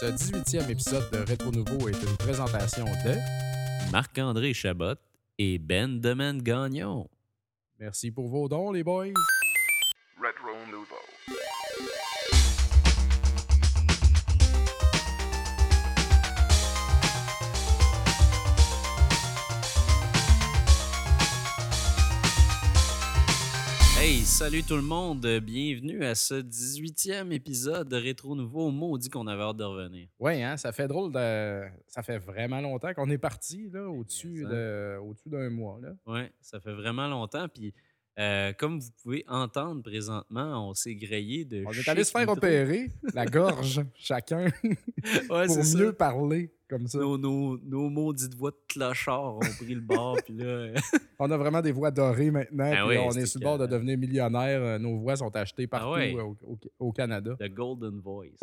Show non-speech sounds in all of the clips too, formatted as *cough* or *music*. Ce 18e épisode de Rétro Nouveau est une présentation de Marc-André Chabot et Ben Demaine Gagnon. Merci pour vos dons, les boys. Retro Nouveau. Hey, salut tout le monde, bienvenue à ce 18e épisode de Rétro Nouveau. Maudit qu'on avait hâte de revenir. Ouais, hein, ça fait drôle de. Ça fait vraiment longtemps qu'on est parti, là, au-dessus Mais ça. de... au d'un mois, là. Ouais, ça fait vraiment longtemps. Puis, euh, comme vous pouvez entendre présentement, on s'est grillé de. On est chez allé se faire Nitro. opérer la gorge, chacun, *laughs* Ouais, pour c'est ça. mieux parler, comme ça. Nos, nos, nos maudites voix de clochard ont pris le bord, puis là. euh, On a vraiment des voix dorées maintenant, Ah puis oui, on c'est est sur le bord de que- devenir millionnaire. Euh, Nos voix sont achetées partout ouais. euh, au, au- au Canada. The Golden *laughs* Voice.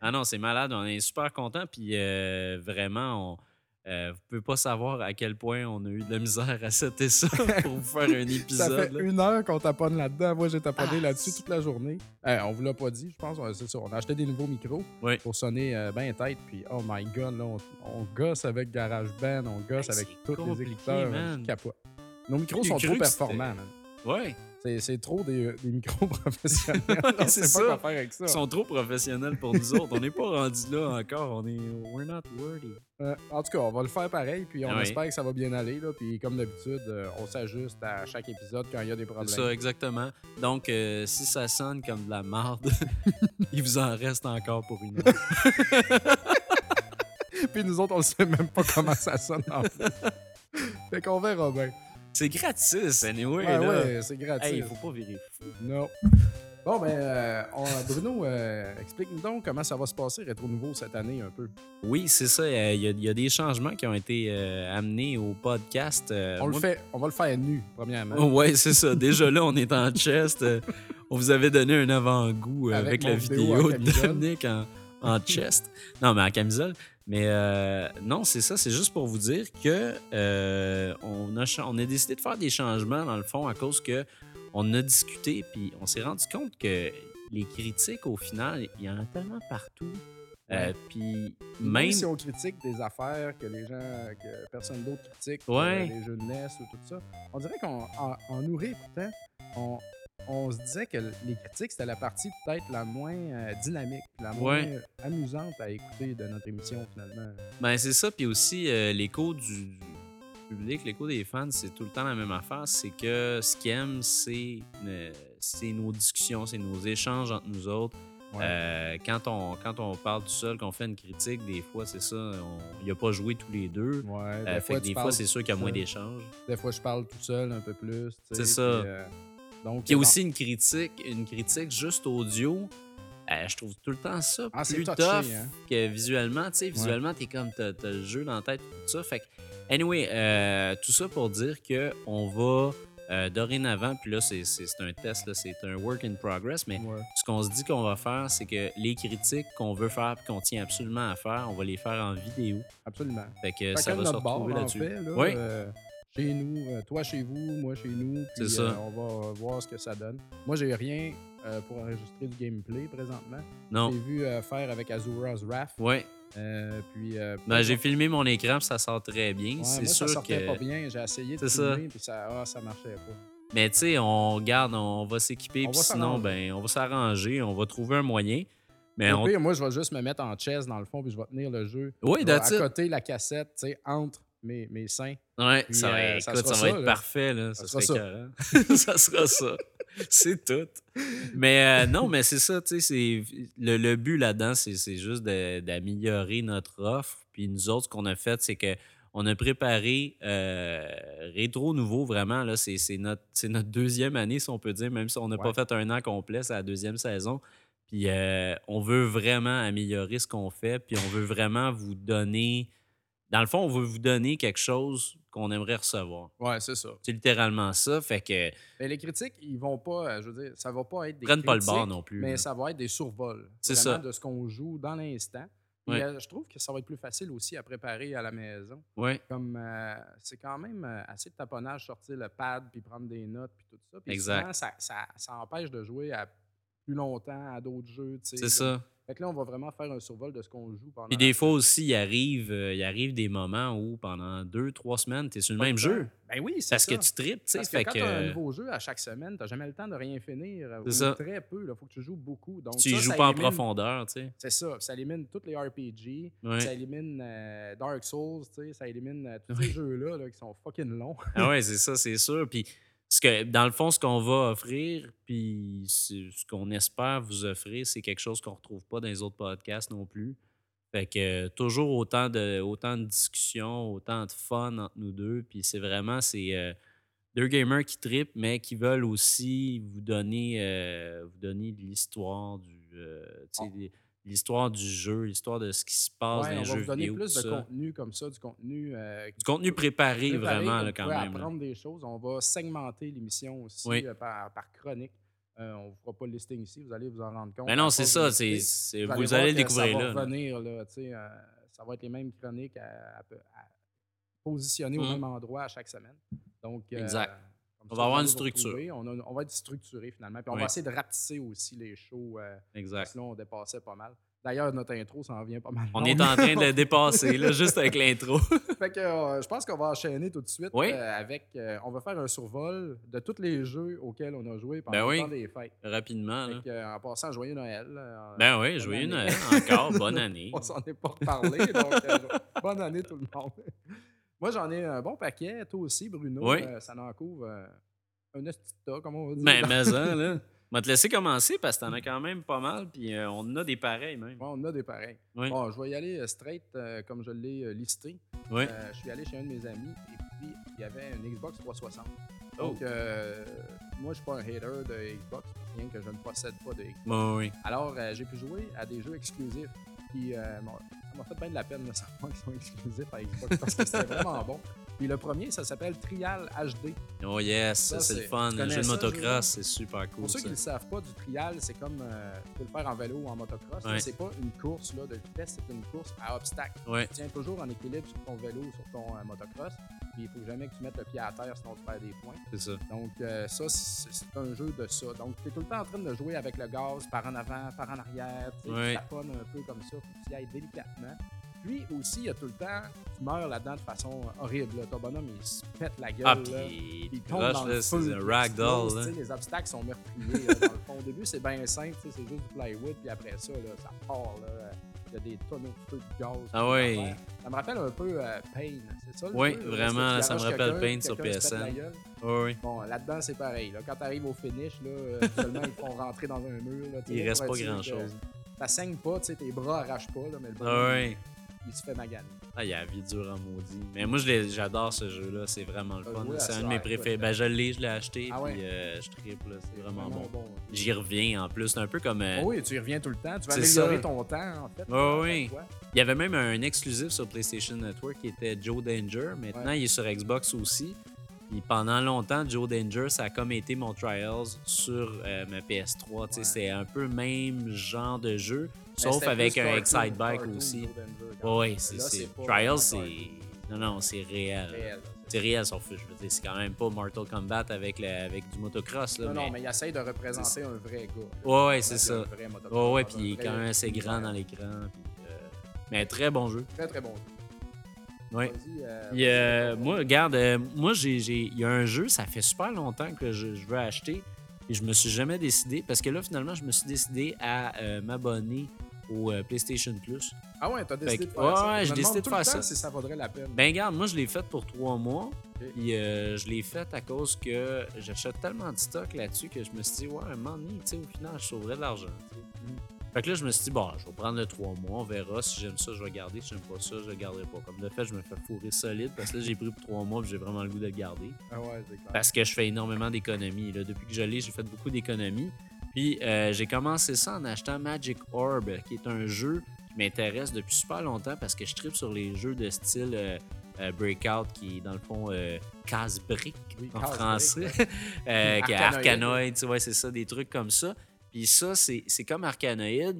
ah non, c'est malade. On est super contents. Puis euh, vraiment, on, euh, vous pouvez pas savoir à quel point on a eu de la misère à *laughs* setter ça pour vous faire un Ça épisode. fait là. une heure qu'on taponne là-dedans. Moi, j'ai taponné Ah, là-dessus c'est- toute la journée. Euh, on vous l'a pas dit, je pense. on- C'est ça. On a acheté des nouveaux micros Oui. pour sonner euh, ben tête. Puis, oh my God, là, on, on gosse avec GarageBand, on gosse Hey, avec c'est tous les compliqué, écouteurs. euh, man. je capote. Nos micros J'ai sont cru trop que c'était- performants, man. *laughs* Ouais, C'est c'est trop des, euh, des micros *laughs* *laughs* professionnels. on c'est sait ça. pas quoi faire avec ça. ils sont trop professionnels pour nous autres. On n'est pas rendu là encore. On est. We're not worthy. Euh, en tout cas, on va le faire pareil, puis on Ah oui. espère que ça va bien aller. Là, puis comme d'habitude, euh, on s'ajuste à chaque épisode quand il y a des problèmes. C'est ça, exactement. Donc, euh, si ça sonne comme de *laughs* la marde, il vous en reste encore pour une heure. puis nous autres, on ne sait même pas comment ça sonne en plus. fait qu'on verra bien. C'est gratis, Ouais, anyway. là. ouais, c'est gratuit. Hey, il faut pas virer fou. Non. Bon, ben, euh, on- Bruno, euh, explique-nous donc comment ça va se passer, Rétro Nouveau, cette année, un peu. Oui, c'est ça. euh, Il y, a- il y a des changements qui ont été euh, amenés au podcast. euh, on, le moi- Oh, fait, hein? on va le faire nu, premièrement. *laughs* Ouais, c'est ça. Déjà là, on est en chest. euh, on vous avait donné un avant-goût euh, Avec avec, mon la vidéo vidéo en de camisole. Dominique en, *laughs* en chest. Non, mais en camisole. Mais euh, non, c'est ça. C'est juste pour vous dire que euh, on, a, cha- on a décidé de faire des changements dans le fond à cause que on a discuté puis on s'est rendu compte que les critiques au final, il y en a tellement partout. Euh, Ouais. puis Nous, même si on critique des affaires que les gens, que personne d'autre critique, Ouais. euh, les jeux de NES ou tout ça, on dirait qu'en en, en nous réécoutant, on, on se disait que les critiques, c'était la partie peut-être la moins euh, dynamique, la moins Ouais. amusante à écouter de notre émission, finalement. Ben, c'est ça. Puis aussi, euh, l'écho du, du public, l'écho des fans, c'est tout le temps la même affaire. C'est que ce qu'ils aiment, c'est euh, c'est nos discussions, c'est nos échanges entre nous autres. Ouais. Euh, quand, on, quand on parle tout seul, qu'on fait une critique, des fois, c'est ça. on- Il n'a pas joué tous les deux. Ouais, Euh, fait que tu des fois, parles c'est sûr qu'il y a tout moins seul. d'échanges. Des fois, je parle tout seul un peu plus. tu sais, C'est ça. puis, euh, donc, Puis il y a dans- aussi une critique, une critique juste audio. Euh, je trouve tout le temps ça Ah, c'est plus touché, tough hein. que visuellement. Tu sais, visuellement, t'es comme, t'as t'as le jeu dans la tête, tout ça. Fait que, anyway, euh, tout ça pour dire que on va euh, dorénavant, puis là, c'est c'est- c'est un test, là, c'est un work in progress, mais Ouais. ce qu'on se dit qu'on va faire, c'est que les critiques qu'on veut faire puis qu'on tient absolument à faire, on va les faire en vidéo. Absolument. Fait que Chacun ça de va se notre bord, retrouver en là-dessus. fait. Là, Oui. euh, chez nous, euh, toi chez vous, moi chez nous. Puis, C'est ça. euh, on va voir ce que ça donne. Moi, j'ai rien euh, pour enregistrer du gameplay présentement. Non. J'ai vu euh, faire avec Azura's Wrath. Ouais. euh, puis, euh, Ben, j'ai filmé mon écran, puis ça sort très bien. Ouais, c'est moi, sûr ça sortait que. pas bien. J'ai essayé de C'est ça. filmer, puis ça, ah, ça marchait pas. Mais tu sais, on regarde, on va s'équiper, On puis va sinon, s'arranger. ben, on va s'arranger, on va trouver un moyen. Mais Au Ben, on. pire, moi, je vais juste me mettre en chaise dans le fond, puis je vais tenir le jeu. Oui, Je vais that's à it. côté la cassette, tu sais, entre mes, mes seins. Ouais, Puis, ça, va- euh, ça écoute, sera ça ça, va être là. parfait, là. Ça, Ça sera serait écœurant. *laughs* ça sera ça. C'est tout. Mais euh, non, mais c'est ça, tu sais, c'est- le, le but là-dedans, c'est c'est juste de- d'améliorer notre offre. Puis nous autres, ce qu'on a fait, c'est que on a préparé euh, Rétro Nouveau, vraiment, là, c'est c'est notre, c'est notre deuxième année, si on peut dire, même si on n'a Ouais. pas fait un an complet, c'est la deuxième saison. Puis euh, on veut vraiment améliorer ce qu'on fait, puis on veut vraiment vous donner... Dans le fond, on veut vous donner quelque chose qu'on aimerait recevoir. Ouais, c'est ça. C'est littéralement ça, fait que Mais les critiques, ils vont pas, euh, je veux dire, ça va pas être des prennent pas le critiques, bord non plus. mais là. ça va être des survols. C'est vraiment ça. De ce qu'on joue dans l'instant. Puis, Ouais. euh, je trouve que ça va être plus facile aussi à préparer à la maison. Ouais. Comme euh, c'est quand même euh, assez de taponnage, sortir le pad, puis prendre des notes, puis tout ça. Puis Exact. souvent, ça, ça- ça empêche de jouer à plus longtemps à d'autres jeux. tu sais, C'est là. ça. Fait Fait que là, on va vraiment faire un survol de ce qu'on joue pendant. Puis des fois aussi, il arrive, euh, il arrive des moments où pendant deux, trois semaines, tu es sur le Pas même de jeu. temps. Ben oui, c'est Parce ça. que tu tripes, tu sais. Parce que Fait quand que tu as un euh, nouveau jeu à chaque semaine, tu jamais le temps de rien finir. euh, C'est ou ça. Très peu. Il faut que tu joues beaucoup. Donc, tu y ça, joues ça pas en élimine- profondeur, tu sais. C'est ça. Ça élimine tous les RPG. Ouais. Ça élimine euh, Dark Souls. tu sais, Ça élimine euh, tous ces jeux-là là, qui sont fucking longs. Ah ouais, c'est ça, c'est sûr. Puis, ce que, dans le fond, ce qu'on va offrir, puis c'est- ce qu'on espère vous offrir, c'est quelque chose qu'on retrouve pas dans les autres podcasts non plus. Fait que euh, toujours autant de, autant de discussions, autant de fun entre nous deux. Puis c'est vraiment, c'est euh, deux gamers qui tripent, mais qui veulent aussi vous donner, euh, vous donner de l'histoire du, euh, tu sais, l'histoire du jeu, l'histoire de ce qui se passe Ah. Ouais, dans on les va jeux vous donner vidéo. plus tout de ça. contenu comme ça, du contenu euh, Du contenu préparé, préparé, vraiment, on là, quand pourrait même. là. apprendre des choses. On va segmenter l'émission aussi Oui. euh, par, par chronique. Euh, on ne vous fera pas le listing ici, vous allez vous en rendre compte. Mais À non, force c'est de ça. lister, c'est- c'est- vous, allez allez le voir que découvrir ça là. Va revenir, là, tu sais, euh, ça va être les mêmes chroniques à- à peu- à- positionnées au Mm. même endroit à chaque semaine. Donc, euh, Exact. comme On ça, va avoir vous une allez vous structure. retrouver. On, a- on va être structuré finalement. Puis on Ouais. va essayer de rapetisser aussi les shows. euh, *laughs* Exact. sinon, on dépassait pas mal. D'ailleurs, notre intro s'en vient pas mal. On longue. est en train de le dépasser, là, juste avec *laughs* l'intro. *laughs* Fait que euh, je pense qu'on va enchaîner tout de suite Oui. euh, avec. euh, on va faire un survol de tous les jeux auxquels on a joué pendant Ben oui. Hein, le temps des fêtes. Rapidement, Fait là. que, euh, en passant, joyeux Noël. euh, Ben oui, bonne joyeux année. Noël *laughs* encore, bonne année. On s'en est pas reparlé, donc euh, *laughs* bonne année tout le monde. Moi, j'en ai un bon paquet. Toi aussi, Bruno. Oui. Euh, ça n'en couvre euh, un esti de tas, comme on dit. *laughs* Mm. Mais, Ouais, mais hein, là. On va te laisser commencer parce que t'en as quand même pas mal, puis euh, on en a des pareils même. on a des pareils. Oui. Bon, je vais y aller euh, straight euh, comme je l'ai euh, listé. Oui. Euh, je suis allé chez un de mes amis et puis il y avait une Xbox 360. Oh. Donc, euh, moi, je suis pas un hater de Xbox, bien que je ne possède pas de Xbox. Bon, oui. Alors, euh, j'ai pu jouer à des jeux exclusifs. Puis, euh, bon, ça m'a fait bien de la peine de savoir *laughs* qu'ils sont exclusifs à Xbox parce que c'était vraiment bon. Puis, le premier, ça s'appelle Trial HD. Oh yes, Ça, ça, c'est le c'est- fun. tu Le connais jeu de ça, motocross, c'est super cool. Pour ceux Oh, ça. qui ne le savent pas, du trial, c'est comme euh, tu peux le faire en vélo ou en motocross. Ouais. mais C'est pas une course là, de vitesse, c'est une course à obstacles. Ouais. Tu tiens toujours en équilibre sur ton vélo ou sur ton euh, motocross. Puis, il faut jamais que tu mettes le pied à terre sinon tu perds des points. C'est ça. Donc, euh, ça, c'est c'est un jeu de ça. Donc, tu es tout le temps en train de jouer avec le gaz, par en avant, par en arrière, tu sais, Ouais. tu taponnes un peu comme ça, faut que tu y ailles délicatement. Puis aussi, il y a tout le temps, tu meurs là-dedans de façon euh, horrible. là. Ton bonhomme, il se pète la gueule. Ah, là. puis Il il tombe croche, dans là, le feu, c'est puis un il ragdoll, explose, là. tu sais, Les obstacles sont meurtriers. là, dans le fond. Au début, c'est bien simple, tu sais, c'est juste du plywood, puis après ça, là, ça part. là. Il y a des tonneaux de feu de gaz. Ah tout ouais. l'envers. Ça me rappelle un peu euh, Pain, c'est ça? le Oui, jeu, là, vraiment, parce que tu ça me garoches rappelle quelqu'un, Pain sur quelqu'un se pète la PSN. gueule. Oh, oui. Bon, là-dedans, c'est pareil. Là. Quand tu arrives au finish, là, *laughs* euh, seulement ils te font rentrer dans un mur. Là, tu Il sais, reste pour pas être sûr que grand-chose. Ça saigne pas, tu sais, tes bras arrachent pas, là, mais le Ah, bras, oui. il se fait maganer. Ah, il y a la vie dure en maudit. Mais moi, je l'ai- j'adore ce jeu-là. C'est vraiment le T'as fun. joué à C'est Ah, un ça, de mes ouais, préférés. ouais. Ben, je l'ai, je l'ai acheté. Ah puis ouais. euh, je triple. là. C'est vraiment Vraiment bon. bon. J'y reviens en plus. C'est un peu comme. euh, Oh oui, tu y reviens tout le temps. Tu vas C'est améliorer ça. ton temps, en fait. Oh à chaque oui. fois. Il y avait même un exclusif sur PlayStation Network qui était Joe Danger. Maintenant, Ouais. il est sur Xbox aussi. Puis pendant longtemps, Joe Danger, ça a comme été mon Trials sur euh, ma PS3. Tu sais, Ouais. C'est un peu le même genre de jeu, Mais sauf c'était avec plus un cartoon, Excite Bike cartoon, aussi. Joe Danger, quand Oui, même. c'est Là, c'est- pas Trials, vraiment c'est. cartoon, Non, non, c'est réel. c'est réel, là. C'est réel, sauf que je veux dire, c'est quand même pas Mortal Kombat avec, le- avec du motocross. Là, Non, mais... non, mais il essaye de représenter un vrai gars. là. Ouais, ouais, Un c'est ça. vrai motocross, Ouais, ouais, un puis il est vrai quand même assez univers. grand dans l'écran. puis, euh, Mais très bon jeu. Très, très bon. jeu. Ouais. Vas-y, euh, Puis, euh, vas-y, moi, regarde, euh, moi, j'ai- j'ai- il y a un jeu, ça fait super longtemps que je, je veux acheter. Et je me suis jamais décidé. Parce que là, finalement, je me suis décidé à euh, m'abonner au euh, PlayStation Plus. Ah ouais, t'as décidé que- de faire ouais, ça. ouais, Je me j'ai décidé demande de tout le faire temps ça. si ça vaudrait la peine. Ben regarde, moi je l'ai faite pour trois mois. Puis euh, je l'ai faite à cause que j'achète tellement de stock là-dessus que je me suis dit, ouais, un moment donné, tu sais, au final, je sauverais de l'argent. tu sais. Fait que là, je me suis dit, bon, je vais prendre le trois mois, on verra. Si j'aime ça, je vais garder. Si j'aime pas ça, je le garderai pas. Comme de fait, je me fais fourrer solide parce que là, j'ai pris pour trois mois et j'ai vraiment le goût de le garder. Ah ouais, c'est clair. Ben, Parce que je fais énormément d'économies. là. Depuis que je l'ai, j'ai fait beaucoup d'économies. Puis euh, j'ai commencé ça en achetant Magic Orb, qui est un jeu qui m'intéresse depuis super longtemps parce que je tripe sur les jeux de style euh, euh, Breakout, qui est dans le fond euh, casse-brique Oui, en casse-brique, français, ouais. *laughs* Euh, qui est Arcanoïde. Arcanoid, tu vois, c'est ça, des trucs comme ça. Puis ça, c'est c'est comme Arcanoid,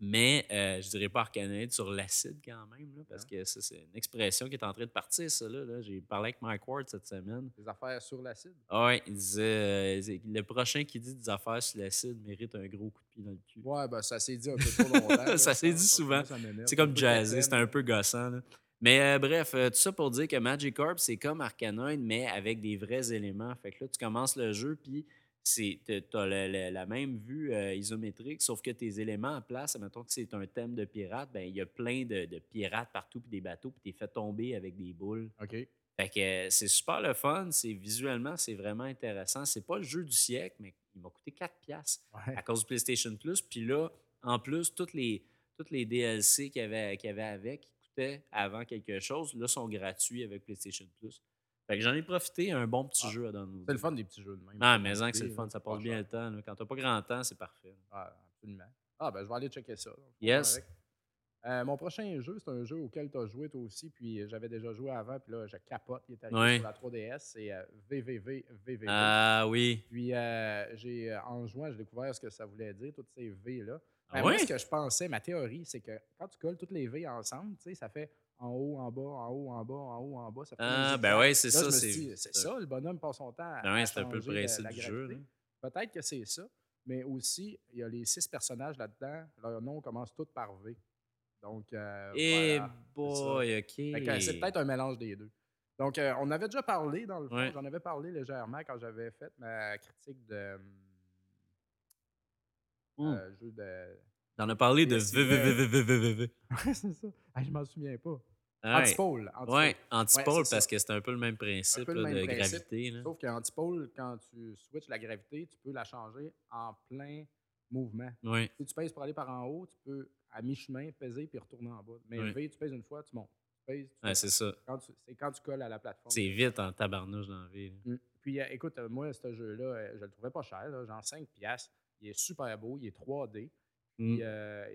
mais euh, je dirais pas arcanate sur l'acide quand même, là, parce que ça, c'est une expression qui est en train de partir, ça. Là, là. J'ai parlé avec Mike Ward cette semaine. Des affaires sur l'acide. Ah ouais, il disait euh, il disait, le prochain qui dit des affaires sur l'acide mérite un gros coup de pied dans le cul. Ouais, ben ça s'est dit un peu trop *laughs* longtemps. là, Ça je s'est dit pense, parce que souvent. moi, ça m'énerve. C'est comme peu jazzé, thème, c'est un peu gossant. là. Mais euh, bref, euh, tout ça pour dire que Magikarp, c'est comme Arcanoid, mais avec des vrais éléments. Fait que là, tu commences le jeu, puis c'est- t'as t'as le- le- la même vue euh, isométrique, sauf que tes éléments en place, mettons que c'est un thème de pirate, ben il y a plein de, de pirates partout, puis des bateaux, puis t'es fait tomber avec des boules. OK. Fait que euh, c'est super le fun, c'est visuellement, c'est vraiment intéressant. C'est pas le jeu du siècle, mais il m'a coûté 4 piastres Ouais. à cause du PlayStation Plus. Puis là, en plus, toutes les, toutes les DLC qu'il y avait, qu'il y avait avec, qui coûtaient avant quelque chose, là, sont gratuits avec PlayStation Plus. Fait que j'en ai profité, un bon petit Ah, jeu à downloader. C'est le fun des petits jeux de même. Ah, mais hein, que c'est le fun, là, ça c'est passe pas bien cher. le temps. là. Quand t'as pas grand temps, c'est parfait. Ah, absolument. Ah, ben, je vais aller checker ça. donc, je vais Yes. voir avec. Euh, mon prochain jeu, c'est un jeu auquel tu as joué toi aussi, puis euh, j'avais déjà joué avant, puis là, je capote, il est arrivé Ouais. sur la 3DS, c'est euh, VVV, VVV. Ah oui. Puis euh, j'ai, euh, en jouant, j'ai découvert ce que ça voulait dire, toutes ces V-là. Ah Ben, moi, ouais? ce que je pensais, ma théorie, c'est que quand tu colles toutes les V ensemble, tu sais, ça fait en haut, en bas, en haut, en bas, en haut, en bas. Ça fait Ah, une ben ouais, c'est Là, je ça. me C'est suis dit, C'est ça, le bonhomme passe son temps à. Ben ouais, à c'est un peu le changer la- principe la du jeu. gravité. Peut-être que c'est ça, mais aussi, il y a les six personnages là-dedans, leurs noms commencent tous par V. Donc, euh, Et voilà. Eh boy, ok. Fait que C'est peut-être un mélange des deux. Donc, euh, on avait déjà parlé, dans le fond, Ouais. j'en avais parlé légèrement quand j'avais fait ma critique de euh, Hmm. jeu de. T'en as parlé de Yes, yeah. VVVVVVV. c'est ça. Ah, je m'en souviens pas. Ouais. Antipole. Antipole. Ouais, antipole, c'est ça. parce que c'est un peu le même principe peu le là, même de principe, Oh. gravité. là. Sauf qu'antipole, quand tu switches la gravité, tu peux la changer en plein mouvement. Ouais. Si tu pèses pour aller par en haut, tu peux à mi-chemin peser puis retourner en bas. Mais Oui. V, tu pèses une fois, tu montes. Tu pèses, tu Ouais, montes. c'est ça. Quand tu- c'est quand tu colles à la plateforme. C'est vite en tabarnouche dans la vie. là. Mm. Puis euh, écoute, euh, moi, ce jeu-là, euh, je le trouvais pas cher, là, genre 5 piastres. Il est super beau, il est 3D. Mm. Puis, euh,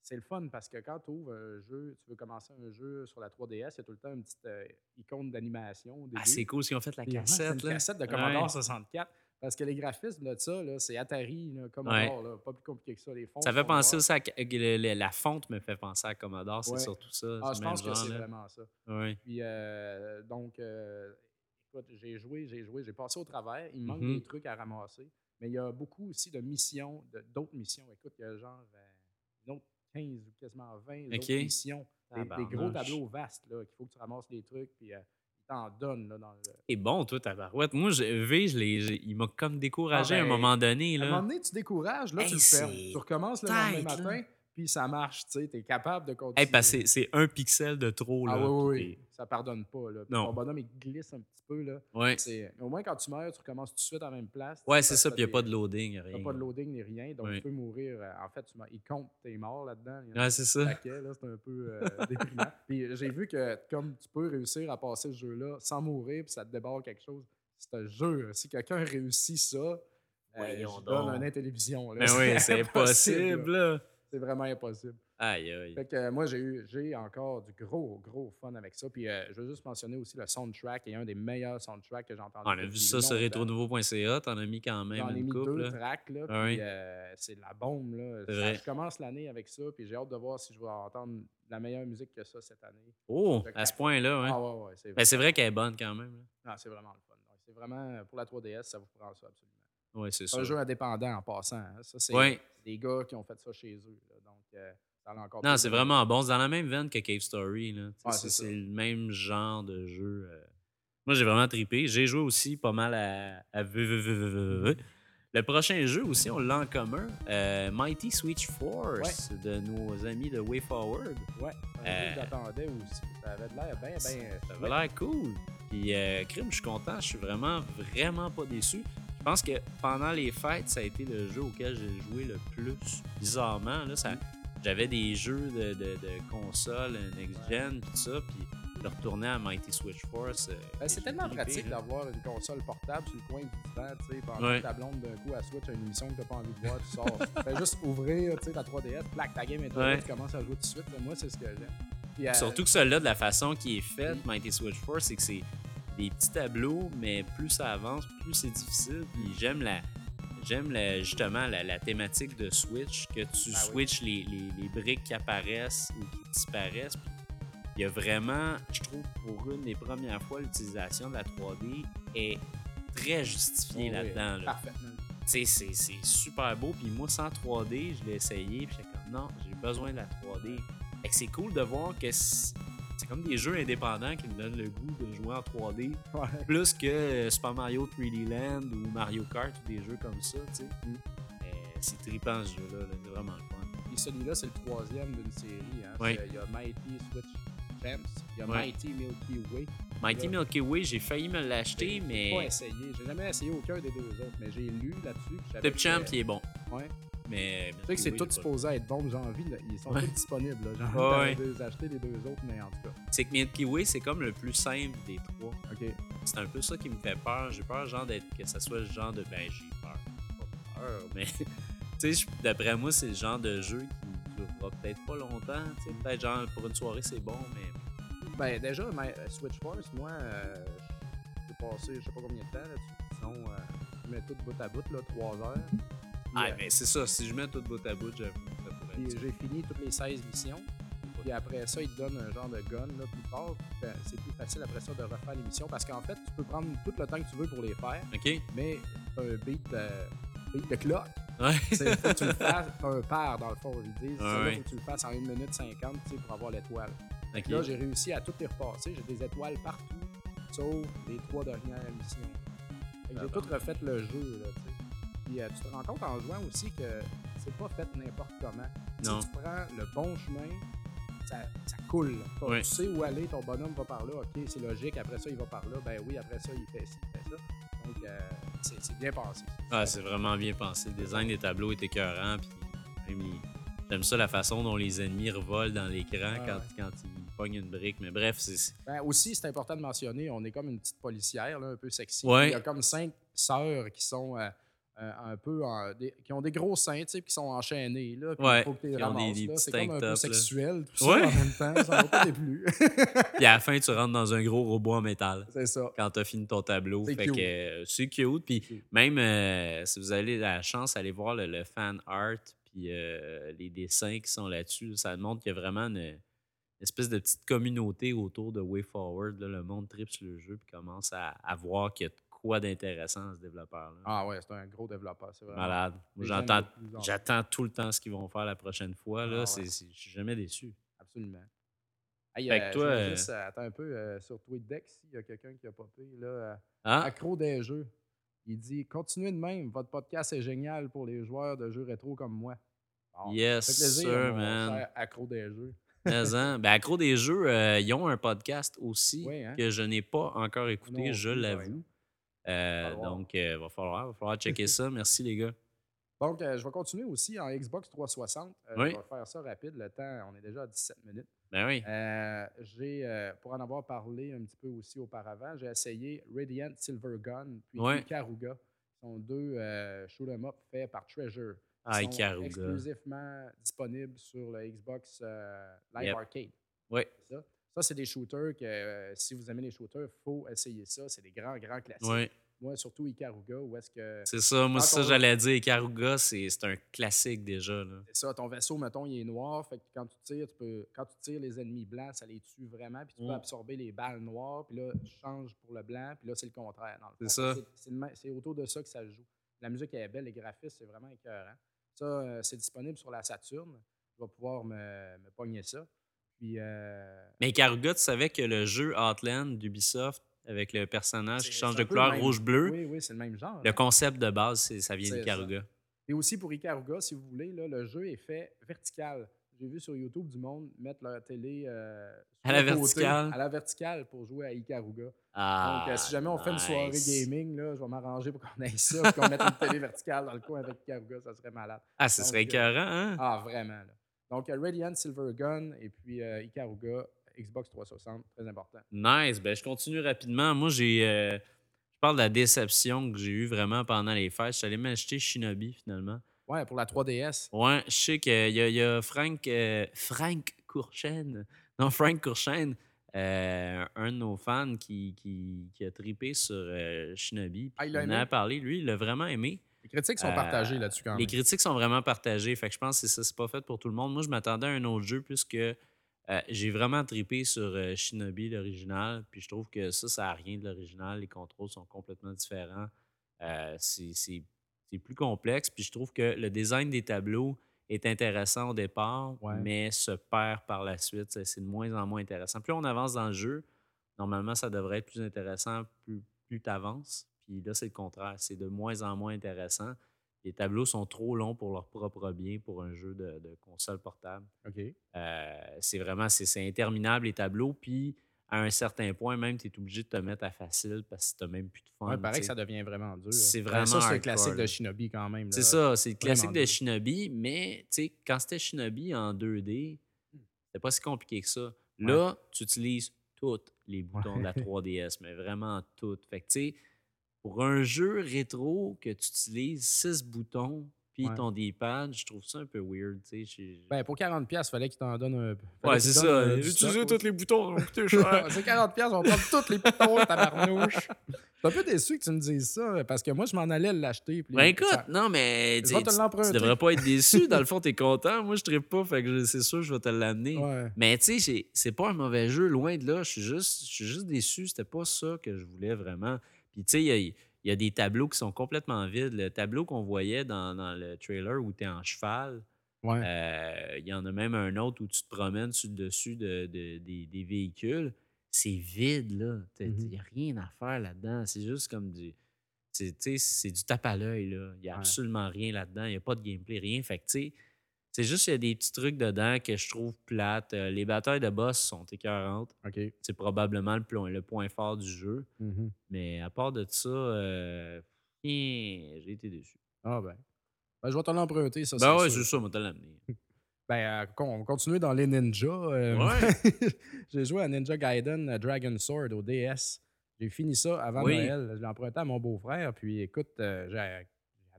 c'est le fun parce que quand tu ouvres un jeu, tu veux commencer un jeu sur la 3DS, il y a tout le temps une petite euh, icône d'animation. au Ah, début. c'est cool si on fait la Puis, ouais, c'est cassette. une Là. cassette de Commodore Ouais. 64. Parce que les graphismes de ça, là, c'est Atari, là, Commodore, là, pas plus compliqué que ça. Les fonds Ça fait sont penser noirs. aussi à euh, le- le- la fonte me fait penser à Commodore, c'est Ouais. surtout ça. Ah, c'est je le même pense que genre, c'est là. vraiment ça. Ouais. Puis, euh, donc, euh, écoute, j'ai joué, j'ai joué, j'ai passé au travers. Il me manque Mhm. des trucs à ramasser. Mais il y a beaucoup aussi de missions, de- d'autres missions. Écoute, il y a genre euh, une autre 15 ou quasiment 20 autres Ok. missions. Des, des gros Tabarnouche. tableaux vastes, là, qu'il faut que tu ramasses des trucs, puis euh, ils t'en donnent, là, dans le... Et bon, toi, ta barouette. Moi, je, euh, V, je l'ai- j'ai- il m'a comme découragé Ah, ben, à un moment donné. À un Là. moment donné, tu décourages, là, Hey, tu le fermes. c'est Tu recommences le tight, lendemain là. matin, puis ça marche, tu sais, t'es capable de continuer. Hey, parce que c'est- c'est un pixel de trop. Là, Ah oui, puis oui, oui, ça pardonne pas, là. Puis Non. Ton bonhomme, il glisse un petit peu, là. t'es- Ouais, C'est- mais au moins, quand tu meurs, tu recommences tout de suite à la même place. ouais tu sais, c'est ça. parce Puis il n'y que a pas t'es- de loading. t'as Rien. pas de loading ni rien, donc Oui. tu peux mourir. euh, En fait, tu m'as- il compte tes morts là-dedans. Il y en a Ouais, c'est un ça. paquet, là, c'est un peu euh, *laughs* déprimant. Puis j'ai vu que comme tu peux réussir à passer ce jeu-là sans mourir, puis ça te débarre quelque chose, c'est un jeu. Si quelqu'un réussit ça, euh, Voyons je donne donc. un Intellivision. là. Mais oui, c'est impossible, impossible. là. Là. C'est vraiment impossible. Aïe, aïe. Fait que euh, moi, j'ai eu, j'ai encore du gros, gros fun avec ça. Puis euh, je veux juste mentionner aussi le soundtrack, qui est un des meilleurs soundtracks que j'ai entendu. Ah, On a vu depuis ça sur longtemps. rétronouveau.ca. T'en as mis quand même J'en ai une mis couple. deux là. tracks, là, Ah puis oui. euh, c'est de la bombe. Là. C'est Ça- vrai. je commence l'année avec ça, puis j'ai hâte de voir si je vais entendre la meilleure musique que ça cette année. Oh, Je à ce capote. point-là, ouais. Ah ouais, ouais, c'est Ben, c'est vrai qu'elle est bonne quand même. Non, c'est vraiment le fun. Donc, C'est vraiment, euh, pour la 3DS, ça vous prend ça absolument. là. Ouais, c'est C'est ça. un jeu indépendant en passant. hein. Ça, c'est Ouais. c'est des gars qui ont fait ça chez eux. là. Donc, euh, ça l'a encore Non, plus c'est de- vraiment bon. C'est dans la même veine que Cave Story. là. Tu sais, Ouais, c'est c'est ça. c'est le même genre de jeu. euh. Moi, j'ai vraiment trippé. J'ai joué aussi pas mal à, à VVVVVV. Le prochain jeu aussi, on l'a en commun. euh, Mighty Switch Force de nos amis de WayForward. Ouais, un jeu que Euh, j'attendais aussi. Ça avait de l'air bien, bien. Ça avait l'air cool. Puis, euh, crime, je suis content. Je suis vraiment, vraiment pas déçu. Je pense que pendant les fêtes, ça a été le jeu auquel j'ai joué le plus. Bizarrement, là, ça, j'avais des jeux de, de, de console, euh, next-gen, tout ça. Puis, de retourner à Mighty Switch Force. euh, Ben, c'est j'ai tellement trippé, pratique là. d'avoir une console portable sur le coin du divan, tu sais, pendant Ouais. que ta blonde d'un coup à switch à une émission que t'as pas envie de voir, tu sors. *laughs* tu fais juste ouvrir, tu sais, ta 3DS, plaque, ta game est Ouais. là, tu commences à jouer tout de suite. Mais moi, c'est ce que j'aime. Puis, euh, Surtout que celui-là, de la façon qui est faite, Mighty Switch Force, c'est que c'est des petits tableaux, mais plus ça avance, plus c'est difficile. Puis j'aime la, J'aime la- justement la, la thématique de Switch, que tu Ah oui. switches les- les, les briques qui apparaissent ou qui disparaissent. Puis Il y a vraiment, je trouve, pour une des premières fois, l'utilisation de la 3D est très Oh oui, justifiée là-dedans. là. Parfaitement. Tu sais, c'est c'est super beau. Puis moi, sans 3D, je l'ai essayé. Puis j'étais comme, non, j'ai besoin de la 3D. Fait que c'est cool de voir que c'est c'est comme des jeux indépendants qui me donnent le goût de jouer en 3D. Ouais. Plus que euh, Super Mario 3D Land ou Mario Kart ou des jeux comme ça, tu sais. Mm. Euh, c'est trippant ce jeu-là, là. c'est vraiment le fun. Et celui-là, c'est le troisième d'une série. Hein. Oui. C'est- Il y a Mighty Switch Champs, il y a Ouais. Mighty Milky Way. Mighty Là. Milky Way, j'ai failli me l'acheter, J'ai pas mais essayé. J'ai jamais essayé aucun des deux autres, mais j'ai lu là-dessus. puis j'avais- euh, Tip Champ, il est bon. Ouais. Mais. euh, Tu sais que c'est tout supposé être bon, j'ai envie. là. Ils sont Ouais. Ah tous disponibles. là. J'ai envie Ouais. d'aller les acheter les deux autres, mais en tout cas. C'est que Milky Way, c'est comme le plus simple des trois. OK. C'est un peu ça qui me fait peur. J'ai peur, genre, d'être que ça soit le genre de. Ben, j'ai peur. *laughs* Pas Euh, peur, mais. tu sais, je- d'après moi, c'est le genre de jeu qui durera peut-être pas longtemps. tu sais. Peut-être, genre, pour une soirée, c'est bon, mais. Ben, déjà, mais, euh, Switch Force, moi, euh, j'ai passé je sais pas combien de temps là-dessus. Sinon, euh, je mets tout bout à bout, là, 3 heures. Puis, Ah, euh, mais c'est ça. Si je mets tout bout à bout, j'avoue, ça pourrait puis être. j'ai fini toutes les 16 missions. Puis après ça, ils te donnent un genre de gun là, plus fort. Puis, ben, c'est plus facile après ça de refaire les missions. Parce qu'en fait, tu peux prendre tout le temps que tu veux pour les faire, OK? mais t'as un beat, euh, beat de clock. Ouais. C'est faut que tu le fasses, t'as un pair dans le fond, ils disent. Ah Celui-là, ouais. faut que tu le fasses en 1 minute 50 tu sais, pour avoir l'étoile. Ok. Là, j'ai réussi à tout les repasser. J'ai des étoiles partout, sauf les trois dernières missions. Fait que Ah j'ai bon. tout refait le jeu. Là, tu sais. Puis euh, tu te rends compte en jouant aussi que c'est pas fait n'importe comment. Non. Si tu prends le bon chemin, ça, ça coule. T'as- Ouais. Tu sais où aller, ton bonhomme va par là, ok, c'est logique, après ça il va par là, ben oui, après ça il fait ci, il fait ça. Donc euh, c'est c'est bien passé. Ah, c'est vraiment bien pensé. Le design des tableaux est écœurant. Puis même les- J'aime ça la façon dont les ennemis revolent dans l'écran Ah quand, ouais. quand ils pognent une brique. Mais bref, c'est. Ben, aussi, c'est important de mentionner, on est comme une petite policière, là, un peu sexy. Ouais. Il y a comme cinq sœurs qui sont euh, euh, un peu. en- des- qui ont des gros seins, tu sais, puis qui sont enchaînées. Là, puis Ouais, faut que t'es qui ont des- ramasses, des là. petits C'est comme un tank peu tops, là. sexuel, tout Ouais. ça en même temps. Ça m'a pas *laughs* déplu. Puis à la fin, tu rentres dans un gros robot en métal. c'est ça. quand t'as fini ton tableau. C'est Fait cute. que euh, c'est cute. Puis Cute. même euh, si vous avez la chance, allez voir le, le fan art puis euh, les dessins qui sont là-dessus. Ça montre qu'il y a vraiment une, une espèce de petite communauté autour de Way Forward. là. Le monde tripe sur le jeu puis commence à, à voir qu'il y a de quoi d'intéressant à ce développeur-là. Ah ouais, c'est un gros développeur, c'est vraiment. Malade. Moi, Les j'entends- gens les plus en- J'attends tout le temps ce qu'ils vont faire la prochaine fois. Ah là. ouais. C'est- c'est- Je suis jamais déçu. Absolument. Hey, Fait que euh, toi, je voulais euh, juste, euh, attends un peu euh, sur TweetDeck, s'il y a quelqu'un qui a popé, là, euh, Hein? accro des jeux. Il dit Continuez de même, votre podcast est génial pour les joueurs de jeux rétro comme moi. Bon, Yes, Ça fait plaisir, sir, mon man. cher accro des jeux. Mais, hein, ben, accro des jeux, euh, ils ont un podcast aussi Oui, hein? que je n'ai pas encore écouté, Non, je oui, par l'avoue. exemple. Euh, Va falloir. donc, euh, va falloir, va falloir *laughs* checker ça. Merci les gars. Donc, euh, je vais continuer aussi en Xbox 360. Euh, Oui. Je vais faire ça rapide. Le temps, on est déjà à 17 minutes. Ben oui. Euh, j'ai, euh, pour en avoir parlé un petit peu aussi auparavant, j'ai essayé Radiant Silver Gun puis Ouais. Ikaruga. Ce sont deux euh, shoot'em up faits par Treasure. Ils Ah, sont Ikaruga. exclusivement disponibles sur le Xbox euh, Live Yep. Arcade. Oui. C'est Ça, Ça, c'est des shooters que, euh, si vous aimez les shooters, il faut essayer ça. C'est des grands, grands classiques. Ouais, Moi, surtout Ikaruga, où est-ce que c'est ça. Moi, Quand c'est ça on- que j'allais dire. Karuga, c'est c'est un classique déjà. là. C'est ça, ton vaisseau, mettons, il est noir. Fait que quand tu tires, tu peux, quand tu tires les ennemis blancs, ça les tue vraiment. Puis tu Mm. peux absorber les balles noires. Puis là, tu changes pour le blanc. Puis là, c'est le contraire. dans le C'est fond. ça. C'est- C'est le même- c'est autour de ça que ça se joue. La musique elle est belle, les graphismes, c'est vraiment écœurant. Ça, euh, c'est disponible sur la Saturne. Je vais pouvoir me, me pogner ça. Puis, euh, Mais Karuga, tu savais que le jeu Outland d'Ubisoft, avec le personnage C'est- qui Hein, change c'est de un peu le couleur même. rouge-bleu, oui, oui, c'est le même genre. le concept de base, c'est- ça vient C'est de ça. Karuga. Et aussi pour Ikaruga, si vous voulez, là, le jeu est fait vertical. J'ai vu sur YouTube du monde mettre leur télé euh, sur À la le côté, verticale. à la verticale pour jouer à Ikaruga. Ah, Donc, euh, si jamais on fait une soirée nice. gaming, là, je vais m'arranger pour qu'on aille ça, puis qu'on mette une télé verticale dans le coin avec Ikaruga, ça serait malade. Ah, ce serait Donc, euh, écœurant, hein? Ah, vraiment. là. Donc, euh, Radiant Silver Gun et puis euh, Ikaruga, Xbox 360, très important. Nice. Ben, je continue rapidement. Moi, j'ai. euh, je parle de la déception que j'ai eue vraiment pendant les fêtes. Je suis allé m'acheter Shinobi finalement. Ouais, pour la 3DS. Ouais, je sais qu'il y, a- il y a Frank, euh, Frank Courchaine, non, Frank Courchaine, euh, un de nos fans qui, qui, qui a tripé sur euh, Shinobi. puis Ah, il l'a on en a aimé? parlé, lui, il l'a vraiment aimé. Les critiques sont Euh, partagées là-dessus quand Les même. critiques sont vraiment partagées. Fait que je pense que c'est ça, c'est pas fait pour tout le monde. Moi, je m'attendais à un autre jeu puisque euh, j'ai vraiment tripé sur euh, Shinobi, l'original. Puis je trouve que ça, ça n'a rien de l'original. Les contrôles sont complètement différents. Euh, c'est- c'est c'est plus complexe. Puis je trouve que le design des tableaux est intéressant au départ, Ouais. mais se perd par la suite. C'est- C'est de moins en moins intéressant. Plus on avance dans le jeu, normalement, ça devrait être plus intéressant plus, plus tu avances. Puis là, c'est le contraire. C'est de moins en moins intéressant. Les tableaux sont trop longs pour leur propre bien pour un jeu de, de console portable. OK. Euh, c'est vraiment, c'est c'est interminable les tableaux. Puis à un certain point, même, tu es obligé de te mettre à facile parce que tu même plus de fun. Ouais, tu pareil que sais. ça devient vraiment dur. C'est Ben, Ça, vraiment c'est le hardcore, classique de là. Shinobi quand même. C'est là. ça, c'est le classique vraiment de dur. Shinobi, mais tu sais, quand c'était Shinobi en 2D, Hmm. c'était pas si compliqué que ça. Là, tu utilises tous les boutons de la *laughs* 3DS, mais vraiment toutes. Fait que tu sais, pour un jeu rétro que tu utilises six boutons puis Ouais. ton D-pad, je trouve ça un peu weird, tu sais. j'ai- Ben, pour 40$, il fallait qu'il t'en donne un peu. ouais, c'est ça. euh, Utiliser tous les boutons, ça va coûter *laughs* cher. C'est 40$, piastres, on prend toutes les pitons, tabarnouche. Je suis un peu déçu que tu me dises ça, parce que moi, je m'en allais l'acheter. puis Ben les- écoute, ça- non, mais Je tu vais te tu- l'emprunter. tu devrais pas être déçu. Dans le fond, t'es content. Moi, je ne pas, fait que je- c'est sûr, je vais te l'amener. Ouais. Mais tu sais, c'est- c'est pas un mauvais jeu, loin de là. Je suis juste, je suis juste déçu. C'était pas ça que je voulais vraiment. Puis tu sais, il y a, il y a des tableaux qui sont complètement vides. Le tableau qu'on voyait dans, dans le trailer où tu es en cheval, Ouais. euh, il y en a même un autre où tu te promènes sur le dessus de, de- des, des véhicules. C'est vide, là. T'as- Il Mhm. n'y a rien à faire là-dedans. C'est juste comme du. C'est tu sais, c'est du tape à l'œil, là. Il n'y a Ouais. absolument rien là-dedans. Il n'y a pas de gameplay, rien. Fait que, tu sais, c'est juste il y a des petits trucs dedans que je trouve plates. Euh, les batailles de boss sont écœurantes. OK. C'est probablement le, plon- le point fort du jeu. Mhm. Mais à part de ça, euh, eh, j'ai été déçu. Ah, ben. Ben, je vais te l'emprunter, ça. Ben c'est ouais, sûr. c'est ça, on va te l'amener. Ben, euh, con- on continue dans les ninjas. euh, Ouais. *laughs* J'ai joué à Ninja Gaiden euh, Dragon Sword au DS. J'ai fini ça avant Oui. Noël. Je l'ai emprunté à mon beau-frère. Puis écoute, euh, j'ai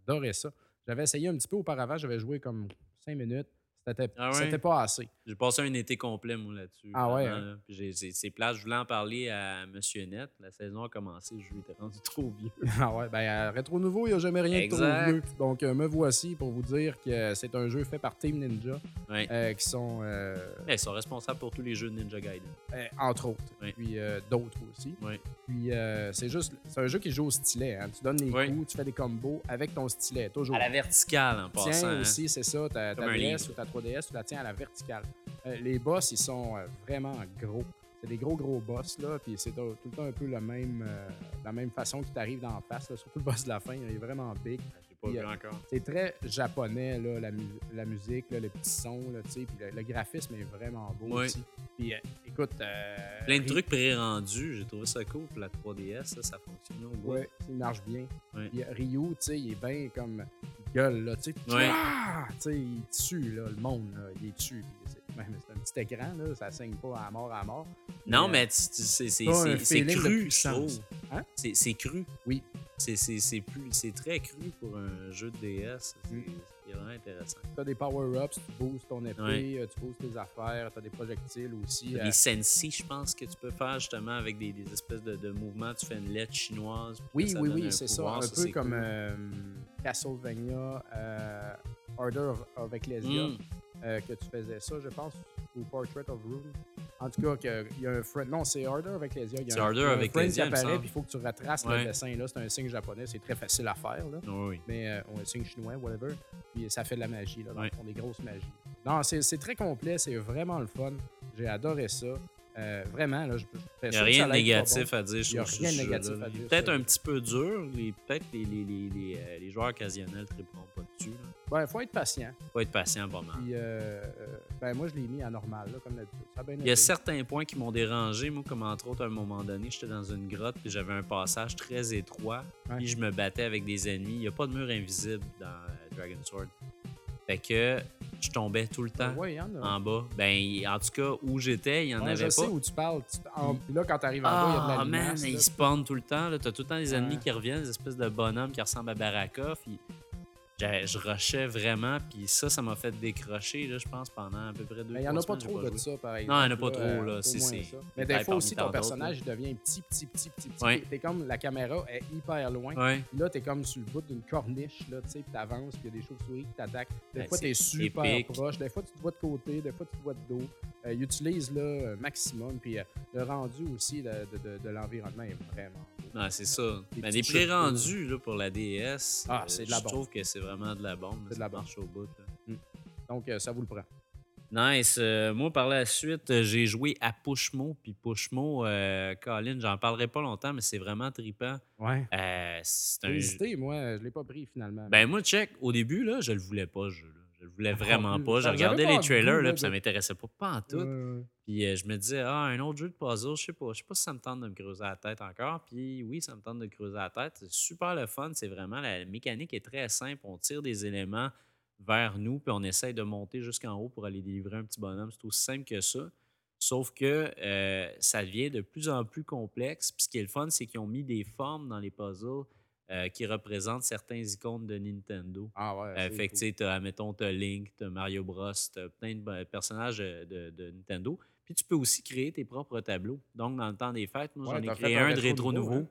adoré ça. J'avais essayé un petit peu auparavant. J'avais joué comme cinq minutes. C'était Ah ouais? c'était pas assez. *laughs* J'ai passé un été complet, moi, là-dessus. Ah ouais, vraiment, hein? là. Puis j'ai- c'est c'est plate. Je voulais en parler à Monsieur Net. La saison a commencé, je lui étais rendu *laughs* trop *laughs* vieux. Ah ouais, ben, euh, Rétro Nouveau, il n'y a jamais rien de trop Exact. vieux. Donc, euh, me voici pour vous dire que euh, c'est un jeu fait par Team Ninja Ouais. euh, qui sont. euh, Mais ils sont responsables pour tous les jeux de Ninja Gaiden. Euh, entre autres, Oui. puis euh, d'autres aussi. Oui. Puis euh, c'est juste, c'est un jeu qui joue au stylet. hein. Tu donnes les Oui. coups, tu fais des combos avec ton stylet, toujours. À la verticale, en tiens passant. hein. aussi, c'est ça, ta, ta Comme un DS livre. ou ta 3DS, tu la tiens à la verticale. Euh, les boss, ils sont euh, vraiment gros. C'est des gros, gros boss, là, puis c'est tout tout le temps un peu le même, euh, la même façon qui t'arrive dans la face, là, surtout le boss de la fin, hein, il est vraiment big. J'ai pas Il y vu a- encore. C'est très japonais, là, la, mu- la musique, là, le petit son, là, tu sais, puis le, le graphisme est vraiment beau Oui. aussi. Puis euh, écoute... euh, Plein de trucs pré-rendus. J'ai trouvé ça cool. Puis la 3DS, ça, ça fonctionne au bout. Ouais, il marche bien. Ouais. Puis, euh, Ryu, tu sais, il est bien comme il gueule, là, tu sais. Ouais. Ah! Tu sais, il tue, là, le monde, là, il est tue. Puis c'est- même, c'est un petit écran, là, ça saigne pas à mort à mort. Non, euh, mais tu- tu- c'est c'est- pas un c'est- c'est feeling de cru, je puissance. trouve. Hein? C'est c'est cru. Oui. C'est- C'est c'est plus- c'est très cru pour un jeu de DS. C'est Mm. c'est vraiment intéressant. T'as des power-ups, tu boostes ton épée, Ouais. euh, tu boostes tes affaires, t'as des projectiles aussi. T'as euh, des sensi, je pense, que tu peux faire justement avec des, des espèces de, de mouvements. Tu fais une lettre chinoise. puis Oui, ça oui, donne oui, un c'est ça. pouvoir, Un peu c'est comme cool. euh, Castlevania, euh, Order of, of Ecclesia, Mm. euh, que tu faisais ça, je pense, ou Portrait of Rune. En tout cas, que- il y a un frame. Non, c'est Order of Ecclesia. il y a C'est un- Order il y a un of frame qui Ecclesia, il me apparaît, semble. puis il faut que tu retraces le Ouais. dessin. là. C'est un signe japonais, c'est très facile à faire. Là. Oui, oui. Mais euh, ou un signe chinois, whatever. Puis ça fait de la magie, là, dans le Ouais. fond, des grosses magies. Non, c'est c'est très complet, c'est vraiment le fun. J'ai adoré ça. Euh, vraiment, là, je Il n'y a rien de négatif à dire Il y a sur ce rien de jeu-là. négatif à Il est dire, Peut-être ça. un petit peu dur. les- Peut-être les, les, les, les, euh, les joueurs occasionnels ne triperont pas dessus. Il Il Ben, faut être patient. faut être patient pas mal. Puis, euh, euh, ben moi, je l'ai mis à normal, là, comme d'habitude. Ça a bien Il y a été. certains points qui m'ont dérangé, moi, comme entre autres, à un moment donné, j'étais dans une grotte puis j'avais un passage très étroit, Ouais. puis je me battais avec des ennemis. Il n'y a pas de mur invisible dans euh, Dragon Sword. Fait que je tombais tout le temps Ouais, il y en a. en bas. Ben, il- en tout cas, où j'étais, il n'y en Ouais, avait je sais pas. où tu parles. Tu- en- Puis là, quand t'arrives en bas, il y a Ah, de la man, limace, là. ils spawnent tout le temps. là. T'as tout le temps des ennemis Ouais. qui reviennent, des espèces de bonhommes qui ressemblent à Barakov. Ils- J'avais- Je rushais vraiment, puis ça, ça m'a fait décrocher, là, je pense, pendant à peu près deux Mais Ben, il n'y en trois a pas semaines, j'ai trop de joué. ça, hein. par exemple. Non, il y en a pas trop, euh, là, au c'est- moins c'est- ça. Mais ben, des fois parmi aussi, tant ton d'autres, personnage, il devient petit, petit, petit, petit, petit. Ouais. T'es comme, la caméra est hyper loin. Ouais. Puis là, t'es comme sur le bout d'une corniche, là, tu sais, puis t'avances, puis il y a des chauves-souris qui t'attaquent. Des Ben, fois, c'est t'es super épique. proche. Des fois, tu te vois de côté. Des fois, tu te vois de dos. Euh, il utilise le maximum. Puis euh, le rendu aussi le- de, de- de l'environnement est vraiment beau. Non, c'est ça. Des Mais petits les jeux de pré-rendus là, pour la DS, Ah, euh, c'est de la je bombe. trouve que c'est vraiment de la bombe. C'est de ça la bombe. marche au bout. là. Donc, euh, ça vous le prend. Nice. Euh, moi, par la suite, euh, j'ai joué à Pushmo. Puis Pushmo, euh, Colin, j'en parlerai pas longtemps, mais c'est vraiment trippant. Ouais. Euh, c'est J'ai un jeu- hésité, moi. Je l'ai pas pris, finalement. Ben moi, check, au début, là, je le voulais pas, ce jeu-là. Je le voulais vraiment plus. pas. Je Ça, j'avais regardais Ah, pas les envie, trailers, là, là, puis ça de- m'intéressait pas, pas en tout. Euh, Puis euh, je me disais, ah, un autre jeu de puzzle, je sais pas. Je sais pas si ça me tente de me creuser la tête encore. Puis oui, ça me tente de creuser la tête. C'est super le fun. C'est vraiment, la mécanique est très simple. On tire des éléments vers nous, puis on essaye de monter jusqu'en haut pour aller délivrer un petit bonhomme. C'est aussi simple que ça. Sauf que euh, ça devient de plus en plus complexe. Puis ce qui est le fun, c'est qu'ils ont mis des formes dans les puzzles euh, qui représentent certaines icônes de Nintendo. Ah ouais. Euh, c'est fait que, cool. tu sais, t'as, admettons, t'as Link, t'as Mario Bros, t'as plein de euh, personnages euh, de, de Nintendo. Puis tu peux aussi créer tes propres tableaux. Donc, dans le temps des fêtes, moi, Ouais, j'en ai t'as créé fait un un de rétro rétro nouveau, nouveau.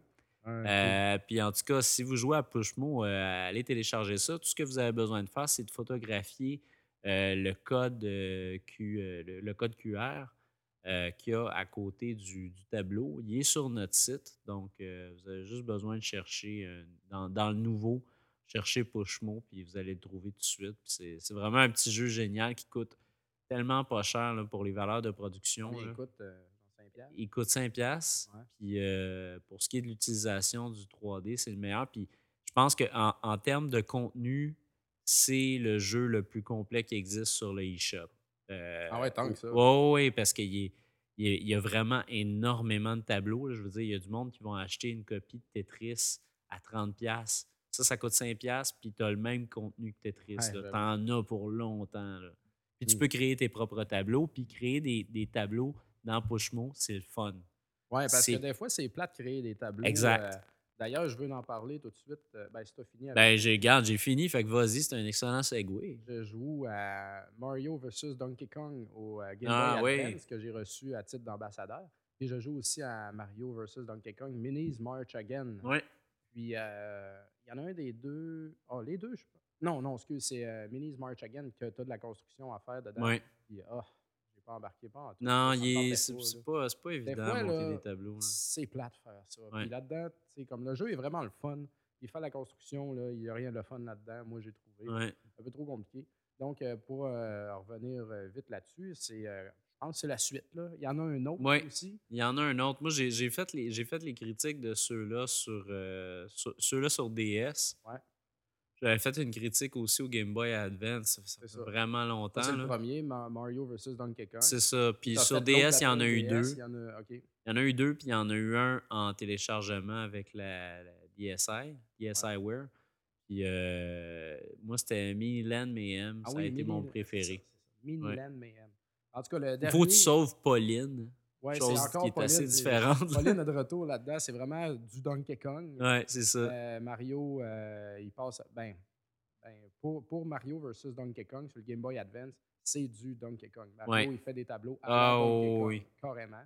Ouais, Euh, Puis en tout cas, si vous jouez à Pushmo, euh, allez télécharger ça. Tout ce que vous avez besoin de faire, c'est de photographier euh, le, code, euh, Q- euh, le, le code QR euh, qu'il y a à côté du, du tableau. Il est sur notre site, donc euh, vous avez juste besoin de chercher euh, dans, dans le nouveau, chercher Pushmo, puis vous allez le trouver tout de suite. Puis C'est c'est vraiment un petit jeu génial qui coûte tellement pas cher là, pour les valeurs de production. cool. là. Écoute, euh, Jean-Saint-Pierre. Il coûte 5 piastres. Ouais. Puis euh, pour ce qui est de l'utilisation du 3D, c'est le meilleur. Puis je pense qu'en en, en termes de contenu, c'est le jeu le plus complet qui existe sur le eShop. Euh, Ah ouais, tant que ça. Ouais, ouais, parce qu'il y, y a vraiment énormément de tableaux. là. Je veux dire, il y a du monde qui vont acheter une copie de Tetris à 30 pièces. Ça, ça coûte 5 pièces, puis tu as le même contenu que Tetris. Ouais, là. vraiment. T'en as pour longtemps. là. Puis tu Mm. peux créer tes propres tableaux, puis créer des, des tableaux dans Pushmo, c'est le fun. Ouais, parce que c'est- des fois, c'est plat de créer des tableaux. Exact. euh, D'ailleurs, je veux en parler tout de suite. euh, Ben, si t'as fini avec Ben, j'ai garde, j'ai fini, fait que vas-y, c'est un excellent segue. Je joue à Mario vs Donkey Kong au euh, Game Ah, Boy oui. Advance que j'ai reçu à titre d'ambassadeur. Et je joue aussi à Mario vs Donkey Kong Minis March Again. Ouais. Puis euh, il y en a un des deux. Oh, les deux, je sais pas. Non, non, excuse, c'est euh, Minis March Again que tu as de la construction à faire dedans. Ouais. Puis, ah, j'ai pas embarqué pas en tout. Non, Ça il est- me c'est tentait c'est pas, c'est pas évident fois, de monter là, des tableaux. hein. là. c'est plat de faire ça. Ouais. Puis là-dedans, tu sais, comme le jeu est vraiment le fun. Il fait la construction, là, il n'y a rien de fun là-dedans, moi j'ai trouvé. Ouais. Un peu trop compliqué. Donc, euh, pour euh, revenir euh, vite là-dessus, c'est euh, je pense que c'est la suite. Là. Il y en a un autre Ouais. aussi. Il y en a un autre. Moi, j'ai j'ai fait, les- j'ai fait les critiques de ceux-là sur, euh, sur- ceux-là sur DS. Ouais. J'avais fait une critique aussi au Game Boy Advance. Ça, ça fait C'est ça. vraiment longtemps. Ça, C'est le là. premier, Ma- Mario vs. Donkey Kong. C'est ça. Puis Hein? T'as sur fait l'autre DS, il y en a après eu DS, deux. il y en a- OK. Il y en a eu deux, puis il y en a eu un en téléchargement avec la, la DSI, DSiWare. Puis euh, moi, c'était Miniland Mayhem. Ah ça oui, a été mon Mini- c'est préféré. ça, c'est ça. Miniland Mayhem. En tout cas, le dernier. Faut que tu sauves Pauline. ouais, c'est chose encore qui est assez Pauline, mais- *laughs* différente. Pauline est de retour là-dedans. C'est vraiment du Donkey Kong. Ouais, c'est ça. Euh, Mario, euh, il passe. Ben, ben, pour, pour Mario versus Donkey Kong sur le Game Boy Advance, c'est du Donkey Kong. Mario, Ouais. il fait des tableaux à Ah, la Donkey Kong, oui. carrément.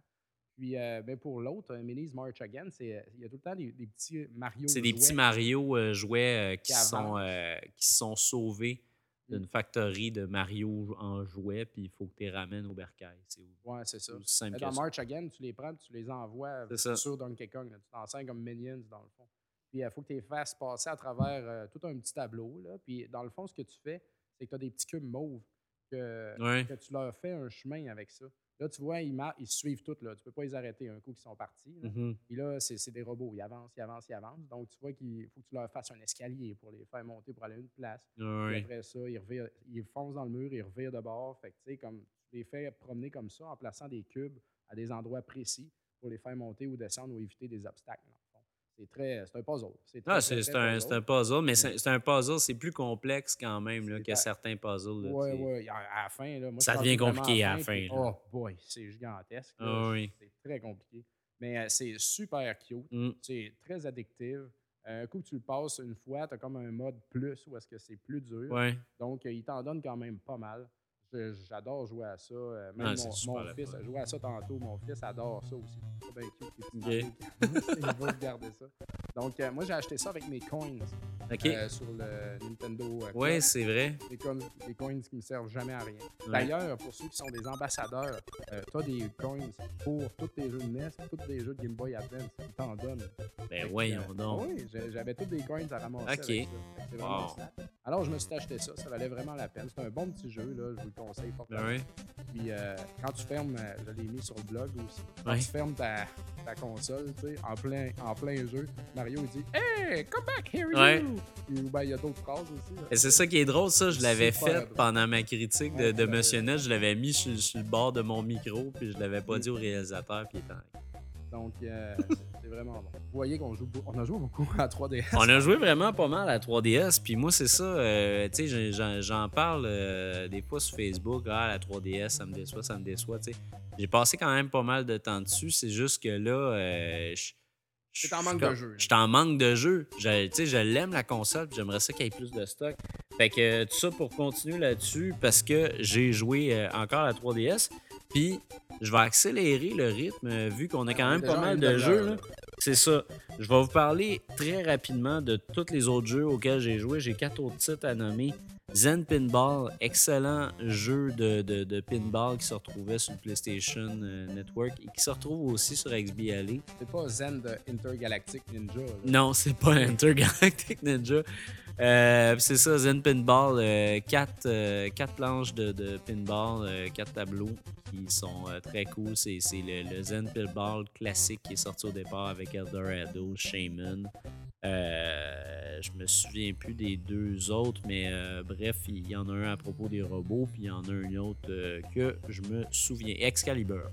Puis euh, ben, pour l'autre, euh, Minnie's March Again, c'est, euh, il y a tout le temps des, des petits Mario. c'est des petits jouets. Mario euh, jouets euh, qui, Qui Mm. sont, avancent. euh, qui sont sauvés d'une factory de Mario en jouets, puis il faut que tu les ramènes au bercail. C'est Ouais, c'est ça. aussi simple Mais que dans ça. March Again, tu les prends puis tu les envoies C'est ça. sur Donkey Kong. là. Tu t'enseignes comme Minions, dans le fond. Puis il faut que tu les fasses passer à travers euh, tout un petit tableau. Là. Puis dans le fond, ce que tu fais, c'est que tu as des petits cubes mauves que, Ouais. que tu leur fais un chemin avec ça. Là, tu vois, ils, mar- ils se suivent tous. Là. Tu peux pas les arrêter un coup qu'ils sont partis. là. Mhm. Puis là, c'est c'est des robots. Ils avancent, ils avancent, ils avancent. Donc, tu vois qu'il faut que tu leur fasses un escalier pour les faire monter pour aller à une place. Puis Ouais. après ça, ils, revirent, ils foncent dans le mur, ils revirent de bord. Fait que, tu sais, comme tu les fais promener comme ça en plaçant des cubes à des endroits précis pour les faire monter ou descendre ou éviter des obstacles. dans le fond. C'est très. C'est un puzzle. C'est Ah, très, c'est très, c'est très un, puzzle. c'est un puzzle, mais c'est c'est un puzzle, c'est plus complexe quand même là, C'est que à- certains puzzles. là, Ouais, tu sais. ouais. À à la fin, là, moi, Ça je suis devient rendu vraiment compliqué à la puis- fin, là. Oh boy, c'est gigantesque. là. Ah oui. C'est très compliqué. Mais euh, c'est super cute. Mm. C'est très addictive. Euh, un coup que tu le passes une fois, tu as comme un mode plus où est-ce que c'est plus dur. Ouais. Donc, euh, il t'en donne quand même pas mal. Je- J'adore jouer à ça. Euh, Même Ouais, c'est mon, super mon le fils fun. a joué à ça tantôt. Mon fils adore ça aussi. C'est bien cute, les petits Ok. enfants. *laughs* Il va regarder ça. Donc, euh, moi, j'ai acheté ça avec mes coins OK. euh, sur le Nintendo. euh, ouais, Club. c'est vrai. Des, coins, des coins qui me servent jamais à rien. Ouais. D'ailleurs, pour ceux qui sont des ambassadeurs, tu as des coins pour tous les jeux de NES, tous les jeux de Game Boy Advance. Ils t'en donnent. Ben voyons donc. euh, Oui, j'ai- j'avais tous des coins à ramasser. Ok. avec ça. Fait que c'est vraiment Wow. ça. Alors, je me suis acheté ça. Ça valait vraiment la peine. C'est un bon petit jeu, là. Je vous le conseille fortement. Ben ouais. Puis, euh, quand tu fermes, euh, je l'ai mis sur le blog aussi. Quand Ouais. tu fermes ta, ta console, tu sais, en plein, en plein jeu, Mario, il dit Hey, come back, here you! Ouais. Puis, ben, il y a d'autres phrases aussi. là. Et c'est ça qui est drôle, ça. Je l'avais Super fait drôle. pendant ma critique de, de Ouais, Monsieur ben- Net. Je l'avais mis sur, sur le bord de mon micro, puis je l'avais Mmh. pas dit au réalisateur. Puis il était en- Donc, euh, c'est vraiment bon. Vous voyez qu'on joue, beau- on a joué beaucoup à 3DS. *laughs* On a joué vraiment pas mal à 3DS, puis moi, c'est ça. euh, tu sais, j'en- j'en- j'en parle euh, des fois sur Facebook. Ah, la 3DS, ça me déçoit, ça me déçoit. Tu sais, j'ai passé quand même pas mal de temps dessus. C'est juste que là, euh, je. je- T'es en manque je- de jeu, là. Je t'en manque de jeu. Je, tu sais, je l'aime la console, puis j'aimerais ça qu'il y ait plus de stock. Fait que euh, tout ça pour continuer là-dessus, parce que j'ai joué euh, encore la 3DS, puis je vais accélérer le rythme, euh, vu qu'on a quand On est *laughs* même pas déjà à mal une de demi-heure, jeux. là. là. C'est ça. Je vais vous parler très rapidement de tous les autres jeux auxquels j'ai joué. J'ai quatre autres titres à nommer. Zen Pinball, excellent jeu de, de- de pinball qui se retrouvait sur le PlayStation euh, Network et qui se retrouve aussi sur XBLA. C'est pas Zen de Intergalactic Ninja. là. Non, c'est pas *laughs* Intergalactic Ninja. Euh, c'est ça, Zen Pinball. euh, quatre, euh, quatre planches de, de pinball, euh, quatre tableaux qui sont euh, très cool. C'est c'est le, le Zen Pinball classique qui est sorti au départ avec Eldorado, Shaman. Euh, je me souviens plus des deux autres, mais euh, bref, il y en a un à propos des robots, puis il y en a un autre euh, que je me souviens, Excalibur.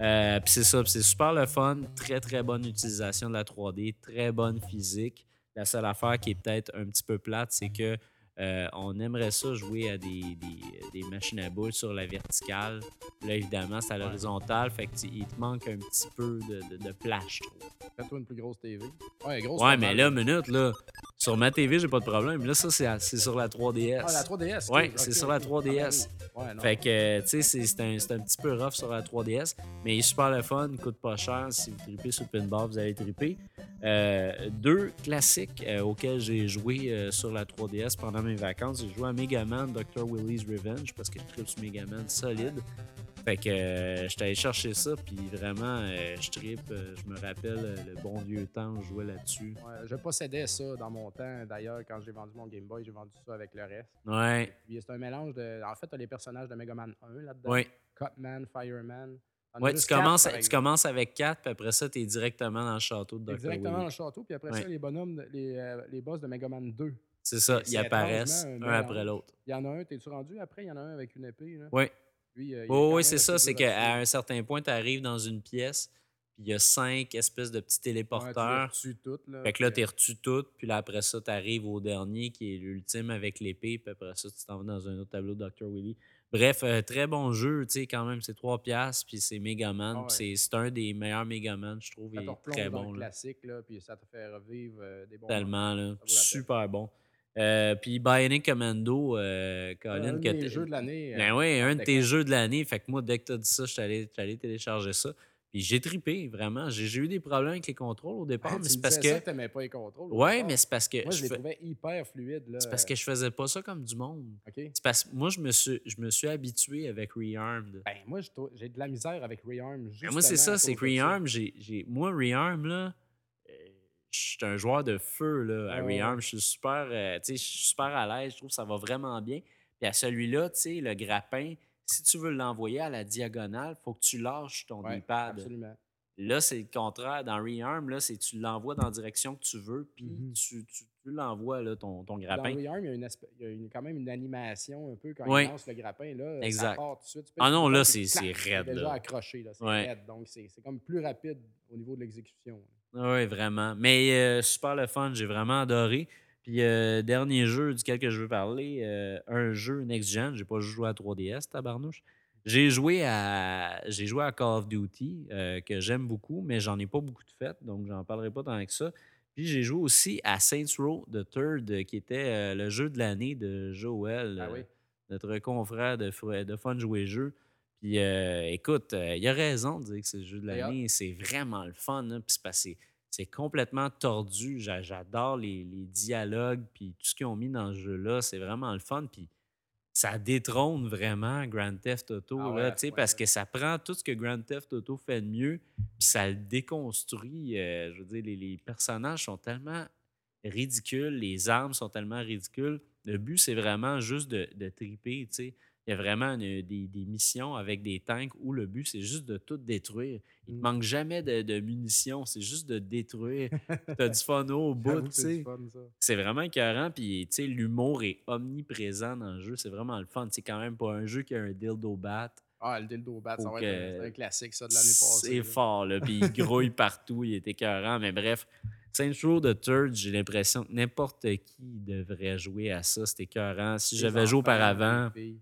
Euh, puis c'est ça, puis c'est super le fun, très très bonne utilisation de la 3D, très bonne physique. La seule affaire qui est peut-être un petit peu plate, c'est que euh, on aimerait ça jouer à des, des- des machines à boules sur la verticale. Là, évidemment, c'est à l'horizontale, fait que tu- il te manque un petit peu de, de, de place, je trouve. Fais-toi une plus grosse TV. Ouais, grosse Ouais, pas mais mal. là, minute, là, sur ma TV, j'ai pas de problème. Là, ça, c'est à- c'est sur la 3DS. Ah, la 3DS. Ouais, ok, c'est ok, sur la ok. 3DS. Ouais, non. Fait que, euh, tu sais, c'est- c'est un, c'est un petit peu rough sur la 3DS, mais il est super le fun, il coûte pas cher. Si vous tripez sur le pinball, vous allez triper. Euh, deux classiques euh, auxquels j'ai joué euh, sur la 3DS pendant mes vacances. J'ai joué à Mega Man, Dr. Willy's Revenge, parce que je tripe sur Mega Man solide. Fait que euh, j'étais allé chercher ça, puis vraiment, euh, je tripe. euh, je me rappelle euh, le bon vieux temps où je jouais là-dessus. Ouais, je possédais ça dans mon temps. D'ailleurs, quand j'ai vendu mon Game Boy, j'ai vendu ça avec le reste. Ouais, Puis c'est un mélange de. En fait, t'as les personnages de Mega Man 1 là-dedans. ouais. Cutman, Fireman. T'en as Ouais, tu juste commences, quatre, par tu exemple. commences avec 4, puis après ça, tu es directement dans le château de Dr. Exactement dans Willy. le château. Puis après Ouais. ça, les bonhommes, de- les, euh, les boss de Mega Man 2. C'est ça, C'est ils apparaissent étrangement un un après mélange. l'autre. Il y en a un, t'es-tu rendu après? Il y en a un avec une épée. Là. Ouais. Lui, euh, il est Oh, quand oui, même c'est assez ça, c'est dur qu'à à tuer. un certain point, tu arrives dans une pièce, puis il y a cinq espèces de petits téléporteurs. Ouais, tu les retues toutes, là, fait que là, puis, tu euh, retues toutes, puis là, après ça, tu arrives au dernier qui est l'ultime avec l'épée, puis après ça, tu t'en vas dans un autre tableau de Dr. Willy. Bref, euh, très bon jeu, tu sais, quand même, c'est 3 piastres, puis c'est Megaman, Ah puis ouais. c'est- c'est un des meilleurs Megaman, je trouve, ça et te replonge très dans bon. le là. classique, là, puis ça te fait revivre euh, des bons moments. Tellement, là. peine. Super bon. Euh, puis Bionic Commando, euh, Un Colin, de que mes t'es- jeux de l'année. euh, Ben oui, un de D'accord. tes jeux de l'année. Fait que moi, dès que t'as dit ça, je suis allé, j'étais allé télécharger ça. Puis j'ai tripé, vraiment. J'ai j'ai eu des problèmes avec les contrôles au départ, Ah, mais tu c'est me parce disais que. ça t'aimais pas les contrôles. au ouais, départ. mais c'est parce que. Moi, je euh je les fais- trouvais hyper fluides. là. C'est parce que je faisais pas ça comme du monde. OK. Ben, C'est parce que moi, je me suis, je me suis habitué avec Rearmed. Ben, moi, je trou- j'ai de la misère avec Rearm. Ben, moi, c'est ça, c'est que Rearm, j'ai, j'ai- moi, Rearm, là, euh, je suis un joueur de feu, là, à Ouais, ouais, Rearm. Je suis super, euh, tu sais, je suis super à l'aise, je trouve que ça va vraiment bien. Puis à celui-là, tu sais, le grappin, si tu veux l'envoyer à la diagonale, faut que tu lâches ton Ouais, D-pad. Absolument. Là, c'est le contraire. Dans Rearm, là, c'est tu l'envoies dans la direction que tu veux, puis Mhm. tu, tu- tu l'envoies, là, ton, ton Dans grappin. Rearm, il y a, une aspe- il y a une- quand même une animation un peu quand Ouais. il lance le grappin. Là, ça Exact. part tout de suite. Tu Ah fais- non, tu là, pars, c'est- puis c'est clac, t'es raide, déjà là. accroché. là, C'est Ouais. raide. Donc, c'est c'est comme plus rapide au niveau de l'exécution. Oui, vraiment. Mais euh, super le fun, j'ai vraiment adoré. Puis, euh, dernier jeu duquel que je veux parler, euh, un jeu next-gen. J'ai pas joué à 3DS, tabarnouche. J'ai joué à j'ai joué à Call of Duty, euh, que j'aime beaucoup, mais j'en ai pas beaucoup de faites, donc j'en parlerai pas tant que ça. Puis j'ai joué aussi à Saints Row The Third, euh, qui était euh, le jeu de l'année de Joël, Ah euh, oui. notre confrère de, Fr- de Fun Jouer Jeu. Puis euh, écoute, euh, il a raison de dire que c'est le jeu de Et l'année. C'est vraiment le fun. là, Puis c'est parce que c'est- c'est complètement tordu. J'a- J'adore les, les dialogues. Puis tout ce qu'ils ont mis dans ce jeu-là, c'est vraiment le fun. Puis ça détrône vraiment Grand Theft Auto. Ah ouais, là, à tu ce sais, parce point-là. que ça prend tout ce que Grand Theft Auto fait de mieux, puis ça le déconstruit. euh, je veux dire, les, les personnages sont tellement ridicules, les armes sont tellement ridicules. Le but, c'est vraiment juste de, de triper. tu sais. Il y a vraiment une- des, des missions avec des tanks où le but, c'est juste de tout détruire. Il ne Mm. manque jamais de, de munitions, c'est juste *laughs* de détruire. tu as du fun au bout. J'avoue que tu c'est sais. du fun, ça. C'est vraiment écœurant, puis tu sais, l'humour est omniprésent dans le jeu. C'est vraiment le fun. C'est quand même pas un jeu qui a un dildo bat. Ah, le dildo bat, ça Faut va être un- que- c'est un classique, ça, de l'année passée. C'est là. fort, là. Puis il *laughs* grouille partout, il est écœurant. Mais bref, Saints Row The Third, j'ai l'impression que n'importe qui devrait jouer à ça. C'est écœurant. Si Les j'avais joué enfants, auparavant, les filles,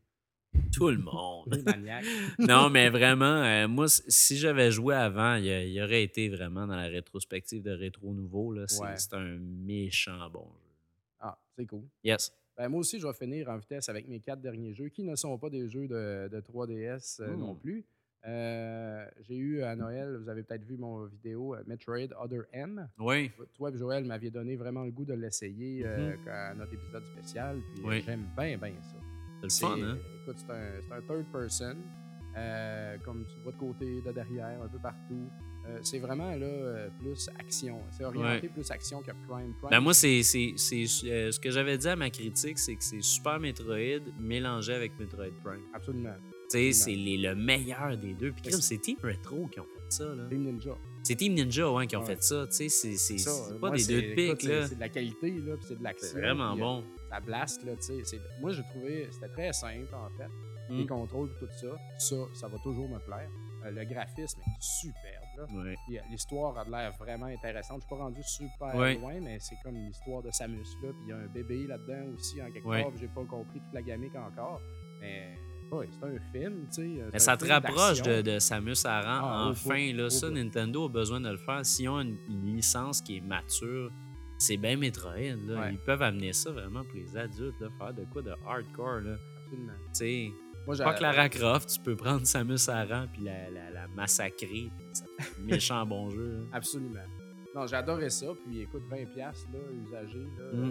tout le monde. les maniaques. non, mais vraiment, euh, moi, s- si j'avais joué avant, il, y a- il y aurait été vraiment dans la rétrospective de Rétro Nouveau. là. C'est Ouais. c'est un méchant bon jeu. Ah, c'est cool. Yes. Ben, moi aussi, je vais finir en vitesse avec mes quatre derniers jeux qui ne sont pas des jeux de, de 3DS euh, Hmm. non plus. Euh, J'ai eu à Noël, vous avez peut-être vu mon vidéo euh, Metroid Other M. Oui. Mm-hmm. Toi et Joël m'aviez donné vraiment le goût de l'essayer euh, à notre épisode spécial. Puis euh, Oui. j'aime bien, bien ça. C'est le fun, C'est- hein? Écoute, c'est un, c'est un third person. euh, comme tu le vois de côté, de derrière, un peu partout. Euh, c'est vraiment là, euh, plus action. C'est orienté plus action que Prime Prime. Ben moi, c'est, c'est, c'est, euh, ce que j'avais dit à ma critique, c'est que c'est Super Metroid mélangé avec Metroid Prime. Absolument. Tu sais, c'est les- le meilleur des deux. Puis crime, c'est Team Retro qui ont fait ça. Là. Team Ninja. C'est Team Ninja ouais, qui ont Ouais. fait ça. Tu sais, c'est, c'est, ça, c'est euh, pas moi, des c'est- deux de écoute, pique. c'est- là. C'est de la qualité, là, puis c'est de l'action. C'est vraiment puis, euh, bon. Ça blast, là, tu sais. c'est- Moi, j'ai trouvé, c'était très simple, en fait. Les Mm. contrôles, tout ça, ça, ça va toujours me plaire. Euh, le graphisme est superbe, là. Ouais. Puis, euh, l'histoire a de l'air vraiment intéressante. Je suis pas rendu super Ouais. loin, mais c'est comme l'histoire de Samus, là. Puis, il y a un bébé là-dedans aussi, en quelque Ouais. part. puis J'ai pas compris toute la gamique encore. Mais, ouais, c'est un film, tu sais. euh, c'est Mais un ça te film rapproche d'action. de, de Samus Aran. Ah, au enfin, bout, là, au ça, bout. Nintendo a besoin de le faire. S'ils ont une, une licence qui est mature, c'est bien Metroid. Là. Ouais. Ils peuvent amener ça vraiment pour les adultes. Là, faire de quoi de hardcore. Là. Absolument. Tu sais, Moi, Pas j'ai- Clara Croft, tu peux prendre Samus Aran puis la, la, la massacrer. puis ça fait un méchant bon jeu. là. Absolument. Non, j'adorais ça. Puis écoute, 20$, là, usagé, là, euh, Mm.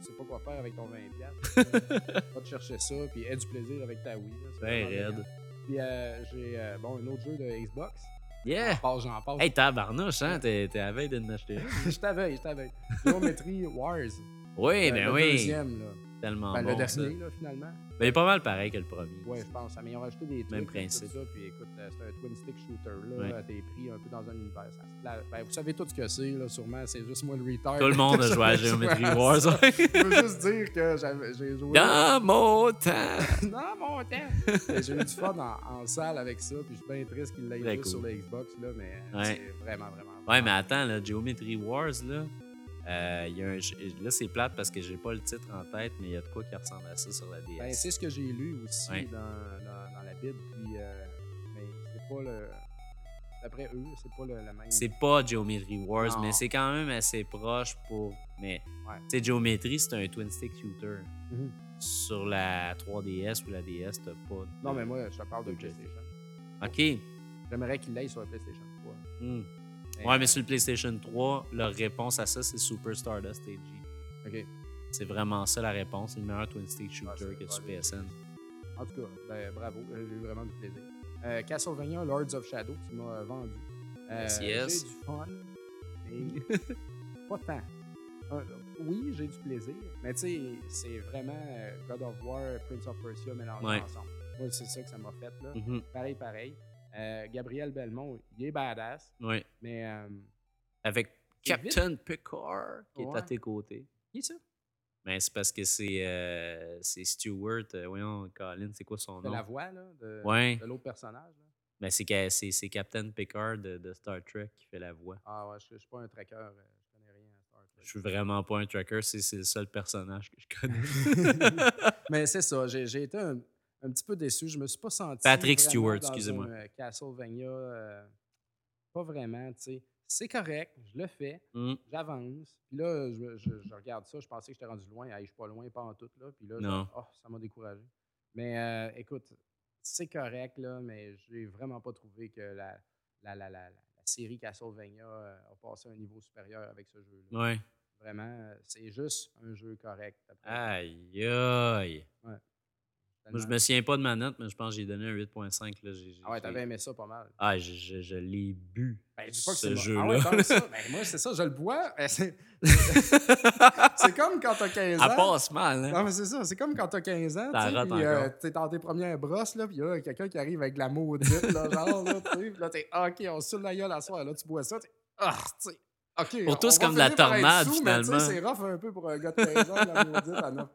tu sais pas quoi faire avec ton *laughs* 20$. euh, va te chercher ça, puis aie du plaisir avec ta Wii. là, c'est Ben vraiment raide. génial. Puis euh, j'ai euh, bon, un autre jeu de Xbox. Yeah! Passe, j'en passe. Eh! Hey, tabarnouche, hein? T'es t'es à veille de m'acheter un. je t'avais, je t'avais. Geometry Wars. Oui, Euh, ben le oui. deuxième, là. Tellement Ben, bon. le ça. dernier, là, finalement. Ben, il est pas mal pareil que le premier. Ouais, je pense. Mais ils ont rajouté des trucs. Même là, tout principe. ça, puis écoute, euh, c'est un twin stick shooter, là. Ouais. euh, T'es pris un peu dans un univers. Ça se la- Ben, vous savez tout ce que c'est, là, sûrement. C'est juste moi le retard. Tout le monde a *laughs* joué à Geometry Wars. ça. *laughs* Je veux juste dire que j'avais- j'ai joué. Dans mon temps! *laughs* Non, mon temps! Mais J'ai eu du fun en, en salle avec ça, puis je suis bien triste qu'il l'ait Très joué cool. sur la Xbox, là, mais euh, Ouais. c'est vraiment, vraiment. Ouais, mais attends, là, Geometry Wars, là, euh, il y a un jeu- là c'est plate parce que j'ai pas le titre en tête, mais il y a de quoi qui ressemble à ça sur la DS. Ben, c'est ce que j'ai lu aussi Ouais. dans, dans- dans la Bible, puis. euh, mais c'est pas le. D'après eux, c'est pas le, le même. C'est pas Geometry Wars, Non. mais c'est quand même assez proche pour. Mais, Ouais. tu sais, Geometry, c'est un twin stick shooter. Mhm. Sur la 3DS ou la DS, t'as pas. de- Non, mais moi, je te parle de Ok. PlayStation. Ok. J'aimerais qu'il l'aille sur la PlayStation Ben, 3. Hmm. Ouais, mais sur le PlayStation 3, leur réponse à ça, c'est Super Stardust AG. Ok. C'est vraiment ça la réponse. C'est le meilleur twin stick Ah, shooter c'est- que ouais, sur mais- PSN. En tout cas, ben, bravo, euh, j'ai eu vraiment du plaisir. Euh, Castlevania Lords of Shadow, tu m'as vendu. Euh, Yes, yes. J'ai du fun, mais *laughs* pas tant. Euh, oui, j'ai du plaisir, mais tu sais, c'est vraiment euh, God of War, Prince of Persia mélangés Ouais. ensemble. Moi, c'est ça que ça m'a fait, là. Mhm. Pareil, pareil. Euh, Gabriel Belmont, il est badass, Ouais. mais euh, Avec C'est vite. Captain Picard qui est à Ouais. tes côtés. il est ça. Mais c'est parce que c'est euh, c'est Stewart. euh, voyons, Colin, c'est quoi son De nom? la voix, euh, là, de, Ouais. de l'autre personnage. là. Ben, c'est, ca- c'est, c'est Captain Picard de, de Star Trek qui fait la voix. Ah ouais, je je suis pas un tracker, euh, je connais rien à Star Trek. Je suis vraiment pas un tracker, c'est, c'est le seul personnage que je connais. *laughs* Mais c'est ça, j'ai, j'ai été un, un petit peu déçu. Je me suis pas senti. Patrick vraiment Stewart, dans excusez-moi. un, euh, Castlevania, euh, pas vraiment, tu sais. c'est correct, je le fais, Mm. j'avance. Puis là, je, je- je regarde ça, je pensais que j'étais rendu loin, Hey, je suis pas loin, pas en tout. Là. Puis là, je- Non. oh, ça m'a découragé. Mais euh, écoute, c'est correct, là, mais j'ai vraiment pas trouvé que la, la, la, la, la série Castlevania euh, a passé un niveau supérieur avec ce jeu-là. Ouais. Vraiment, euh, c'est juste un jeu correct. Après, Aïe, aïe. Ah, Moi, je tellement- me souviens pas de ma note, mais je pense que j'ai donné un 8.5. là. J'ai- j'ai- Ah ouais, j'ai- t'avais aimé ça pas mal. Ah, je, je- je l'ai bu. Ben, je dis pas que c'est ce bon. Ah jeu-là. ouais, tant ça. Ben, moi, c'est ça, je le bois. Ben, *laughs* c'est *laughs* c'est comme quand t'as 15 ans. Elle passe mal, Non, hein? mais c'est ça, c'est comme quand t'as 15 ans, tu T'en sais, rates puis, euh, encore. t'es dans tes premières brosses, là, puis là, quelqu'un qui arrive avec de la maudite, là, genre, là, tu sais, puis là, t'es, Ah, OK, on se saoule la gueule à soir, là, tu bois ça, t'es, ah, tu sais, OK. Pour on- toi, c'est on va comme de la finir par être tornade, sous, mais tu sais, finalement. C'est rough un peu pour un gars de 15 ans, la maudite à 9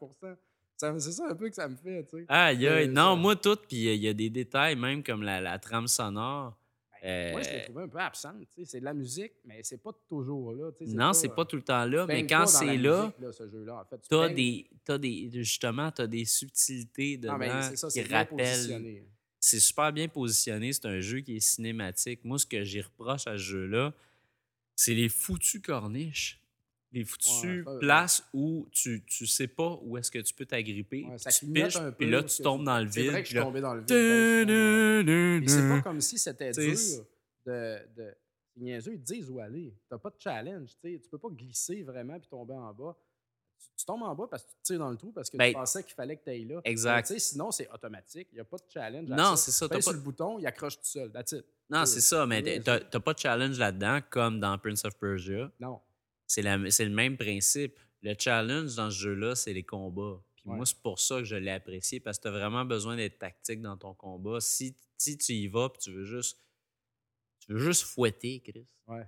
Ça me- C'est ça un peu que ça me fait, tu sais. Aïe, aïe. Euh, ça- Non, moi, tout, puis euh, il y a des détails, même comme la, la trame sonore. Euh, Ben, Moi, je l'ai trouvé un peu absente, tu sais, c'est de la musique, mais c'est pas toujours là, tu sais. non, c'est pas euh, tout le temps là, tu mais baignes quand pas dans la c'est là, musique, ce jeu-là, en fait. Tu t'as baignes- des, t'as des, justement, t'as des subtilités dedans Non, mais Ah, ben, c'est ça, qui c'est bien rappellent positionné. c'est super bien positionné. C'est un jeu qui est cinématique. Moi, ce que j'y reproche à ce jeu-là, c'est les foutues corniches. Les foutues ça, ouais. places où tu, tu sais pas où est-ce que tu peux t'agripper. Ouais, ça tu te clignote piches, un puis peu, là, parce tu que tombes dans le C'est vide. vrai que je puis suis là, tombé dans le vide. ben, je- Mais c'est pas Tadadadada. comme si c'était T'sais, dur c'est- de. de c'est niaiseux, ils te disent où aller. T'as pas de challenge, tu sais. Tu peux pas glisser vraiment puis tomber en bas. Tu, tu tombes en bas parce que tu te tires dans le trou parce que Ben, tu pensais qu'il fallait que tu ailles là. Mais Exact. tu sais, sinon, c'est automatique. Il n'y a pas de challenge. à Non, ça. c'est ça. Tu T'as payes pas, sur le bouton, il accroche tout seul. That's it. non, c'est ça, mais Oui, t'as t'as pas de challenge là-dedans, comme dans Prince of Persia. Non. C'est la- c'est le même principe. Le challenge dans ce jeu-là, c'est les combats. Puis Ouais. moi, c'est pour ça que je l'ai apprécié, parce que tu as vraiment besoin d'être tactique dans ton combat. Si, si tu y vas puis tu veux juste tu veux juste fouetter, Chris, Ouais.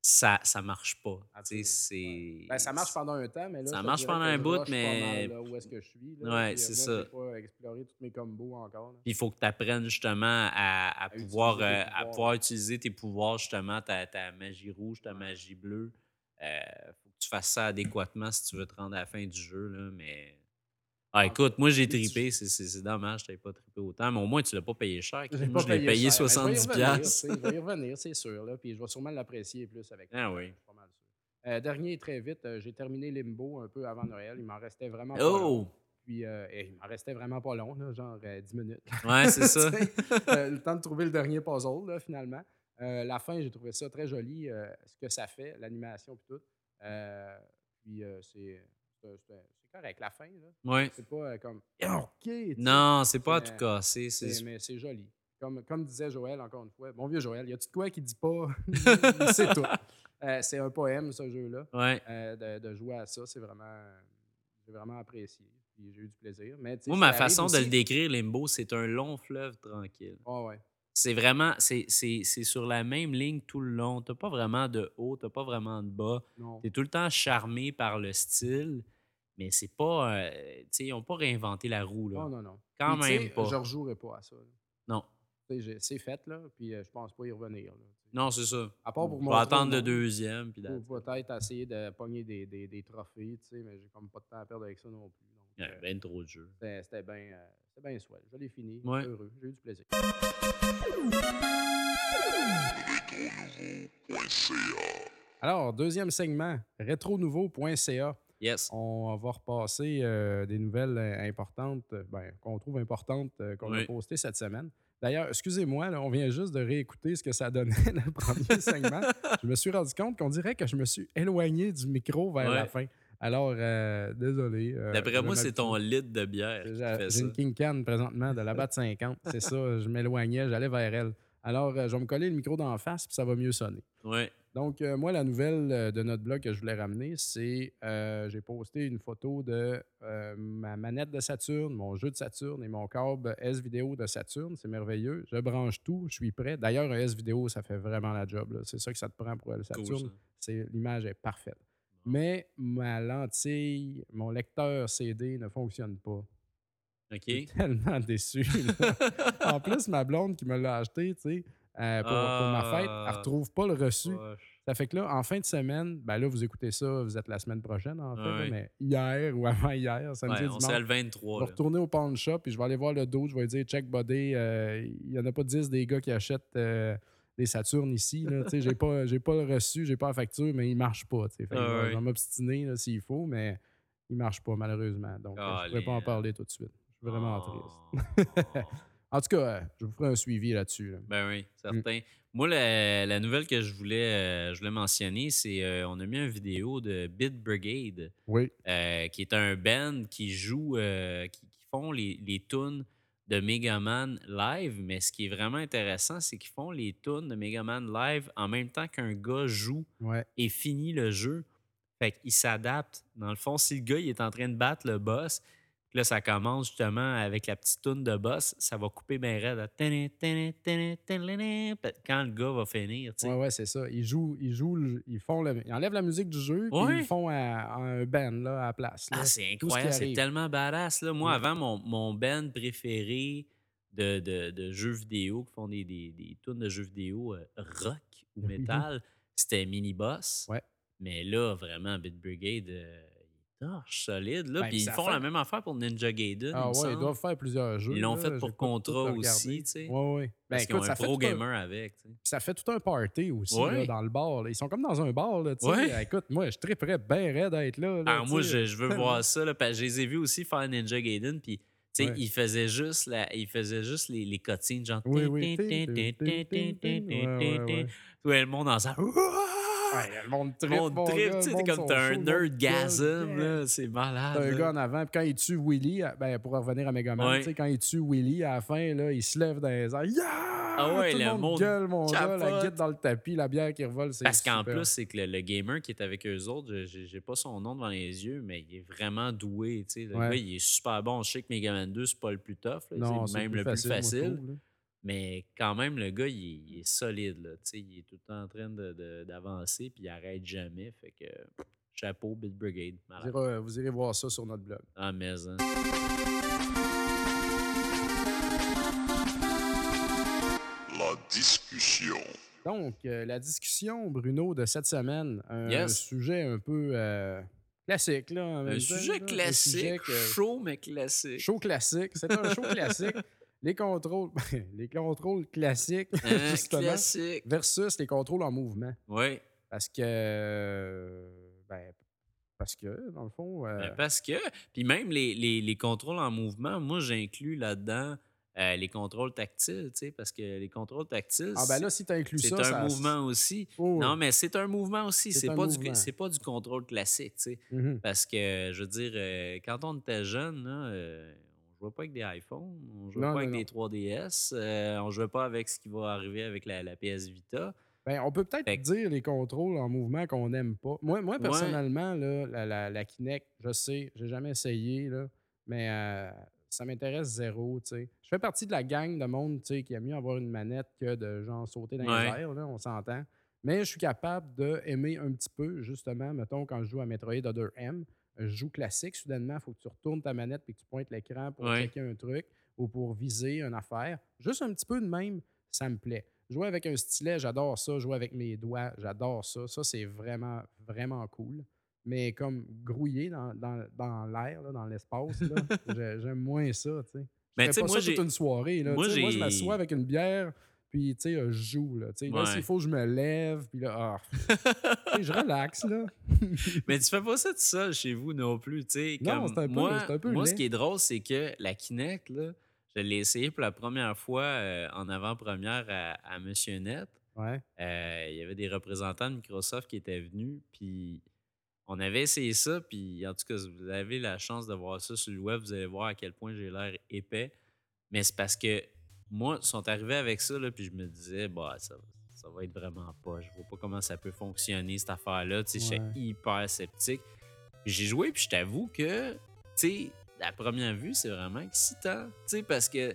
ça ça marche pas. Tu sais, Absolument, c'est... Ben, ça marche pendant un temps, mais là. Ça je te marche dirais pendant que un je bout, rush pas mal, mais- là, où est-ce que je suis? là. Ouais, Puis, euh, c'est moi, ça. j'ai pas exploré tous mes combos encore. là. Puis il faut que tu apprennes justement à, à pouvoir, utiliser tes euh, à pouvoirs. pouvoir utiliser tes pouvoirs, justement, ta, ta magie rouge, ta magie bleue. Euh, faut que tu fasses ça adéquatement si tu veux te rendre à la fin du jeu. Là, mais. Ah, écoute, moi j'ai tu- tripé, c'est- c'est c'est dommage, t'avais pas trippé autant, mais au moins tu l'as pas payé cher. J'ai Moi, pas je l'ai payé cher, mais 70$. Je vais y revenir, tu sais, je vais y revenir, c'est sûr. Là, puis je vais sûrement l'apprécier plus avec le Ah temps, oui. je suis pas mal sûr. Euh, dernier, très vite, euh, j'ai terminé Limbo un peu avant Noël. Il m'en restait vraiment pas long. oh! Puis, euh, eh, il m'en restait vraiment pas long, là, genre euh, 10 minutes. Oh! Ouais, c'est *laughs* ça. Tu sais, euh, le temps de trouver le dernier puzzle, là, finalement. Euh, la fin, j'ai trouvé ça très joli, euh, ce que ça fait, l'animation et tout. Euh, puis, euh, c'est c'est- c'est- c'est correct. La fin, là, Ouais. c'est pas euh, comme « OK! tu sais. Non, c'est pas à tout Mais- casser. c'est- C'est- mais c'est joli. Comme, comme disait Joël, encore une fois, bon vieux Joël, y a-tu de quoi qui dit pas *laughs* Il sait tout. Euh, c'est un poème, ce jeu-là. Ouais. Euh, de, de jouer à ça, c'est vraiment. J'ai vraiment apprécié. Puis j'ai eu du plaisir. Mais, tu sais, Moi, ça ma arrive façon de aussi- le décrire, Limbo, c'est un long fleuve tranquille. Ah ouais. c'est vraiment, c'est c'est- c'est sur la même ligne tout le long. T'as pas vraiment de haut, t'as pas vraiment de bas. Non. T'es tout le temps charmé par le style, mais c'est pas, euh, tu sais, ils ont pas réinventé la roue, là. Ah, Non, non, non. Quand Puis, tu sais, même pas. Je rejouerai pas à ça. là. Non, Tu sais, j'ai- C'est fait, là. Puis euh, je pense pas y revenir. là. non, c'est ça. À part pour On montrer va au attendre le monde. deuxième, puis that's it. Ou peut-être essayer de pogner des, des, des trophées, tu sais, mais j'ai comme pas de temps à perdre avec ça non plus. Donc, Il y a euh, ben trop de jeux. C'était c'était bien euh, c'était bien swell. Je l'ai fini. Ouais. Heureux. J'ai eu du plaisir. Alors, deuxième segment, rétronouveau.ca. Yes. On va repasser euh, des nouvelles euh, importantes, euh, ben, qu'on trouve importantes, euh, qu'on Oui. a postées cette semaine. D'ailleurs, excusez-moi, là, on vient juste de réécouter ce que ça donnait le *laughs* premier segment. Je me suis rendu compte qu'on dirait que je me suis éloigné du micro vers la Ouais. fin. Alors, euh, désolé. euh, D'après j'avais moi, mal c'est ton litre de bière qui j'ai j'ai fait ça. une King Can présentement de la BAT 50. C'est ça, je m'éloignais, j'allais vers elle. Alors, euh, je vais me coller le micro d'en face, puis ça va mieux sonner. Ouais. Donc, euh, moi, la nouvelle euh, de notre blog que je voulais ramener, c'est euh, j'ai posté une photo de euh, ma manette de Saturne, mon jeu de Saturne et mon câble S-Vidéo de Saturne. C'est merveilleux. Je branche tout, je suis prêt. D'ailleurs, un S-Vidéo, ça fait vraiment la job. là. C'est ça que ça te prend pour euh, le Cool, Saturne. ça. C'est- L'image est parfaite. Bon. Mais ma lentille, mon lecteur CD ne fonctionne pas. *laughs* J'étais OK. tellement déçu. là. en plus, ma blonde qui me l'a acheté, tu sais, euh, pour, pour ma fête, elle Ah. retrouve pas le reçu. Poche. Ça fait que là, en fin de semaine, ben là, vous écoutez ça, vous êtes la semaine prochaine, en fait, là, Ouais. mais hier ou avant hier, Ouais, samedi on dimanche. s'est à le Je vais 23, là. retourner au pawn shop et je vais aller voir le dos. Je vais lui dire check body. euh, Il y en a pas 10 des gars qui achètent euh, des Saturnes ici. Là, tu sais, j'ai pas, j'ai pas le reçu, j'ai pas la facture, mais il marche pas. tu sais. Fait que Ah je vais- ouais. je vais m'obstiner là, s'il faut, mais il marche pas malheureusement. Donc, euh, je ne pourrais pas en Colin. parler tout de suite. Je suis vraiment triste. *laughs* triste. En tout cas, euh, je vous ferai un suivi là-dessus. là. Ben oui, certain. Moi, la, la nouvelle que je voulais, euh, je voulais mentionner, c'est euh, on a mis une vidéo de Beat Brigade, Oui. euh, qui est un band qui joue, euh, qui, qui font les, les tunes de Megaman live. Mais ce qui est vraiment intéressant, c'est qu'ils font les tunes de Megaman live en même temps qu'un gars joue Ouais. et finit le jeu. Fait qu'il s'adapte. Dans le fond, si le gars il est en train de battre le boss, puis là, ça commence justement avec la petite toune de boss, ça va couper bien raide. là. Tini, tini, tini, tini, tini. Puis Quand le gars va finir, tu sais. Ouais, ouais, c'est ça. Ils jouent, ils jouent, le- ils font le- ils enlèvent la musique du jeu, puis Ouais. ils le font à, à un band là, à la place. là. Ah, c'est tout ce qui incroyable, c'est arrive. tellement badass. Là. Moi, Ouais. avant, mon, mon band préféré de, de- de jeux vidéo, qui font des, des, des tunes de jeux vidéo euh, rock ou Mhm. metal, c'était Miniboss. Ouais. Mais là, vraiment, Bit Brigade, euh, il torche solide. Là. Ben, Puis ils ça font fait- la même affaire pour Ninja Gaiden. il Ah me ouais, ils semble. doivent faire plusieurs jeux. Ils l'ont là. fait J'ai pour pas tout Contra regardé. aussi, tu sais. Ouais, ouais. Ben, Parce qu'ils écoute, ont un ça fait, pro tout un, gamer avec. tu sais. ça fait tout un party aussi Ouais. là, dans le bar. là. Ils sont comme dans un bar. Là, tu sais. Euh, Ouais. Écoute, moi, je triperais bien raide d'être là. là, Ah, tu moi, sais. je, je veux voir ça, là, parce que je les ai vus aussi faire Ninja Gaiden, puis, tu sais, Ouais. ils faisaient juste, la, ils faisaient juste les, les cutscenes, genre... Oui, oui. tin, tin, tin, tin, tin, tin, tin, tin, tin. Tout le monde en sang. Ouais, le monde trip. Mon trip, tu sais, t'es comme t'as un nerdgasm, là, c'est T'as un malade. gars Ah, là. en avant, puis quand il tue Willy, à- ben, pour revenir à Megaman, Ouais. tu sais, quand il tue Willy, à la fin, là, il se lève dans les airs. Yeah! Ah ouais, Tout le le monde, monde gueule, mon gars, la capote. guide dans le tapis, la bière qui revole, c'est Parce qu'en super. plus, c'est que le, le gamer qui est avec eux autres, je- j'ai j'ai pas son nom devant les yeux, mais il est vraiment doué, tu sais. Le Ouais. gars, il est super bon. Je sais que Megaman 2, c'est pas le plus tough, là, non, c'est c'est même plus le plus moi, je facile. trouve, là. Mais quand même, le gars, il est, il est solide. Là. Tu sais, Il est tout le temps en train de- de- d'avancer puis il arrête jamais. Fait que chapeau, Big Brigade. Vous Malade. irez, vous irez voir ça sur notre blog. Ah, mais, hein. La discussion. Donc, euh, la discussion, Bruno, de cette semaine, un Yes. sujet un peu euh, classique. Là, en même Un temps, là, un sujet sujet classique, que- chaud, mais classique. Show classique. C'est un show *laughs* classique. Les contrôles, *laughs* les contrôles classiques, Hein, *laughs* justement, classique. versus les contrôles en mouvement. Oui, Parce que. euh, ben, parce que, dans le fond. euh, ben, parce que... Puis même les, les- les contrôles en mouvement, moi, j'inclus là-dedans euh, les contrôles tactiles, tu sais, parce que les contrôles tactiles, ah, ben là, si tu inclus c'est ça. un ça- mouvement aussi. Oh, Non, mais c'est un mouvement aussi. C'est C'est un pas, du- mouvement. c'est pas du contrôle classique, tu sais. mhm. Parce que, je veux dire, euh, quand on était jeune, là, euh, on jouait pas avec des iPhones, on jouait Non, pas non, avec non. des 3DS, euh, on jouait pas avec ce qui va arriver avec la, la PS Vita. Ben, on peut peut-être Fait que- dire les contrôles en mouvement qu'on n'aime pas. Moi, moi Ouais. personnellement, là, la, la, la Kinect, je sais, j'ai jamais essayé, là, mais euh, ça m'intéresse zéro. tu sais. Je fais partie de la gang de monde tu sais, qui aime mieux avoir une manette que de genre sauter dans les Ouais. airs, là, on s'entend. Mais je suis capable d'aimer un petit peu, justement, mettons, quand je joue à Metroid Other M, je joue classique, soudainement, il faut que tu retournes ta manette et que tu pointes l'écran pour Ouais. checker un truc ou pour viser une affaire. Juste un petit peu de même, ça me plaît. Jouer avec un stylet, j'adore ça. Jouer avec mes doigts, j'adore ça. Ça, c'est vraiment, vraiment cool. Mais comme grouiller dans, dans, dans l'air, là, dans l'espace, *laughs* là, j'ai- j'aime moins ça, tu sais. Mais Je tu fais sais, pas moi, ça toute j'ai- une soirée. Là, moi, Tu sais, moi, je j'ai- m'assois avec une bière, puis, tu sais, euh, je joue, là. tu sais. Là, Ouais. s'il faut, je me lève, puis là, ah, tu sais, *laughs* je relaxe, là. Mais tu fais pas ça tout seul chez vous non plus, tu sais. Non, comme c'est un peu- moi, c'est un peu moi, ce laid. qui est drôle, c'est que la Kinect, là, je l'ai essayé pour la première fois euh, en avant-première à, à Monsieur Net. Ouais. Euh, il y avait des représentants de Microsoft qui étaient venus, puis on avait essayé ça, puis en tout cas, si vous avez la chance de voir ça sur le web, vous allez voir à quel point j'ai l'air épais. Mais c'est parce que moi, ils sont arrivés avec ça, là, puis je me disais, bah, ça, ça va être vraiment pas. Je vois pas comment ça peut fonctionner, cette affaire-là. Tu sais, Ouais. j'étais hyper sceptique. Puis j'ai joué, puis je t'avoue que, tu sais, à première vue, c'est vraiment excitant. Tu sais, parce que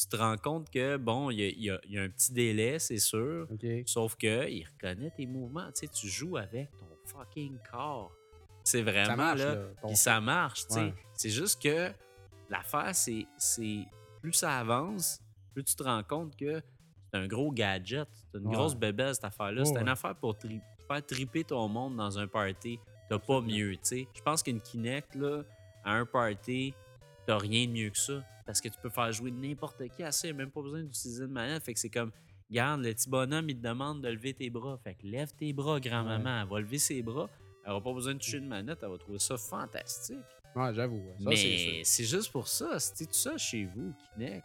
tu te rends compte que, bon, il y a- il y a- il y a un petit délai, c'est sûr. OK. Sauf que il reconnaît tes mouvements. Tu sais, tu joues avec ton fucking corps. C'est vraiment Ça marche, là. là. Ton- Puis ça marche. tu sais. Ouais. C'est juste que l'affaire, c'est, c'est plus ça avance, plus tu te rends compte que c'est un gros gadget. C'est une Ouais. grosse bébelle, cette affaire-là. Ouais, c'est une ouais. affaire pour tri- faire triper ton monde dans un party. T'as pas mieux. tu sais. Je pense qu'une Kinect, là, à un party, t'as rien de mieux que ça. Parce que tu peux faire jouer n'importe qui à ça. Il a même pas besoin d'utiliser de manette. Fait que c'est comme Garde, le petit bonhomme, il te demande de lever tes bras. Fait que lève tes bras, grand-maman. Elle va lever ses bras. Elle n'aura pas besoin de toucher une manette. Elle va trouver ça fantastique. Ouais, j'avoue. ouais. Ça, c'est sûr. Mais c'est juste pour ça. C'est tout ça chez vous, Kinect.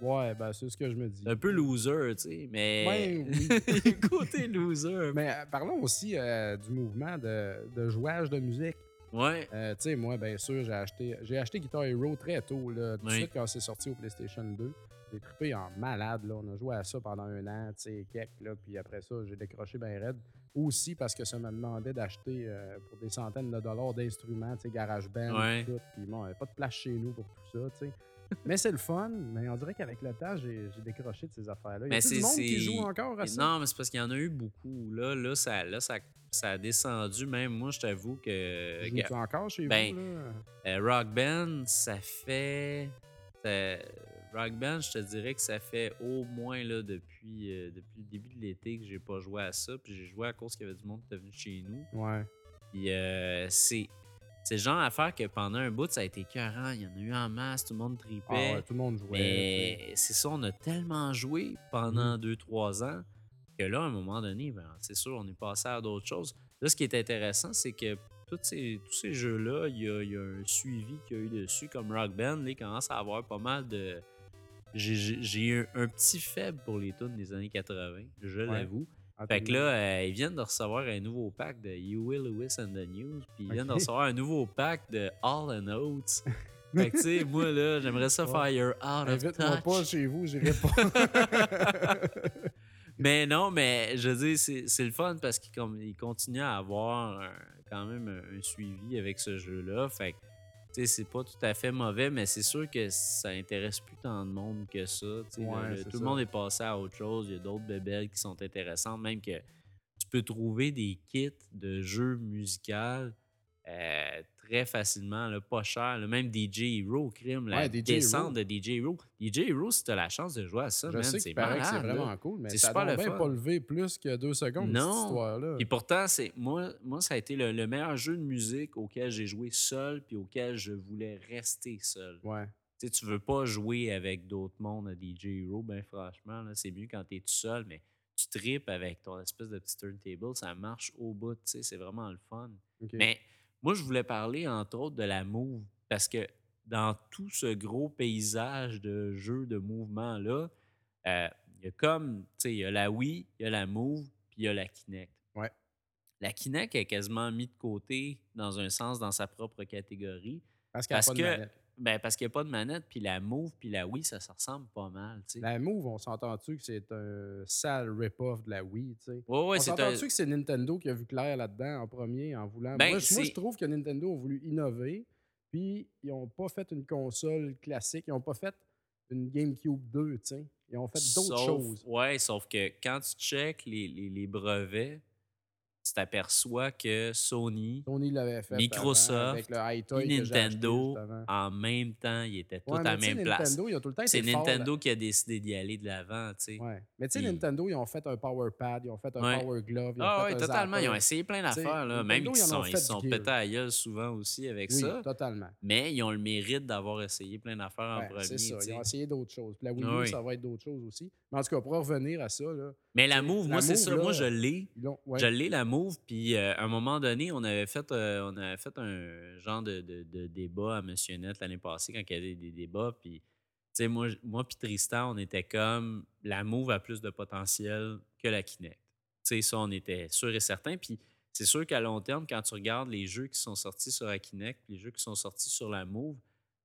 Ouais, ben, c'est ce que je me dis. C'est un peu loser, tu sais, mais. *laughs* Ouais, oui. Côté loser. Mais euh, parlons aussi euh, du mouvement de, de jouage de musique. Ouais. Euh, tu sais, moi, bien sûr, j'ai acheté, j'ai acheté Guitar Hero très tôt, là, tout de Oui. suite quand c'est sorti au PlayStation 2. J'ai trippé en malade, là. On a joué à ça pendant un an, tu sais, quelques, là. Puis après ça, j'ai décroché bien raide. Aussi parce que ça me demandait d'acheter euh, pour des centaines de dollars d'instruments, tu sais, GarageBand, Ouais. tout. Puis bon, on avait pas de place chez nous pour tout ça, tu sais. *laughs* Mais c'est le fun, mais on dirait qu'avec le temps, j'ai, j'ai décroché de ces affaires-là. Il y Mais a du c'est- monde qui c'est- joue encore à ça. Non, mais c'est parce qu'il y en a eu beaucoup. Là, là, ça, là, ça, ça a descendu. Même moi, je t'avoue que. Joues-tu encore chez ben, vous, là? Euh, Rock Band, ça fait. ça- Rock Band, je te dirais que ça fait au moins là, depuis, euh, depuis le début de l'été que j'ai pas joué à ça. Puis j'ai joué à cause qu'il y avait du monde qui était venu chez nous. Ouais. Puis euh, c'est. C'est le genre d'affaire que pendant un bout, ça a été écœurant. Il y en a eu en masse, tout le monde tripait. Ah ouais, tout le monde jouait. tu sais. Mais c'est ça, on a tellement joué Mm. pendant 2-3 ans que là, à un moment donné, ben, c'est sûr, on est passé à d'autres choses. Là, ce qui est intéressant, c'est que tous ces, tous ces jeux-là, il y, a- il y a un suivi qu'il y a eu dessus, comme Rock Band, là, il commence à avoir pas mal de. J'ai- J'ai j'ai eu un petit faible pour les tunes des années 80, je l'avoue. Ah, Fait tout que le monde- là, euh, ils viennent de recevoir un nouveau pack de You Will Lewis and the News, puis ils viennent de Ok. recevoir un nouveau pack de All *laughs* and Oats. Fait que, tu sais, moi, là, j'aimerais ça Ouais. faire You're Out of Ben, Invite-moi Touch. pas chez vous, j'irai pas. *laughs* Mais non, mais je veux dire, c'est c'est le fun parce qu'il com- il continue à avoir un- quand même un, un suivi avec ce jeu-là. Fait que, tu sais, c'est pas tout à fait mauvais, mais c'est sûr que ça intéresse plus tant de monde que ça. tu sais, Ouais, le- le- c'est tout ça. le monde est passé à autre chose. Il y a d'autres bébelles qui sont intéressantes, même que tu peux trouver des kits de jeux musicaux euh, très facilement, là, pas cher. là. Même DJ Hero, crime, la Ouais, DJ Hero. descente de DJ Hero. DJ Hero, si tu la chance de jouer à ça, Je man, sais c'est qu'il paraît que c'est malade, là. vraiment cool, mais C'est ça super n'a le bien fun. pas levé plus que deux secondes, cette Non. histoire-là. Puis pourtant, c'est moi, moi, ça a été le, le meilleur jeu de musique auquel j'ai joué seul, puis auquel je voulais rester seul. Ouais. Tu sais, tu veux pas jouer avec d'autres mondes à DJ Hero, ben franchement, là, c'est mieux quand t'es tout seul, mais tu tripes avec ton espèce de petit turntable, ça marche au bout, tu sais, c'est vraiment le fun. ok. Mais moi, je voulais parler, entre autres, de la move, parce que dans tout ce gros paysage de jeux, de mouvements-là, euh, il y a comme, tu sais, il y a la Wii, il y a la move, puis il y a la Kinect. Ouais. La Kinect est quasiment mise de côté, dans un sens, dans sa propre catégorie. parce qu'elle a parce pas de que- manette. Ben, parce qu'il n'y a pas de manette, puis la move, puis la Wii, ça se ressemble pas mal, tu sais. La Move, on s'entend-tu que c'est un sale rip-off de la Wii, tu sais? Ouais, ouais, on c'est un... s'entend-tu que c'est Nintendo qui a vu clair là-dedans en premier, en voulant... Ben, moi, je- moi, c'est- je trouve que Nintendo a voulu innover, puis ils n'ont pas fait une console classique, ils n'ont pas fait une GameCube 2, tu sais. Ils ont fait d'autres Sauf- choses. Ouais, sauf que quand tu checkes les, les- les brevets, tu t'aperçois que Sony, Sony l'avait fait. Microsoft, avant avec le hi-toy puis que j'ai acheté Nintendo. juste avant. en même temps, ils étaient tous Ouais, à mais la tu sais, même place. Nintendo, ils ont tout le temps été C'est forts Nintendo qui a décidé d'y aller de l'avant, tu sais. là- Ouais. Mais tu sais, Puis- Nintendo, ils ont fait un Power Pad, ils ont fait un Ouais. Power Glove. Ils ont Ah fait oui, un totalement. Ils ont zapper. essayé plein sais, d'affaires, là. Même Nintendo, qu'ils ils en ont sont, fait ils du sont gear. pétés à la gueule souvent aussi avec Oui, ça. totalement. Mais ils ont le mérite d'avoir essayé plein d'affaires en Ouais, premier. Ben, c'est ça. tu sais. Ils ont essayé d'autres choses. Puis la Wii U, Oui. ça va être d'autres choses aussi. Mais en tout cas, pour revenir à ça, là, Mais la move, la moi, c'est move, ça. là, Moi, je l'ai. ils l'ont. ouais. Je l'ai, la move. Puis euh, à un moment donné, on avait fait, euh, on avait fait un genre de, de- de débat à Monsieur Net l'année passée quand il y avait des débats. Puis, tu sais, moi, j- moi puis Tristan, on était comme la move a plus de potentiel que la Kinect. Tu sais, ça, on était sûr et certain. Puis, c'est sûr qu'à long terme, quand tu regardes les jeux qui sont sortis sur la Kinect, les jeux qui sont sortis sur la move,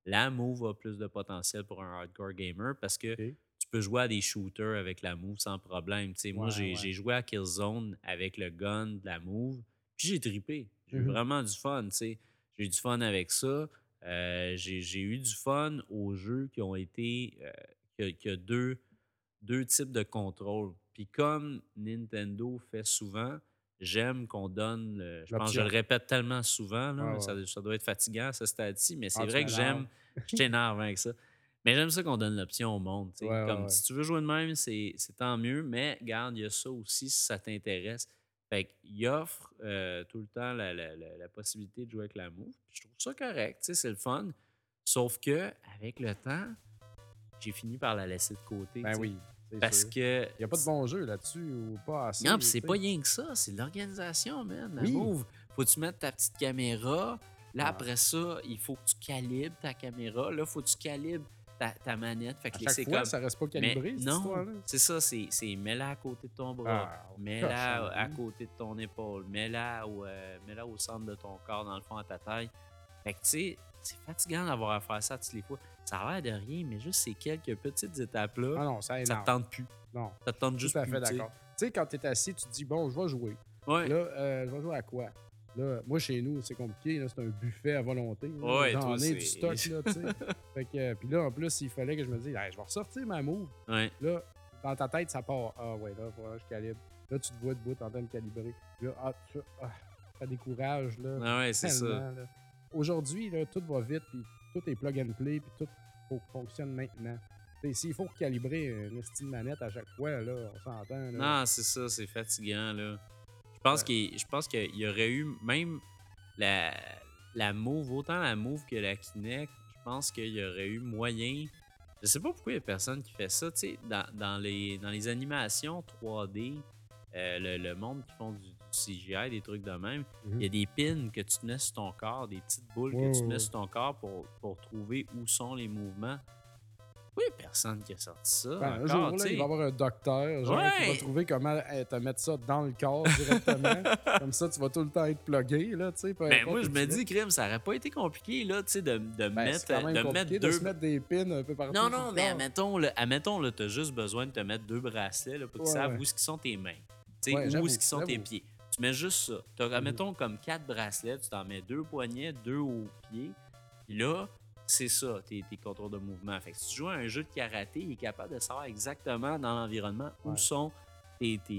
la move a plus de potentiel pour un hardcore gamer parce que Ok. tu peux jouer à des shooters avec la move sans problème. Tu sais, moi, Ouais, j'ai ouais. j'ai joué à Killzone avec le gun de la move, puis j'ai tripé. J'ai eu Mhm. vraiment du fun, tu sais. J'ai eu du fun avec ça. Euh, j'ai j'ai eu du fun aux jeux qui ont été... euh, qu'il y a- qu'il y a deux, deux types de contrôle. Puis comme Nintendo fait souvent, j'aime qu'on donne, le- je pense que je le L'option. répète tellement souvent, là, Ouais, ouais. Ça, ça doit être fatigant à ce stade-ci, mais c'est Ah, tu vrai que m'énerves. j'aime, je t'énerve avec ça, mais j'aime ça qu'on donne l'option au monde. tu sais. Ouais, ouais, comme ouais. si tu veux jouer de même, c'est c'est tant mieux, mais garde, il y a ça aussi si ça t'intéresse. Fait qu'il offre euh, tout le temps la, la- la- la possibilité de jouer avec la move. Puis je trouve ça correct, tu sais, c'est le fun. Sauf que avec le temps, j'ai fini par la laisser de côté. Ben tu sais. oui. c'est Parce sûr. que. Il n'y a pas de bon jeu là-dessus ou pas assez. Non, puis c'est tu sais. pas rien que ça, c'est de l'organisation, man. La Oui. Move, faut que tu mettes ta petite caméra. Là, Ouais. après ça, il faut que tu calibres ta caméra. Là, faut que tu calibres ta, ta manette. Fait À que les- c'est chaque fois, comme- ça reste pas Mais calibré, cette non, histoire-là. c'est ça, c'est c'est mets-la à côté de ton bras, Ah, on mets-la coche, à oui. côté de ton épaule, mets-la au, euh, mets-la au centre de ton corps, dans le fond, à ta taille. Fait que, tu sais, c'est fatigant d'avoir à faire ça toutes les fois. Ça a l'air de rien, mais juste ces quelques petites Ah étapes-là, non, ça ça te énorme. tente plus. Non, Ça te tente tout juste à plus, fait tu sais. d'accord. Tu sais, quand t'es assis, tu te dis, bon, je vais jouer. Ouais. Là, euh, je vais jouer à quoi? Là, moi, chez nous, c'est compliqué. là, C'est un buffet à volonté. là. Ouais, J'en toi, ai du c'est- stock. Là, tu sais. *laughs* fait que, euh, puis là, en plus, il fallait que je me dise, Hey, je vais ressortir ma move. ouais. Là, dans ta tête, ça part. Ah ouais, là, faut que je calibre. Là, tu te vois debout, t'es en train de calibrer. Là, ah, tu- ah, ça décourage. Là, Ah ouais, c'est ça. tellement, là. Aujourd'hui, là, tout va vite, puis tout est plug and play, puis tout faut que fonctionne maintenant. Tu sais, S'il faut calibrer une estime manette à chaque fois, là, on s'entend. là. Non, c'est ça, c'est fatigant, là. Je pense Ouais. qu'il je pense qu'il y aurait eu même la, la Move, autant la Move que la Kinect, je pense qu'il y aurait eu moyen. Je sais pas pourquoi il y a personne qui fait ça, tu sais, dans, dans les, dans les animations 3D, euh, le, le monde qui font du, du CGI, des trucs de même, Mhm. il y a des pins que tu te mets sur ton corps, des petites boules Ouais, que tu ouais, mets ouais. sur ton corps pour, pour trouver où sont les mouvements. Pourquoi il y a personne qui a sorti ça Ben, un encore, jour, tu là, sais? il va y avoir un docteur genre, qui Ouais. va trouver comment euh, te mettre ça dans le corps *laughs* directement. Comme ça, tu vas tout le temps être plugué. Là, tu sais, peu Ben importe moi, où je tu me mets. dis, crime, ça aurait pas été compliqué, là, tu sais, de, de Ben, mettre, c'est quand même de mettre compliqué deux... de se mettre des pins un peu partout. non, sur non, le mais corps. admettons, là, admettons, là, t'as juste besoin de te mettre deux bracelets là, pour qu'ils Ouais, savent ouais. où ce qui sont tes mains, tu sais, Ouais, où j'avoue, ce qui sont tes j'avoue. Mm-hmm. pieds. Tu mets juste ça. T'as, admettons, comme quatre bracelets, tu t'en mets deux poignets, deux aux pieds, puis là, c'est ça, tes, tes contrôles de mouvement. Fait que si tu joues à un jeu de karaté, il est capable de savoir exactement dans l'environnement où Ouais. sont tes, tes-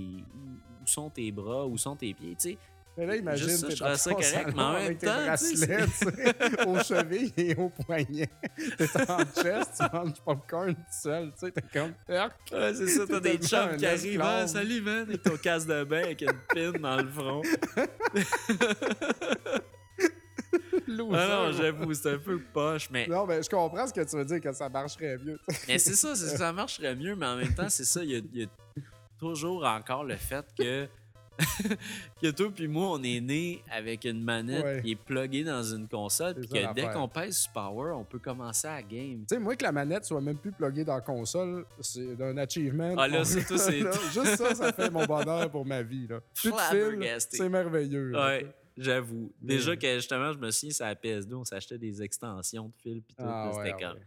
où sont tes bras, où sont tes pieds, tu sais. Mais là, imagine, Juste ça, t'es je trouvais dans ça ton correct, salon mais en même avec tes temps, tu sais, bracelets, tu sais, aux chevilles et aux poignets. T'es *laughs* en chest, tu manges du popcorn tout seul, tu sais, t'es comme... Ah, Fuck. Ouais, c'est ça, t'as des Tellement chums un qui arrivent. esclave. Ah, salut, man, avec ton casse de bain avec une pine dans le front. *laughs* Loser. Ah non, j'avoue, c'est un peu poche, mais, Non, mais je comprends ce que tu veux dire, que ça marcherait mieux. tu sais. mais c'est ça, c'est- ça marcherait mieux, mais en même temps, c'est ça, il y a, il y a toujours encore le fait que. *laughs* que toi puis moi, on est nés avec une manette Ouais. qui est pluggée dans une console, C'est puis ça, que dès l'affaire. qu'on pèse sur Power, on peut commencer à game. Tu sais, moi, que la manette soit même plus pluguée dans la console, c'est un achievement. Ah, là, ça, toi, c'est- *laughs* Là, Juste ça, ça fait mon bonheur pour ma vie. Là. Plus de fil, Flabbergasté. c'est merveilleux. là. Ouais, j'avoue. Mais- Déjà que justement, je me souviens, c'est la PS2, on s'achetait des extensions de fil, puis tout, Ah, là, c'était ouais, comme. ouais.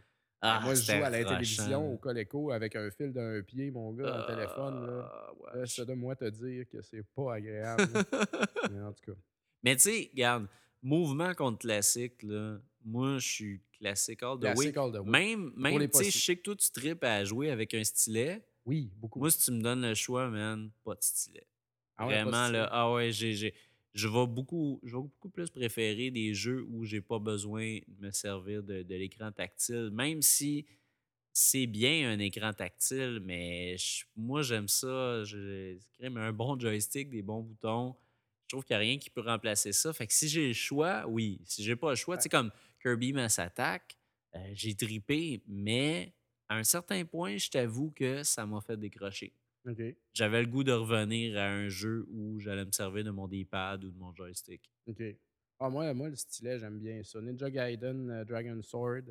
Ah, moi, je c'était joue à la rushant. télévision au Coleco avec un fil d'un pied, mon gars, en téléphone. Là. Ah, ouais. Là, je te donne Euh, moi te dire que c'est pas agréable. *laughs* mais en tout cas. Mais tu sais, regarde, mouvement contre classique, là, moi, je suis classique all the way. classique all the way. Même, même les tu sais, possibles. je sais que toi, tu tripes à jouer avec un stylet. Oui, beaucoup. Moi, si tu me donnes le choix, man, pas de stylet. Ah ouais, pas Vraiment, si- là, ah ouais, j'ai, j'ai- je vais beaucoup, je vais beaucoup plus préférer des jeux où j'ai pas besoin de me servir de, de l'écran tactile, même si c'est bien un écran tactile, mais je- moi j'aime ça. Je, crime, un bon joystick, des bons boutons. Je trouve qu'il n'y a rien qui peut remplacer ça. Fait que si j'ai le choix, oui. Si j'ai pas le choix, tu sais, comme Kirby Mass Attack, euh, j'ai tripé, mais à un certain point, je t'avoue que ça m'a fait décrocher OK. j'avais le goût de revenir à un jeu où j'allais me servir de mon D-pad ou de mon joystick. OK. Ah, moi, moi, le stylet, j'aime bien ça. Ninja Gaiden, euh, Dragon Sword,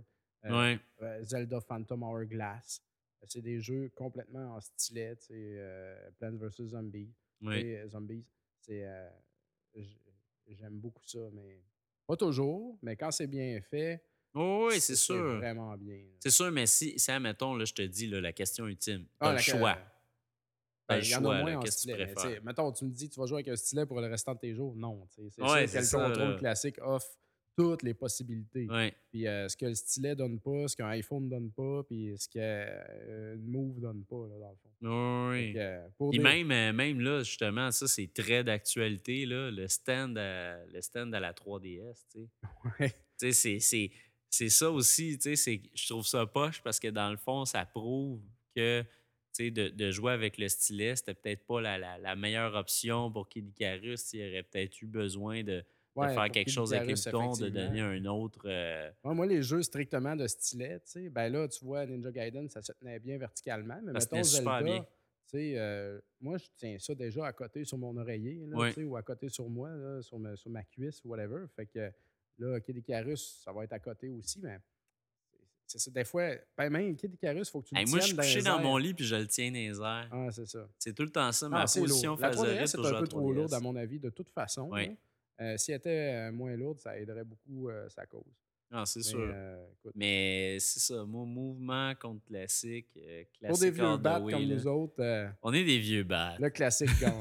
euh, ouais. euh, Zelda Phantom Hourglass. Euh, C'est des jeux complètement en stylet. tu sais, Euh, Plants vs. Zombies. ouais. Et, euh, Zombies, c'est. euh, j- J'aime beaucoup ça, mais pas toujours, mais quand c'est bien fait. Oh, oui, c'est sûr. vraiment bien. là. C'est sûr, mais si, si admettons, là, je te dis là, la question ultime, t'as Ah, le la- choix. T'as Ben, le il y en a choix, moins là, en qu'est-ce que tu stylet. mais, tu sais, préfères? mettons, tu me dis, tu vas jouer avec un stylet pour le restant de tes jours. Non, tu sais, c'est Ouais, sûr que c'est ça, le contrôle là. classique offre toutes les possibilités. Ouais. Puis euh, ce que le stylet donne pas, ce qu'un iPhone donne pas, puis ce qu'une Move donne pas, là, dans le fond. Oui. Fait que, euh, pour Puis des- même, euh, même là, justement, ça, c'est très d'actualité, là, le, stand à, le stand à la 3DS. tu sais. *laughs* Ouais. Tu sais, c'est- c'est- c'est ça aussi, tu sais, c'est- je trouve ça poche parce que dans le fond, ça prouve que tu sais, de, de jouer avec le stylet, c'était peut-être pas la, la- la meilleure option pour Kid Icarus. Il aurait peut-être eu besoin de, de Ouais, faire pour quelque qu'il chose avec les guérisse, boutons, de effectivement. donner un autre. euh, Ouais, moi, les jeux strictement de stylet, tu sais, ben là, tu vois, Ninja Gaiden, ça se tenait bien verticalement, mais Ça se mettons tenait super Zelda, bien. tu sais, euh, moi, je tiens ça déjà à côté sur mon oreiller, là, Ouais. tu sais, ou à côté sur moi, là, sur, ma, sur ma cuisse, ou whatever. Fait que là, Kid Icarus, ça va être à côté aussi, mais c'est ça. Des fois, ben même Kid Icarus, il faut que tu le Hey, moi, je suis tiennes couché les dans airs. mon lit puis je le tiens dans les airs. Ah, c'est ça. C'est tout le temps ça, Ah, ma c'est position lourd. La favorite 3DS, pour c'est jouer à un peu trop lourd, 3DS. à mon avis, de toute façon. Oui. là. Euh, si elle était euh, moins lourde, ça aiderait beaucoup euh, sa cause. Ah, c'est Mais, sûr. euh, écoute, Mais c'est ça, moi, mouvement contre classique, euh, classique pour des vieux all the battes way, comme là. nous autres, *laughs* euh, On est des vieux bats. le classique gagne.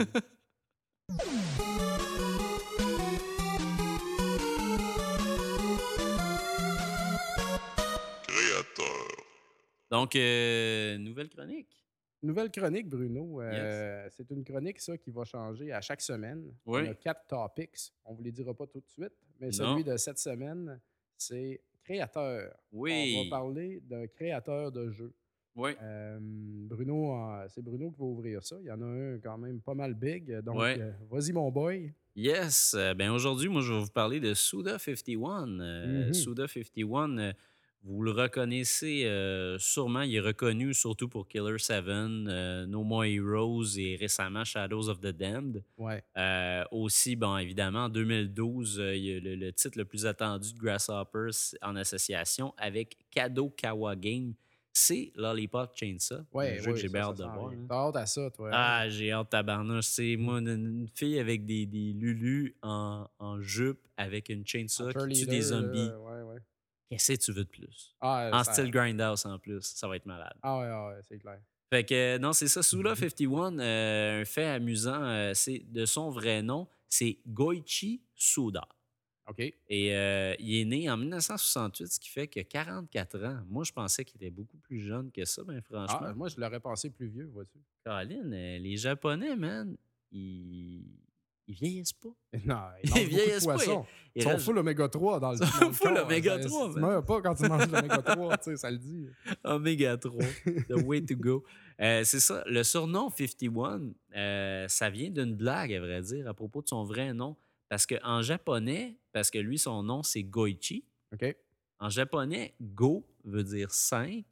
Créateur. Donc, euh, nouvelle chronique. Nouvelle chronique, Bruno. Euh, C'est une chronique, ça, qui va changer à chaque semaine. Oui. On a quatre topics. On ne vous les dira pas tout de suite, mais Non. celui de cette semaine, c'est créateur. On Oui. va parler d'un créateur de jeu. Oui. Euh, Bruno, euh, c'est Bruno qui va ouvrir ça. Il y en a un quand même pas mal big. Donc, Ouais. euh, vas-y, mon boy. Yes. Euh, ben aujourd'hui, moi, je vais vous parler de Suda 51. Euh, Mhm. Suda 51, euh, vous le reconnaissez euh, sûrement. Il est reconnu surtout pour Killer 7, euh, No More Heroes et récemment Shadows of the Damned. Ouais. Euh, aussi, bon, évidemment, en 2012, euh, il y a le, le titre le plus attendu de Grasshoppers en association avec Kado Kawa Game, c'est Lollipop Chainsaw. Ouais, un jeu ouais, que j'ai ça, bien ça hâte de s'en voir. vient. hein. T'as hâte à ça, toi. hein? Ah, j'ai hâte tabarnouche. C'est moi, une, une fille avec des, des lulus en, en jupe, avec une chainsaw qui tue Cheerleader, des là, zombies. ouais, ouais. Qu'est-ce que tu veux de plus? Ah, En ça- style Grindhouse en plus, ça va être malade. Ah, ouais, ah ouais, c'est clair. Fait que, euh, non, c'est ça. Mm-hmm. Sula 51, euh, un fait amusant, euh, c'est de son vrai nom, c'est Goichi Suda. OK. Et euh, il est né en 1968, ce qui fait qu'il a 44 ans. Moi, je pensais qu'il était beaucoup plus jeune que ça, mais Ah, franchement, moi, je l'aurais pensé plus vieux, *laughs* vois-tu. Colin, euh, les Japonais, man, ils, ils vieillissent pas. Non, Ils ils mangent beaucoup de vieillissent pas, poissons. Ils sont restent- full oméga 3 dans le Ils sont dans le full corps, oméga hein, ça- 3, Tu man. meurs pas quand tu manges de l'oméga 3, tu sais, ça le dit. *laughs* Oméga 3, the way *laughs* to go. Euh, c'est ça, le surnom 51, euh, ça vient d'une blague, à vrai dire, à propos de son vrai nom. Parce qu'en japonais, parce que lui, son nom, c'est Goichi. OK. En japonais, Go veut dire 5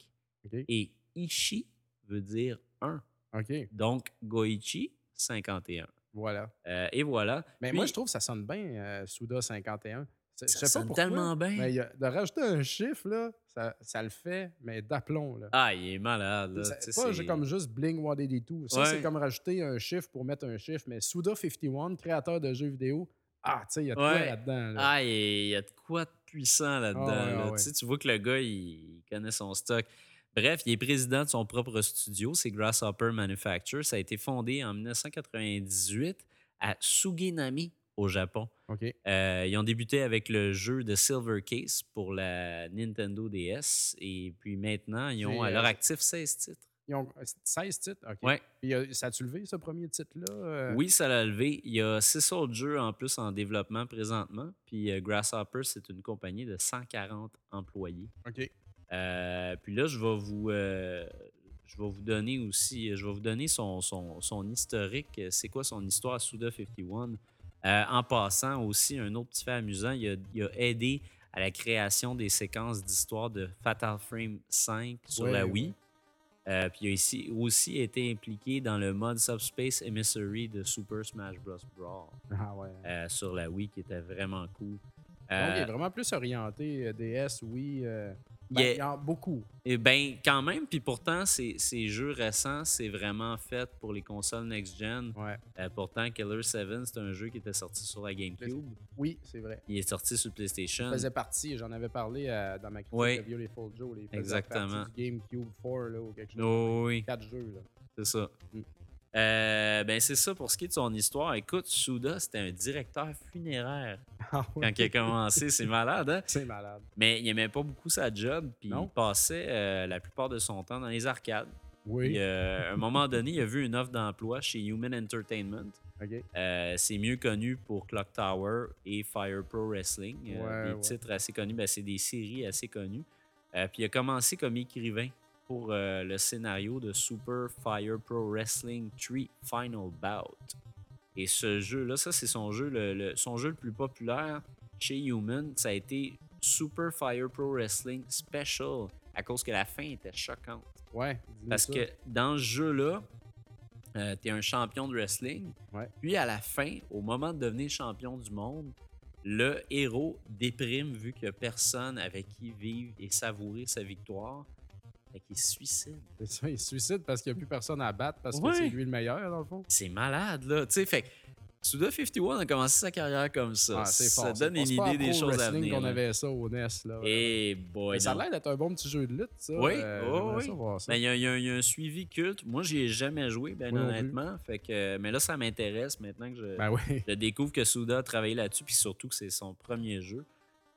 OK. et Ishi veut dire 1. OK. Donc, Goichi, 51. Voilà. Euh, et voilà. Mais Puis, moi, je trouve que ça sonne bien, euh, Souda 51. C'est- ça je sais pas sonne pourquoi, tellement bien. Mais il y a- de rajouter un chiffre, là, ça, ça le fait, mais d'aplomb. là. Ah, il est malade. là. Ça- Tu sais, pas c'est- comme juste Bling 182. Ça, Ouais. c'est comme rajouter un chiffre pour mettre un chiffre. Mais Souda 51, créateur de jeux vidéo, ah, tu sais, il y a de quoi Ouais. là-dedans. là. Ah, il y a de quoi de puissant là-dedans. Ah ouais, là. ah Tu ouais. sais, Tu vois que le gars, il, il connaît son stock. Bref, il est président de son propre studio, c'est Grasshopper Manufacture. Ça a été fondé en 1998 à Suginami, au Japon. OK. Euh, ils ont débuté avec le jeu de Silver Case pour la Nintendo DS. Et puis maintenant, ils ont J'ai, à leur euh, actif 16 titres. Ils ont 16 titres. OK. Ouais. Puis, euh, ça a-tu levé, ce premier titre-là? euh? Oui, ça l'a levé. Il y a six autres jeux en plus en développement présentement. Puis euh, Grasshopper, c'est une compagnie de 140 employés. OK. Euh, puis là, je vais vous, euh, je vais vous donner aussi, je vais vous donner son, son- son historique. C'est quoi son histoire à Suda 51? Euh, en passant aussi, un autre petit fait amusant, il a, il a aidé à la création des séquences d'histoire de Fatal Frame 5 sur Ouais, la ouais. Wii. Euh, puis il a ici- aussi été impliqué dans le mode Subspace Emissary de Super Smash Bros. Brawl Ah ouais. euh, sur la Wii qui était vraiment cool. Donc, il Euh, est vraiment plus orienté euh, DS, oui. euh, ben, Il est- il y en a beaucoup. Eh ben, quand même, puis pourtant, ces, ces jeux récents, c'est vraiment fait pour les consoles next-gen. Ouais. Euh, pourtant, Killer 7, c'est un jeu qui était sorti sur la GameCube. Oui, c'est vrai. Il est sorti sur PlayStation. faisait partie, j'en avais parlé euh, dans ma critique Ouais. de Beautiful Joe. Là, il faisait Exactement. partie du GameCube 4 là, ou quelque chose. Oh, oui, Quatre jeux. Là. c'est ça. Mm. Euh, ben, c'est ça pour ce qui est de son histoire. Écoute, Suda, c'était un directeur funéraire *laughs* Ah quand ouais, il a commencé. C'est malade, hein? *laughs* C'est malade. Mais il aimait pas beaucoup sa job, puis Non. il passait euh, la plupart de son temps dans les arcades. Oui. Puis, euh, à un moment donné, il a vu une offre d'emploi chez Human Entertainment. OK. Euh, c'est mieux connu pour Clock Tower et Fire Pro Wrestling. Euh, Ouais, des ouais. titres assez connus, ben, c'est des séries assez connues. Euh, puis il a commencé comme écrivain pour euh, le scénario de Super Fire Pro Wrestling 3 Final Bout. Et ce jeu-là, ça, c'est son jeu le, le- son jeu le plus populaire chez Human. Ça a été Super Fire Pro Wrestling Special à cause que la fin était choquante. Ouais. dis-nous Parce ça. que dans ce jeu-là, euh, t'es un champion de wrestling. Ouais. Puis à la fin, au moment de devenir champion du monde, le héros déprime vu qu'il n'y a personne avec qui vivre et savourer sa victoire. Fait qu'il se suicide. *laughs* C'est ça, il se suicide parce qu'il n'y a plus personne à battre parce Ouais. que c'est lui le meilleur, dans le fond. C'est malade, là. Tu sais, fait que Suda 51 a commencé sa carrière comme ça. Ah, c'est ça fort. donne une c'est pas idée des pro choses à wrestling venir. qu'on là. avait ça au NES, là. Eh boy, Mais ça a non. l'air d'être un bon petit jeu de lutte, ça. euh, Oui, oh, j'aimerais oui. ça voir ça. Ben, Il y, a- il y a un- il y a un suivi culte. Moi, j'y ai jamais joué, ben, Moi non plus. honnêtement. Fait que, euh, mais là, ça m'intéresse maintenant que je, Ben oui. *laughs* je découvre que Souda a travaillé là-dessus, puis surtout que c'est son premier jeu.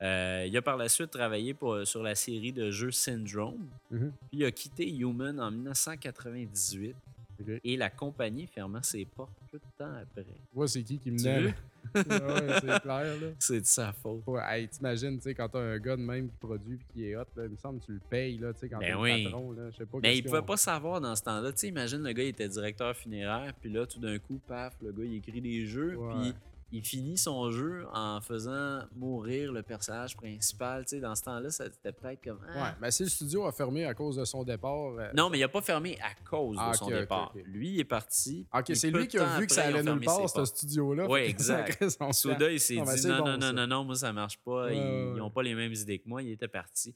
Euh, il a par la suite travaillé pour- sur la série de jeux Syndrome. Mhm. Puis il a quitté Human en 1998 Ok. et la compagnie fermant ses portes peu de temps après. Moi, c'est qui qui me Tu naît, veux? là? *laughs* Ouais, ouais, c'est clair, là. C'est de sa faute. Ouais, hey, t'imagines, tu sais, quand t'as un gars de même qui produit puis qui est hot, là, il me semble que tu le payes, là, tu sais, quand Ben t'es oui. le patron, là, je sais pas Mais qu'est-ce il pouvait qu'on- pas savoir dans ce temps-là. Tu sais, imagine le gars, il était directeur funéraire, puis là, tout d'un coup, paf, le gars, il écrit des jeux, Ouais. puis il finit son jeu en faisant mourir le personnage principal. Tu sais, dans ce temps-là, ça c'était peut-être comme. Ah. Ouais, mais si le studio a fermé à cause de son départ... euh, Non, mais il a pas fermé à cause Ah, de son ok, ok, départ. ok. Lui, il est parti. Ok, puis c'est peu lui de qui a temps vu que ça après, ils ont allait nulle fermé ses part, ce portes. studio-là. *laughs* Ouais, fait que ça a exact. créé son plan. Souda, il s'est Ah, ben, dit c'est non, bon, non, ça. non, non, non, moi, ça marche pas. Ouais, ils ouais, ouais. n'ont pas les mêmes idées que moi. Il était parti.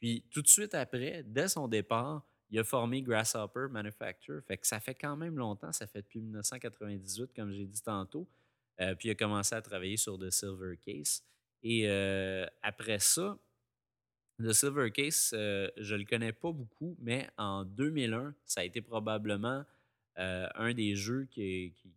Puis, tout de suite après, dès son départ, il a formé Grasshopper Manufacture. Fait que ça fait quand même longtemps. Ça fait depuis 1998, comme j'ai dit tantôt. Euh, puis, il a commencé à travailler sur The Silver Case. Et euh, après ça, The Silver Case, euh, je le connais pas beaucoup, mais en 2001, ça a été probablement euh, un des jeux qui, qui-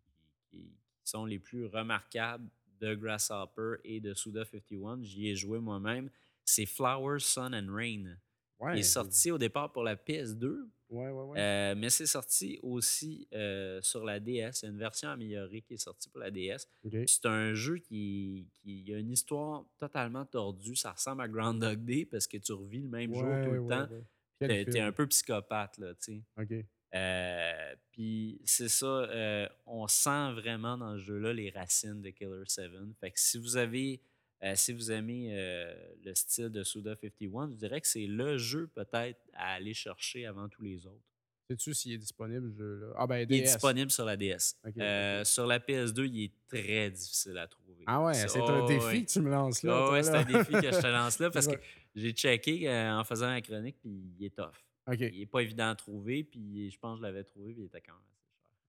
qui- qui sont les plus remarquables de Grasshopper et de Suda 51. J'y ai joué moi-même. C'est Flower, Sun and Rain. Ouais, Il est sorti au départ pour la PS2, Ouais, ouais, ouais. euh, mais c'est sorti aussi euh, sur la DS. Il y a une version améliorée qui est sortie pour la DS. Ok. C'est un jeu qui, qui a une histoire totalement tordue. Ça ressemble à Groundhog Day parce que tu revis le même jour Ouais, tout le ouais, temps. Euh, ouais. Quel T'es t'es film. un peu psychopathe, là, tu sais. Ok. Euh, Puis c'est ça, euh, on sent vraiment dans ce jeu-là les racines de Killer 7. Fait que si vous avez, euh, si vous aimez euh, le style de Suda 51, je dirais que c'est le jeu peut-être à aller chercher avant tous les autres. Sais-tu s'il est disponible, ce jeu-là? Ah, ben, Il DS. est disponible sur la DS. Ok, Euh, Sur la PS2, il est très difficile à trouver. Ah ouais, c'est un oh, défi ouais. que tu me lances, là. Ah toi, ouais, c'est là. un défi que je te *laughs* lance là parce que Ouais. j'ai checké euh, en faisant la chronique, puis il est tough. OK, Il n'est pas évident à trouver, puis je pense que je l'avais trouvé, puis il était quand même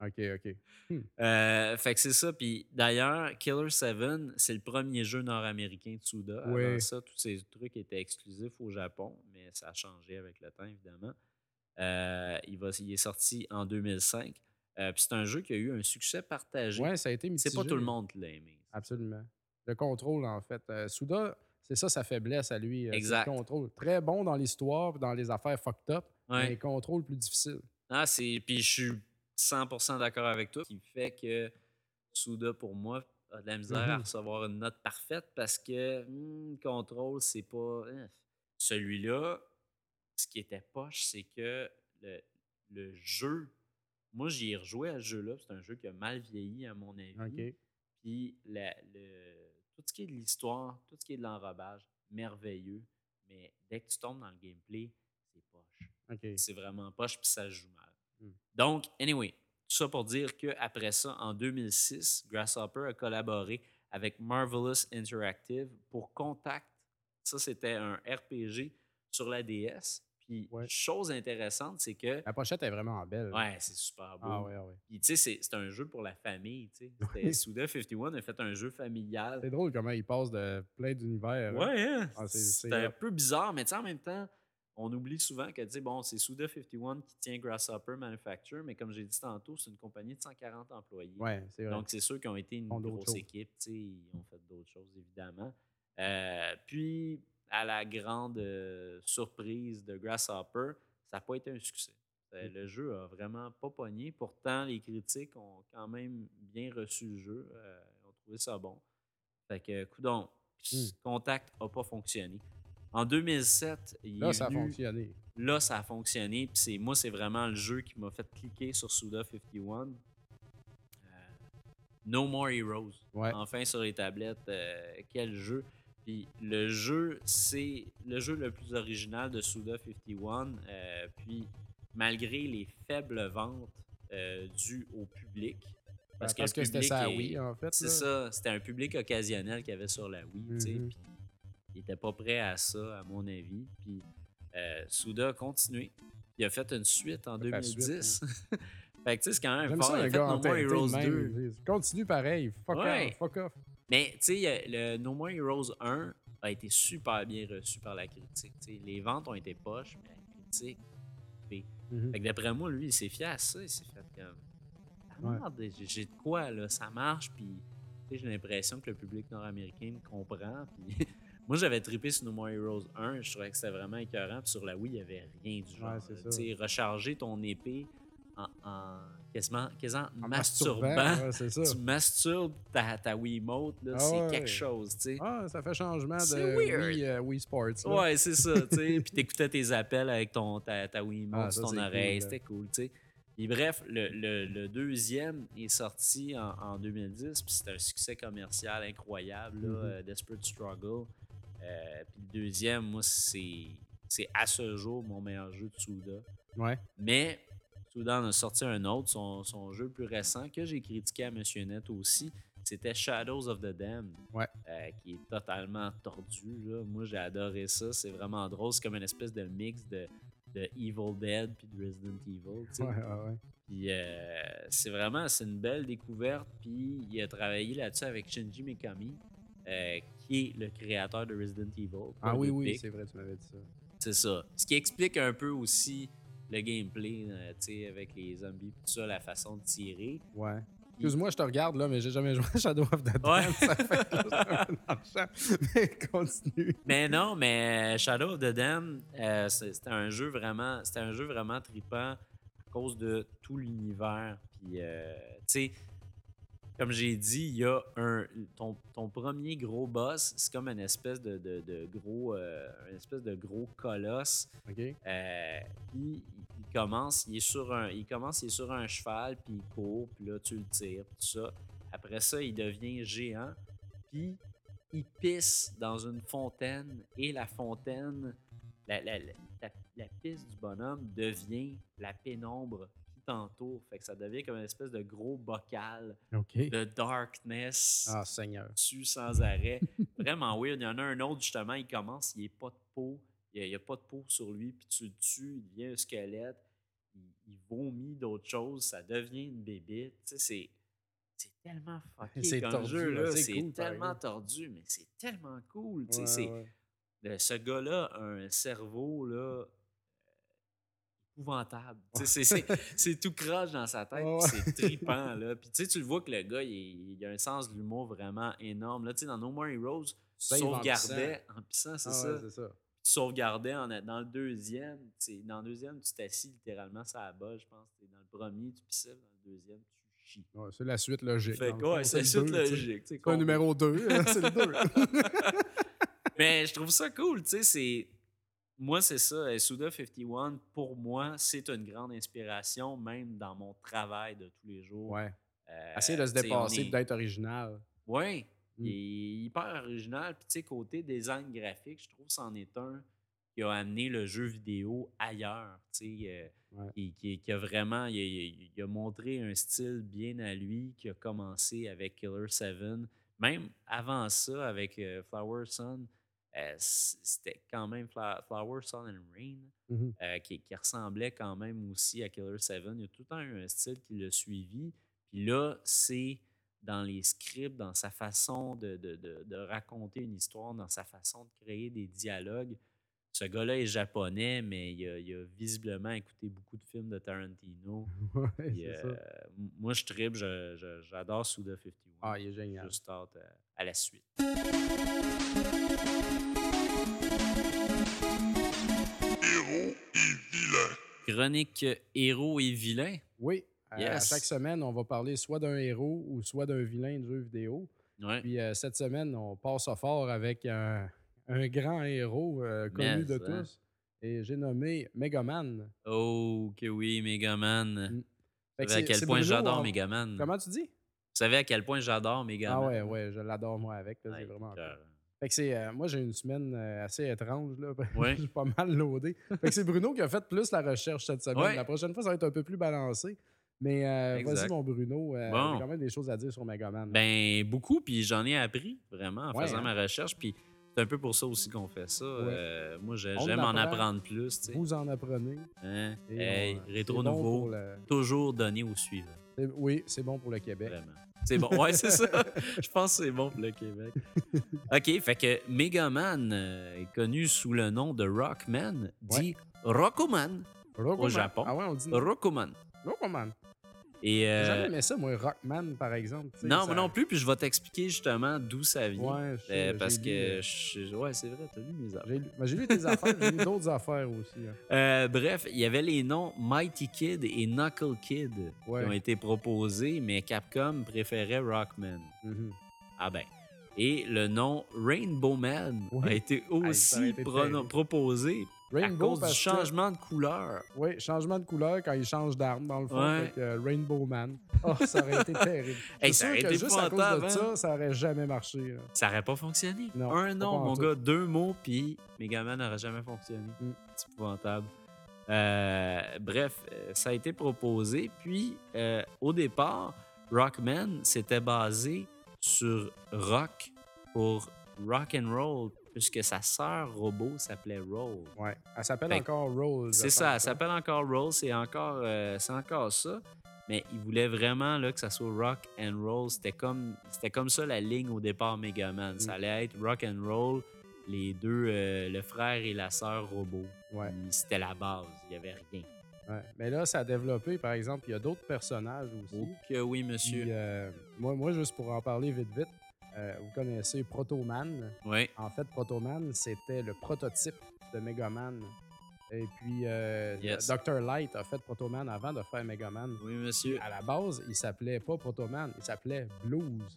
assez cher. OK, OK. Euh, fait que c'est ça. Puis d'ailleurs, Killer 7, c'est le premier jeu nord-américain de Suda. Avant Ouais. ça, tous ces trucs étaient exclusifs au Japon, mais ça a changé avec le temps, évidemment. Euh, il, va, il est sorti en 2005. Euh, puis c'est un jeu qui a eu un succès partagé. Ouais, ça a été mitigé. c'est pas tout le monde qui l'a aimé. Absolument. Le contrôle, en fait. Euh, Souda, c'est ça sa faiblesse à lui. euh, c'est Exact. Le contrôle. Très bon dans l'histoire, puis dans les affaires fucked up, Ouais. mais contrôle plus difficile. Ah, c'est. Puis je suis 100% d'accord avec toi. Ce qui fait que Souda, pour moi, a de la misère à Mhm. recevoir une note parfaite parce que hmm, le contrôle, c'est pas. hein. Celui-là, ce qui était poche, c'est que le, le jeu. Moi, j'y ai rejoué à ce jeu-là. puis C'est un jeu qui a mal vieilli, à mon avis. OK. Puis la- le- tout ce qui est de l'histoire, tout ce qui est de l'enrobage, merveilleux. Mais dès que tu tombes dans le gameplay, c'est poche. OK. C'est vraiment poche, puis ça se joue mal. Mm. Donc, anyway, tout ça pour dire qu'après ça, en 2006, Grasshopper a collaboré avec Marvelous Interactive pour Contact. Ça, c'était un RPG sur la DS. Puis, Ouais. chose intéressante, c'est que. La pochette est vraiment belle. Ouais, c'est super beau. Ah ouais, ah ouais. Puis, tu sais, c'est- c'est un jeu pour la famille. *laughs* Tu sais, C'était- Suda 51 a fait un jeu familial. C'est drôle comment il passe de plein d'univers. hein. Ouais, hein? Ah, c'est- c'est c'est- un peu bizarre, mais tu sais, en même temps, on oublie souvent que, tu sais, bon, c'est Suda 51 qui tient Grasshopper Manufacture, mais comme j'ai dit tantôt, c'est une compagnie de 140 employés. Ouais, c'est vrai. Donc, c'est sûr qu'ils ont été une Ils font d'autres grosse choses. équipe, tu sais, ils ont fait d'autres choses, évidemment. Euh, puis, à la grande euh, surprise de Grasshopper, ça n'a pas été un succès. Mm. Euh, Le jeu a vraiment pas pogné. Pourtant, les critiques ont quand même bien reçu le jeu. euh, ils ont trouvé ça bon. Fait que, coudon, Hmm. contact n'a pas fonctionné. En 2007, il Là, est ça a venu- fonctionné. là, ça a fonctionné. Puis c'est, moi, c'est vraiment le jeu qui m'a fait cliquer sur Suda 51. Euh, No More Heroes. Ouais. Enfin sur les tablettes, euh, quel jeu. Puis le jeu, c'est le jeu le plus original de Suda 51. euh, puis malgré les faibles ventes euh, dues au public, Parce, que le que c'était public ça, est- oui, en fait. c'est là. ça, c'était un public occasionnel qu'il y avait sur la Wii, tu sais, Mhm. puis il était pas prêt à ça, à mon avis. Puis euh, Souda a continué. Il a fait une suite en Il a fait la hein. 2010. *laughs* fait que tu sais, c'est quand même J'aime fort. ça, Il un a fait gars No en More Heroes 2. Continue pareil. Fuck Ouais. off, fuck off. Mais tu sais, euh, le No More Heroes 1 a été super bien reçu par la critique. tu sais. Les ventes ont été poches, mais la critique. Mhm. Fait que d'après moi, lui, il s'est fié à ça. Il s'est fait comme. Ah, Ouais. merde, j'ai- j'ai de quoi, là. Ça marche, puis tu sais, j'ai l'impression que le public nord-américain me comprend. Puis *laughs* moi, j'avais trippé sur No More Heroes 1. Je trouvais que c'était vraiment écœurant. Puis sur la Wii, il n'y avait rien du genre. Ouais, c'est là. ça. Tu sais, recharger ton épée en, en quasiment, quasiment En masturbant. ouais, c'est ça. Tu masturbes ta, ta Wiimote, là, Ah c'est ouais. quelque chose, tu sais. Ah, ça fait changement C'est de weird. Wii, euh, Wii Sports. là. Ouais, c'est ça, tu sais. Puis t'écoutais tes appels avec ton, ta, ta Wiimote Ah, ça, sur ton c'est oreille, cool, là. c'était cool, tu sais. Puis bref, le, le- le deuxième est sorti en, en 2010, puis c'était un succès commercial incroyable, là, Mhm. euh, Desperate Struggle. Euh, puis le deuxième, moi, c'est c'est à ce jour mon meilleur jeu de Souda. Ouais. Mais Soudan a sorti un autre, son, son jeu le plus récent, que j'ai critiqué à Monsieur Net aussi. C'était Shadows of the Damned, Ouais. euh, qui est totalement tordu. là. Moi, j'ai adoré ça. C'est vraiment drôle. C'est comme une espèce de mix de, de Evil Dead puis de Resident Evil. tu sais. Ouais, ouais, ouais. Puis euh, c'est vraiment c'est une belle découverte. Puis il a travaillé là-dessus avec Shinji Mikami, euh, qui est le créateur de Resident Evil. Ah oui, oui, Pick. c'est vrai, tu m'avais dit ça. C'est ça. Ce qui explique un peu aussi le gameplay, euh, tu sais, avec les zombies, pis tout ça, la façon de tirer. Ouais. Excuse-moi, je te regarde là, mais j'ai jamais joué à Shadow of the Dead. Ouais. *laughs* Ça fait juste un an de champ. *laughs* Mais continue. Mais non, mais Shadow of the Dam, euh, c'était un jeu vraiment, c'était un jeu vraiment tripant à cause de tout l'univers. Puis, euh, tu sais, comme j'ai dit, il y a un, ton, ton premier gros boss, c'est comme une espèce de, de- de gros, euh, une espèce de gros colosse Ok. Euh, puis il il commence, il est sur un, il commence, il est sur un cheval, puis il court, puis là tu le tires, puis tout ça. Après ça, il devient géant, puis il pisse dans une fontaine et la fontaine, la, la, la, la- la pisse du bonhomme devient la pénombre qui t'entoure. Fait que ça devient comme une espèce de gros bocal Ok. de darkness Ah, Seigneur. dessus *laughs* sans arrêt. Vraiment weird. Il y en a un autre, justement, il commence, il n'y a pas de peau. Il n'y a, pas de peau sur lui, puis tu le tues, il devient un squelette, il, il vomit d'autres choses, ça devient une bébite. Tu sais, c'est. C'est tellement C'est fucké comme tordu, jeu, là. là. C'est C'est cool, par tellement exemple. tordu, mais c'est tellement cool. tu sais, Ouais, c'est- ouais. le- Ben, ce gars-là a un cerveau, là. euh, épouvantable. Tu sais, c'est- *laughs* c'est- c'est tout croche dans sa tête, Ouais, *laughs* puis c'est tripant, là. Puis tu sais, tu le vois que le gars, il, il a un sens de l'humour vraiment énorme. Là, tu sais, dans No More Heroes, Save en sauvegardait en pissant, c'est Ah, ça. ouais, c'est ça. Tu sauvegardais en, dans le deuxième. tu sais, Dans le deuxième, tu t'assis littéralement ça la bas, je pense. Dans le premier, tu pissais. Dans le deuxième, tu chies. Ouais, c'est la suite logique. Fait dans que, le fond, ouais, c'est le suite deux, tu sais. logique. tu sais, C'est pas qu'on- le numéro 2, *laughs* c'est le 2. *laughs* Mais je trouve ça cool, tu sais, c'est... Moi, c'est ça, et Suda 51, pour moi, c'est une grande inspiration, même dans mon travail de tous les jours. ouais. Euh, Essayer de se tu sais, dépasser on et est- d'être original. *laughs* Ouais, Mm. il est hyper original. Puis, tu sais, côté design graphique, je trouve que c'en est un qui a amené le jeu vidéo ailleurs, tu sais, euh, Ouais. et qui, qui a vraiment, il a, il a- il a montré un style bien à lui, qui a commencé avec Killer 7. Même avant ça, avec euh, Flower Sun, euh, c- c'était quand même Fla- Flower Sun and Rain, Mhm. euh, qui, qui ressemblait quand même aussi à Killer 7. Il y a tout le temps eu un style qui l'a suivi. Puis là, c'est dans les scripts, dans sa façon de, de- de- de raconter une histoire, dans sa façon de créer des dialogues. Ce gars-là est japonais, mais il a, il a visiblement écouté beaucoup de films *laughs* de Tarantino. Ouais, Puis, c'est euh, ça. m- moi, je tripe, je- je- j'adore Suda 51. Ah, il est génial. Juste hâte à, euh, à la suite. Héros et vilains. Chronique euh, héros et vilains. Oui. à- Yes. À chaque semaine, on va parler soit d'un héros ou soit d'un vilain de jeu vidéo. Ouais. Puis euh, cette semaine, on passe au fort avec un, un grand héros euh, connu Mais, de hein. tous. Et j'ai nommé Megaman. Oh, que oui, Megaman. Fait que à c'est- quel Mm. c'est point Bruno, j'adore hein. Megaman. Comment tu dis? savez à quel point j'adore Ah Megaman. ouais, ouais, je l'adore moi avec. là, c'est Ouais, vraiment cool. cœur. Fait que c'est. euh, moi, j'ai une semaine euh, assez étrange, là. *laughs* Ouais. j'ai pas mal loadé. Fait que c'est Bruno qui a fait plus la recherche cette semaine. Ouais. La prochaine fois, ça va être un peu plus balancé. Mais euh, Exact. vas-y, mon Bruno. euh, Bon. J'ai quand même des choses à dire sur Megaman. Ben, beaucoup, puis j'en ai appris vraiment en Ouais, faisant hein. ma recherche. Puis c'est un peu pour ça aussi qu'on fait ça. Euh, moi, j'ai- On j'aime en apprend. apprendre plus. tu sais. Vous en apprenez. Hein? et Hey, on, euh, rétro c'est bon nouveau, pour le- toujours donné au suivant. c'est- Oui, c'est bon pour le Québec. Vraiment. C'est bon. Ouais, c'est ça. *laughs* Je pense que c'est bon pour le *laughs* Québec. OK, fait que Megaman euh, est connu sous le nom de Rockman, dit Rockoman. Rockman. Japon. Ah ouais, on dit Rockoman. Rockman. Et euh, J'ai jamais aimé ça, moi, Rockman, par exemple. tu sais, non, ça- moi non plus, puis je vais t'expliquer justement d'où ça vient. Ouais, je- Euh, j'ai parce lu, que, euh, je- ouais, c'est vrai, t'as lu mes affaires. J'ai lu, ben, j'ai lu tes affaires, j'ai lu d'autres affaires aussi. hein. *laughs* Euh, bref, il y avait les noms Mighty Kid et Knuckle Kid Ouais. qui ont été proposés, mais Capcom préférait Rockman. Mhm. Ah ben. Et le nom Rainbow Man a Oui. été aurait aussi été prono- terrible. proposé Rainbow à cause parce du que- changement de couleur. Oui, changement de couleur quand il change d'arme, dans le fond. Ouais. Fait que, euh, Rainbow Man. Oh, ça aurait *laughs* été terrible. C'est Hey, ça sûr aurait que été juste à cause épouvantable, de hein? ça, ça aurait jamais marché. là. Ça aurait pas fonctionné. Non, Un pas nom, mon pantoute. gars, deux mots, puis Megaman n'aurait jamais fonctionné. Mm. C'est épouvantable. Euh, bref, euh, ça a été proposé. Puis, euh, au départ, Rockman s'était basé sur rock pour rock and roll, puisque sa sœur robot s'appelait Roll. Ouais. Elle s'appelle Fait que- encore Rose. je C'est ça, elle pense, hein. s'appelle encore Roll, c'est encore, euh, c'est encore ça. Mais il voulait vraiment là, que ça soit rock and roll. C'était comme, c'était comme ça la ligne au départ Megaman. Ça Mm. allait être rock and roll, les deux, euh, le frère et la sœur robot. Ouais. Puis C'était la base, il n'y avait rien. Ouais. Mais là, ça a développé, par exemple, il y a d'autres personnages aussi. Oh que oui, monsieur. Puis, euh, moi, moi, juste pour en parler vite, vite, euh, vous connaissez Protoman. Oui, En fait, Protoman, c'était le prototype de Megaman. Et puis, euh, Yes. Dr. Light a fait Protoman avant de faire Megaman. oui, monsieur. À la base, il s'appelait pas Protoman, il s'appelait Blues.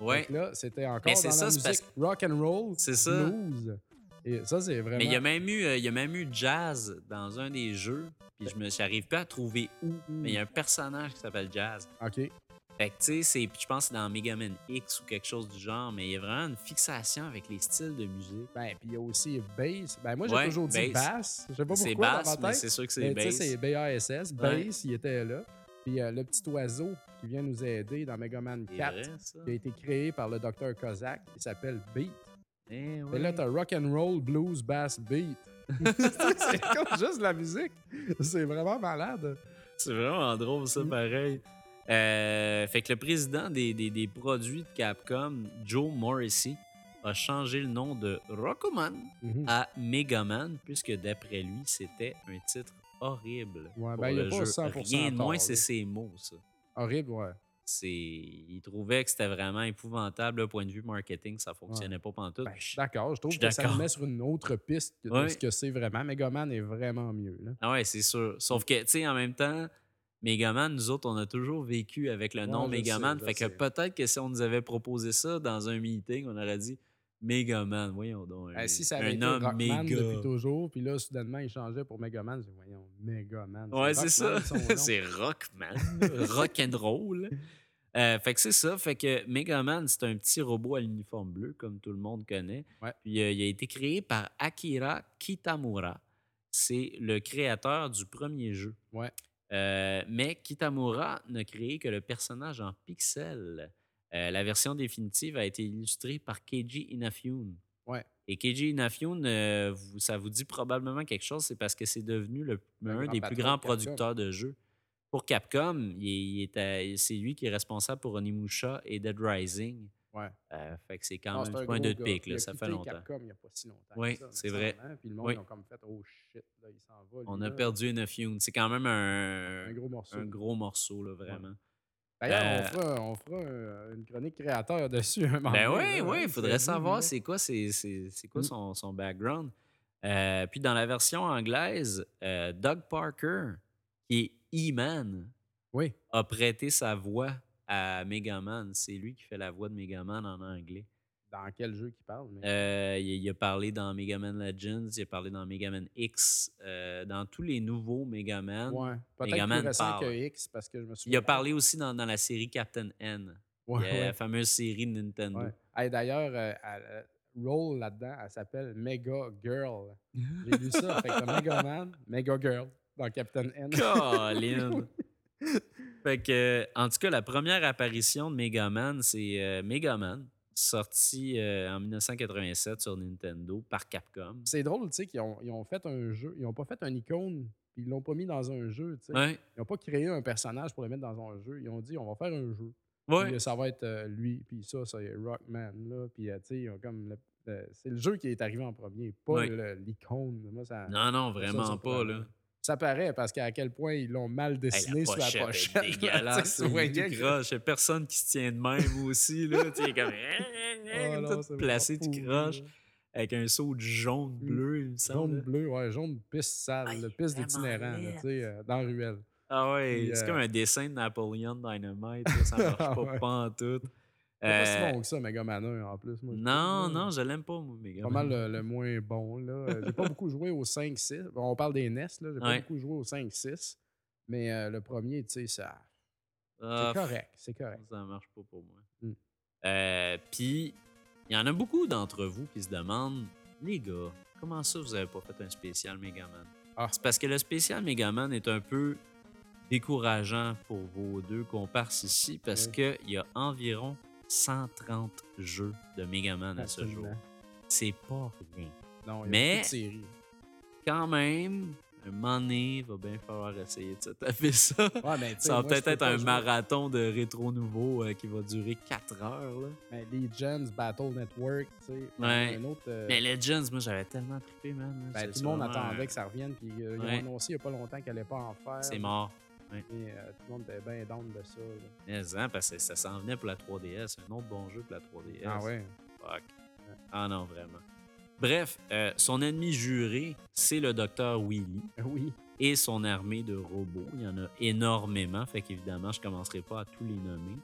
Ouais. Donc là, c'était encore Mais dans c'est la ça, c'est musique parce rock and roll, C'est ça. blues. Et ça, c'est vraiment... Mais il y, a même eu, euh, il y a même eu jazz dans un des jeux. Puis je me j'arrive pas à trouver où. Mais il y a un personnage qui s'appelle Jazz. OK. Fait que, tu sais, c'est- puis je pense que c'est dans Mega Man X ou quelque chose du genre, mais il y a vraiment une fixation avec les styles de musique. Ben, puis il y a aussi bass. Ben, moi, j'ai Ouais, toujours dit bass. bass. Je sais pas C'est pourquoi dans basse, ma mais tête. c'est sûr que c'est Mais tu sais, bass. c'est B-A-S-S. Ouais. Bass, il était là. Puis euh, le petit oiseau qui vient nous aider dans Mega Man C'est 4, vrai, ça. qui a été créé par le docteur Kozak, il s'appelle Beat. Eh Et là, ouais. t'as rock and roll, blues, bass, beat. *laughs* *laughs* c'est comme juste la musique. C'est vraiment malade. C'est vraiment drôle, ça, Mm. pareil. Euh, fait que le président des, des- des produits de Capcom, Joe Morrissey, a changé le nom de Rockoman Mhm. à Megaman, puisque d'après lui, c'était un titre horrible. Ouais, ben, pour il y a le pas jeu. 100% Rien de tort, moins, là. c'est ses mots, ça. Horrible, ouais. c'est il trouvait que c'était vraiment épouvantable d'un point de vue marketing, ça fonctionnait pas pantoute. Ben, je suis d'accord. Je trouve Je suis que ça d'accord. me met sur une autre piste que de Ouais. ce que c'est vraiment. Megaman est vraiment mieux. Là. ah ouais, c'est sûr. Sauf que tu sais en même temps Megaman, nous autres, on a toujours vécu avec le nom Ouais, je Megaman. sais, je Fait que sais. peut-être que si on nous avait proposé ça dans un meeting, on aurait dit Megaman, voyons donc. Un, Ah, si ça Ben, un avait été homme Rockman méga. depuis toujours, puis là, soudainement, il changeait pour Megaman. J'ai dit, voyons, Megaman. Ouais, c'est ça. Rockman, *laughs* son nom. c'est Rockman. Rock'n'roll. Euh, fait que c'est ça. Fait que Megaman, c'est un petit robot à l'uniforme bleu, comme tout le monde connaît. Ouais. Puis euh, il a été créé par Akira Kitamura. C'est le créateur du premier jeu. Ouais. Euh, mais Kitamura n'a créé que le personnage en pixels. Euh, la version définitive a été illustrée par Keiji Inafune. Ouais. Et Keiji Inafune, euh, vous- ça vous dit probablement quelque chose, c'est parce que c'est devenu le, Le un grand des patron plus de grands Capcom. producteurs de jeux. Pour Capcom, il, est- il est à- c'est lui qui est responsable pour Onimusha et Dead Rising. Ouais. Euh, fait que c'est Ah, quand c'est même un pas un gros deux de gars. pique, Il là, a ça fait quitté longtemps. Capcom il n'y a pas si longtemps. que Oui, ça, c'est me vrai. semble, hein. Puis le monde Oui. ils ont comme fait Oh shit, là, il s'en va. lui, On a là. perdu Inafune. C'est quand même un, un gros morceau. un gros morceau, là, vraiment. D'ailleurs, Euh, on fera, on fera un- une chronique créateur dessus un moment. Ben donné, oui, là, oui, hein, il faudrait c'est- savoir c'est quoi, c'est, c'est- c'est quoi Mm. son, son background. Euh, puis dans la version anglaise, euh, Doug Parker, qui est E-Man, Oui. a prêté sa voix à Megaman. C'est lui qui fait la voix de Megaman en anglais. Dans quel jeu qu'il parle. mais- Euh, il, il a parlé dans Megaman Legends, il a parlé dans Megaman X, euh, dans tous les nouveaux Megaman. ouais. Peut-être plus Megaman récent parle. que X parce que je me souviens. Il a parlé aussi dans, dans la série Captain N. Il Ouais, y a ouais. La fameuse série de Nintendo. Ouais. Hey, D'ailleurs, euh, elle, euh, Roll là-dedans, elle s'appelle Mega Girl. J'ai lu ça. fait que t'as *laughs* Mega Man, Mega Girl dans Captain N. Colin! *laughs* fait que, en tout cas, la première apparition de Megaman, c'est euh, Megaman, sorti euh, en 1987 sur Nintendo par Capcom. C'est drôle, tu sais, qu'ils ont, ils ont fait un jeu. Ils n'ont pas fait un icône, puis ils l'ont pas mis dans un jeu, tu sais. Ouais, Ils n'ont pas créé un personnage pour le mettre dans un jeu. Ils ont dit, on va faire un jeu. ouais. Puis, ça va être euh, lui, puis ça, c'est Rockman, là. Puis, euh, tu sais, ils ont comme... le- le- c'est le jeu qui est arrivé en premier, pas Ouais. le- l'icône. Moi, ça... Non, non, ça, vraiment ça pas, pourrait- là. Ça paraît, parce qu'à quel point ils l'ont mal dessiné Hey, sur la pochette. *laughs* est là, tu dégueulasse, sais, c'est tu voyais tout que- croche. Il y a personne qui se tient de même aussi, là. Tu sais, comme... hein, Oh non, c'est tout placé, tu vraiment croches. pourri, là. Avec un saut de jaune Mm. bleu, il me semble. Jaune bleu, ouais, jaune pisse sale, Ah, il là, est pisse vraiment d'itinérant, là, laid. tu sais, euh, dans la ruelle. Ah ouais, Puis, c'est euh, comme un dessin de Napoleon Dynamite, là, *laughs* ça marche Ah pas ouais. pantoute. C'est pas si Euh, bon que ça, Megaman 1, en plus. Moi, je trouve, non, là. non, je l'aime pas, moi, Megaman. pas mal euh, le, le moins bon. là. Euh, J'ai *laughs* pas beaucoup joué au 5-6. Bon, on parle des NES, là. J'ai pas Ouais. beaucoup joué au 5-6. Mais euh, le premier, tu sais, ça. Ah, C'est correct. C'est correct. Ça marche pas pour moi. Mm. Euh, Puis, il y en a beaucoup d'entre vous qui se demandent les gars, comment ça vous avez pas fait un spécial Megaman Ah. C'est parce que le spécial Megaman est un peu décourageant pour vos deux comparses ici parce Oui. qu'il y a environ 130 jeux de Megaman à ce jour. Absolument. C'est pas rien. Non, il y a Mais- beaucoup de séries. quand même, un moment donné, il va bien falloir essayer de se taper *laughs* ça. Ouais, mais tu sais, Ça va Ben, moi, peut-être je peux être pas un jouer. marathon de rétro nouveau euh, qui va durer 4 heures. Là. Mais Legends, Battle Network, tu sais. il y en a Ouais. Un autre. euh, Mais Legends, moi, j'avais tellement trippé, man. là. ben, C'est tout le monde vraiment, attendait euh, que ça revienne. Puis euh, ils ont Ouais. annoncé il n'y a pas longtemps qu'elle allait pas en faire. C'est mort. Et euh, tout le monde était bien down de ça. là. Mais, hein, parce que ça s'en venait pour la 3DS. Un autre bon jeu pour la 3DS. Ah ouais. Fuck. Ah non, vraiment. Bref, euh, son ennemi juré, c'est le docteur Willy. *laughs* Oui. et son armée de robots. Il y en a énormément, fait qu'évidemment, je ne commencerai pas à tous les nommer.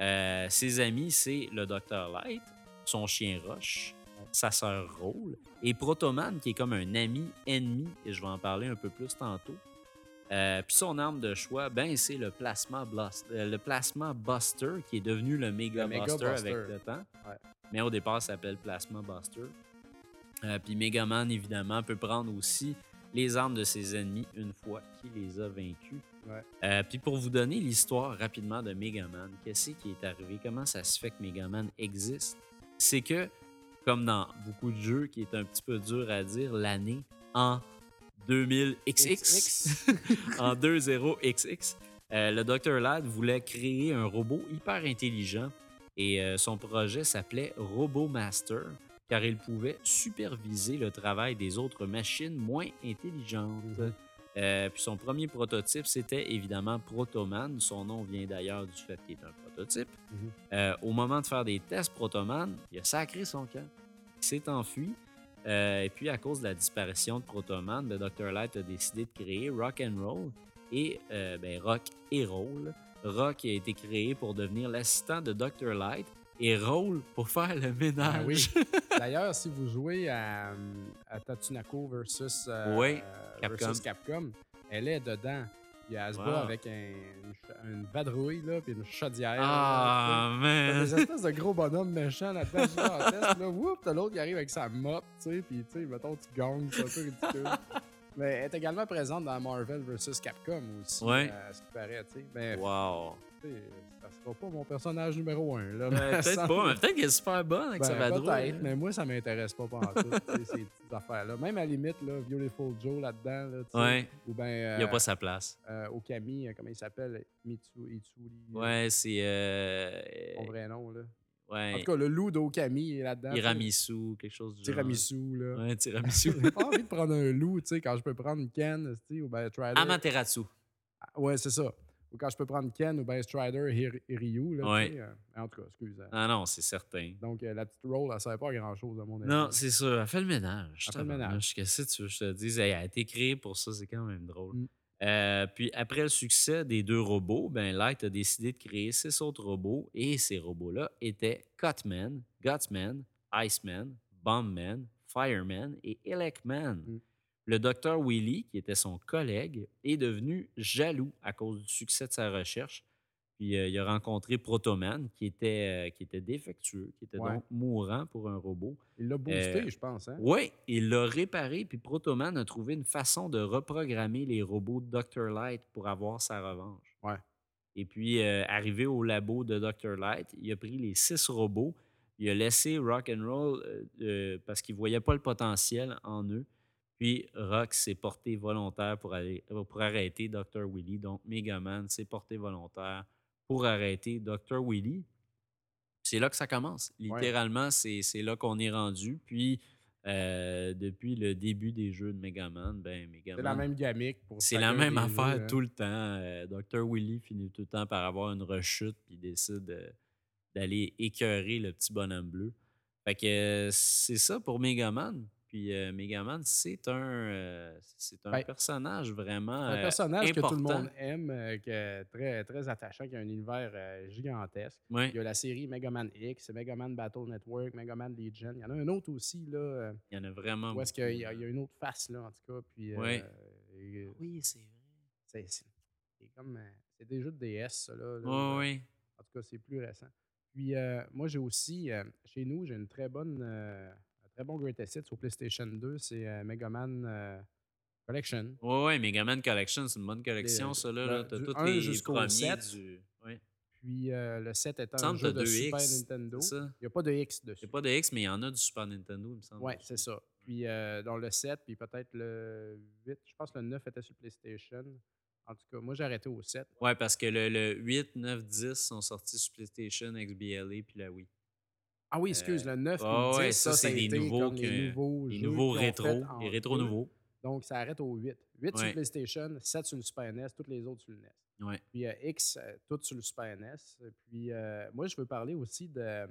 Euh, ses amis, c'est le Dr. Light, son chien Roche, sa sœur Roll, et Protoman, qui est comme un ami ennemi, et je vais en parler un peu plus tantôt. Euh, Puis son arme de choix, ben c'est le plasma, Blast- euh, le plasma Buster, qui est devenu le Mega, Le Mega Buster, avec Buster. le temps. Ouais. Mais au départ, ça s'appelle Plasma Buster. Euh, Puis Megaman, évidemment, peut prendre aussi les armes de ses ennemis une fois qu'il les a vaincus. Ouais. Euh, Puis pour vous donner l'histoire rapidement de Megaman, qu'est-ce qui est arrivé? Comment ça se fait que Megaman existe? C'est que, comme dans beaucoup de jeux qui est un petit peu dur à dire, l'année en 2000XX, *laughs* en 20XX, euh, le Dr. Ladd voulait créer un robot hyper intelligent et euh, son projet s'appelait RoboMaster car il pouvait superviser le travail des autres machines moins intelligentes. Mhm. Euh, puis son premier prototype, c'était évidemment Protoman. Son nom vient d'ailleurs du fait qu'il est un prototype. Mhm. Euh, au moment de faire des tests, Protoman, il a sacré son camp. Il s'est enfui. Euh, et puis, à cause de la disparition de Protoman, le Dr. Light a décidé de créer Rock and Roll et euh, ben, Rock et Roll. Rock a été créé pour devenir l'assistant de Dr. Light et Roll pour faire le ménage. Ah *laughs* oui. D'ailleurs, si vous jouez à, euh, à Tatsunako versus, euh, Oui, euh, Capcom. versus Capcom, elle est dedans. Il y a Asba Wow. avec un- une, ch- une vadrouille là, puis une chaudière. là, *laughs* Ah, tu sais. T'as man! des espèces de gros bonhommes méchants là-dedans, gigantesques, là, Whoop, t'as l'autre qui arrive avec sa mop, tu sais, puis tu sais, mettons, tu gagnes, c'est un peu *laughs* ridicule. Mais elle est également présente dans Marvel versus Capcom aussi, euh, Ouais. à ce qui paraît, tu sais. Ben, Mais Wow! tu sais, ça sera pas mon personnage numéro un, *laughs* là. mais Euh, ça- peut-être pas, mais peut-être qu'elle est super bonne avec ben, sa vadrouille. peut-être, hein. mais moi, ça m'intéresse pas pendant tout, tu sais, ces petites affaires-là. Même à la limite, là, Beautiful Joe là-dedans, là, tu sais, Ouais, ou bien il euh, n'y a pas sa place. euh, Okami, euh, comment il s'appelle, Mitsu, Itsuri, euh, Ouais, c'est. euh, son vrai nom. Là. En ouais, tout cas, le loup d'Okami est là-dedans. Tiramisu, quelque chose du genre. Tiramisu, là. Ouais, Tiramisu. *laughs* J'ai pas envie de prendre un loup, tu sais, quand je peux prendre Ken, tu sais, ou bien Strider. Amaterasu. Ah, Ouais, c'est ça. Ou quand je peux prendre Ken ou bien Strider Hir- Hiryu, là, Ouais. tu sais, euh, en tout cas, excuse. hein. Ah non, c'est certain. Donc, euh, la petite rôle, elle savait pas grand-chose, à mon avis. Non, c'est ça. Elle fait le ménage. Elle fait le tabarnouche. ménage. Qu'est-ce que tu veux que je te dise? Hey, Elle a été créée pour ça, c'est quand même drôle. Mm. Euh, puis après le succès des deux robots, ben Light a décidé de créer six autres robots et ces robots-là étaient Cutman, Gutsman, Iceman, Bombman, Fireman et Elecman. Mm. Le docteur Willy, qui était son collègue, est devenu jaloux à cause du succès de sa recherche Puis euh, il a rencontré Protoman, qui était, euh, qui était défectueux, qui était Ouais. donc mourant pour un robot. Il l'a boosté, Euh, je pense. Hein? Oui, il l'a réparé, puis Protoman a trouvé une façon de reprogrammer les robots de Dr. Light pour avoir sa revanche. Ouais. Et puis, euh, arrivé au labo de Dr. Light, il a pris les six robots, il a laissé Rock and Roll euh, euh, parce qu'il ne voyait pas le potentiel en eux. Puis Rock s'est porté volontaire pour, aller, euh, pour arrêter Dr. Willy. Donc, Megaman s'est porté volontaire pour arrêter Dr. Willy. C'est là que ça commence. Littéralement, c'est c'est là qu'on est rendu. Puis, euh, depuis le début des jeux de Megaman, ben, C'est la Megaman même gamique. pour c'est la chacun même des affaire jeux, hein. tout le temps. Euh, Dr. Willy finit tout le temps par avoir une rechute puis il décide euh, d'aller écœurer le petit bonhomme bleu. Fait que euh, c'est ça pour Megaman. Puis euh, Megaman, c'est un, euh, c'est un Ben, personnage vraiment. C'est un euh, personnage que tout le important. monde aime, euh, qui est très, très attachant, qui a un univers euh, gigantesque. ouais, Il y a la série Mega Man X, Mega Man Battle Network, Mega Man Legion. Il y en a un autre aussi, là, euh, il y en a vraiment. où est-ce qu'il Ah, beaucoup, y, a- il y a là. une autre face, là, en tout cas. Puis, euh, Ouais. et, euh, Ah Oui, c'est vrai. c'est c'est- c'est comme. euh, C'est des jeux de DS, ça, là. là. Oui, oui. En tout cas, c'est plus récent. Puis, euh, moi, j'ai aussi, euh, chez nous, j'ai une très bonne. euh, un très bon Greatest Hits sur PlayStation 2, c'est euh, Mega Man euh, Collection. Ouais, ouais, Megaman Collection, c'est une bonne collection, Les- ça. Là, le- là. T'as du tous un les jusqu'au premiers sept. du. Ouais, Puis euh, le 7 est un Semble jeu que de 2X, Super Nintendo. c'est ça. Il n'y a pas de X dessus. Il n'y a pas de X, mais il y en a du Super Nintendo, il me semble. Oui, aussi. c'est ça. Puis euh, dans le 7, puis peut-être le 8, je pense que le 9 était sur PlayStation. En tout cas, moi j'ai arrêté au 7. Ouais, parce que le, le 8, 9, 10 sont sortis sur PlayStation, XBLA puis la Wii. Ah oui, excuse, le 9 puis ah le 10, ouais, ça, ça, c'est c'est des des nouveaux, nouveaux que- les nouveaux Les jeux nouveaux qu'ils ont fait rétro, en les rétro deux. nouveaux. Donc ça arrête au 8. 8 Ouais. sur PlayStation, 7 sur le Super NES, toutes les autres sur le NES. Ouais. Puis euh, X, euh, toutes sur le Super NES. Puis euh, moi je veux parler aussi de,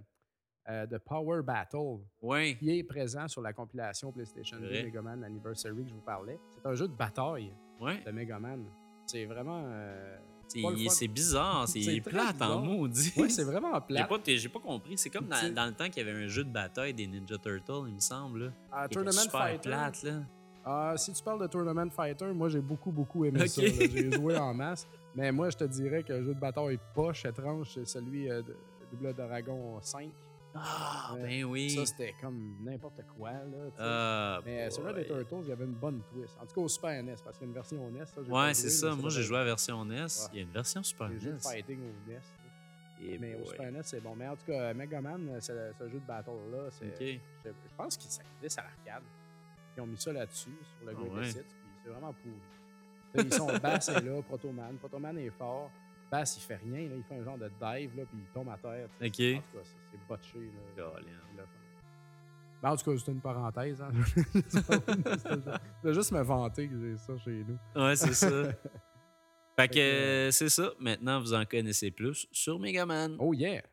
euh, de Power Battle. Ouais. qui est présent sur la compilation PlayStation 2 Vrai. Mega Man Anniversary que je vous parlais. C'est un jeu de bataille Ouais. de Mega Man. C'est vraiment. euh, C'est pas le il- fun. c'est bizarre, *laughs* c'est C'est il est très plate en bizarre. maudit. Ouais, c'est vraiment Euh, J'ai plat. pas, j'ai pas compris. C'est comme C'est- dans, dans le temps qu'il y avait un jeu de bataille des Ninja Turtles, il me semble. Là, Ah, qui était Tournament super Fighter. plate, là. Ah, si tu parles de Tournament Fighter, moi j'ai beaucoup, beaucoup aimé Ok. ça. là. J'ai joué en masse. Mais moi, je te dirais que le jeu de bataille poche étrange, c'est celui euh, de Double Dragon 5. Ah, Euh, ben oui. Ça, c'était comme n'importe quoi. Là, tu sais. Ah, Mais celui-là des boy. Turtles, il y avait une bonne twist. En tout cas, au Super NES, parce qu'il y a une version NES. Ça, j'ai pas Ouais, c'est joué, ça. mais Moi, j'ai dans joué E à la version NES. Il y a une version Super Les jeux de NES. fighting au NES. là. Eh Mais au boy. Super E NES, c'est bon. Mais en tout cas, Mega Man, euh, ce, ce jeu de battle-là, c'est- Ok. je, je pense qu'il s'existe à l'arcade. Ils ont mis ça là-dessus, sur le Ah Greatest ouais. Hits, puis c'est vraiment pourri. Là, ils sont Bass est là, Protoman. Protoman est fort. Bass, il fait rien. Là, il fait un genre de dive, là, puis il tombe à terre. tu sais. Ok. En tout cas, c'est- c'est botché. Là, Colin. Il l'a fait. Ben, en tout cas, c'était une parenthèse. hein. *laughs* Je voulais juste me vanter que j'ai ça chez nous. Ouais, c'est *laughs* ça. Fait que que, euh, c'est ça. Maintenant, vous en connaissez plus sur Megaman. Oh yeah!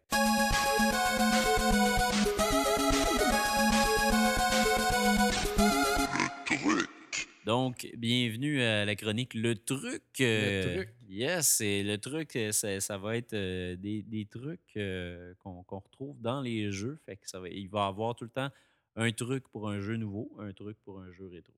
truc, Donc, bienvenue à la chronique Le Truc. euh, Truc. Yes, c'est le truc, euh, ça, ça va être euh, des, des trucs euh, qu'on qu'on retrouve dans les jeux. Fait que ça va, il va y avoir tout le temps un truc pour un jeu nouveau, un truc pour un jeu rétro.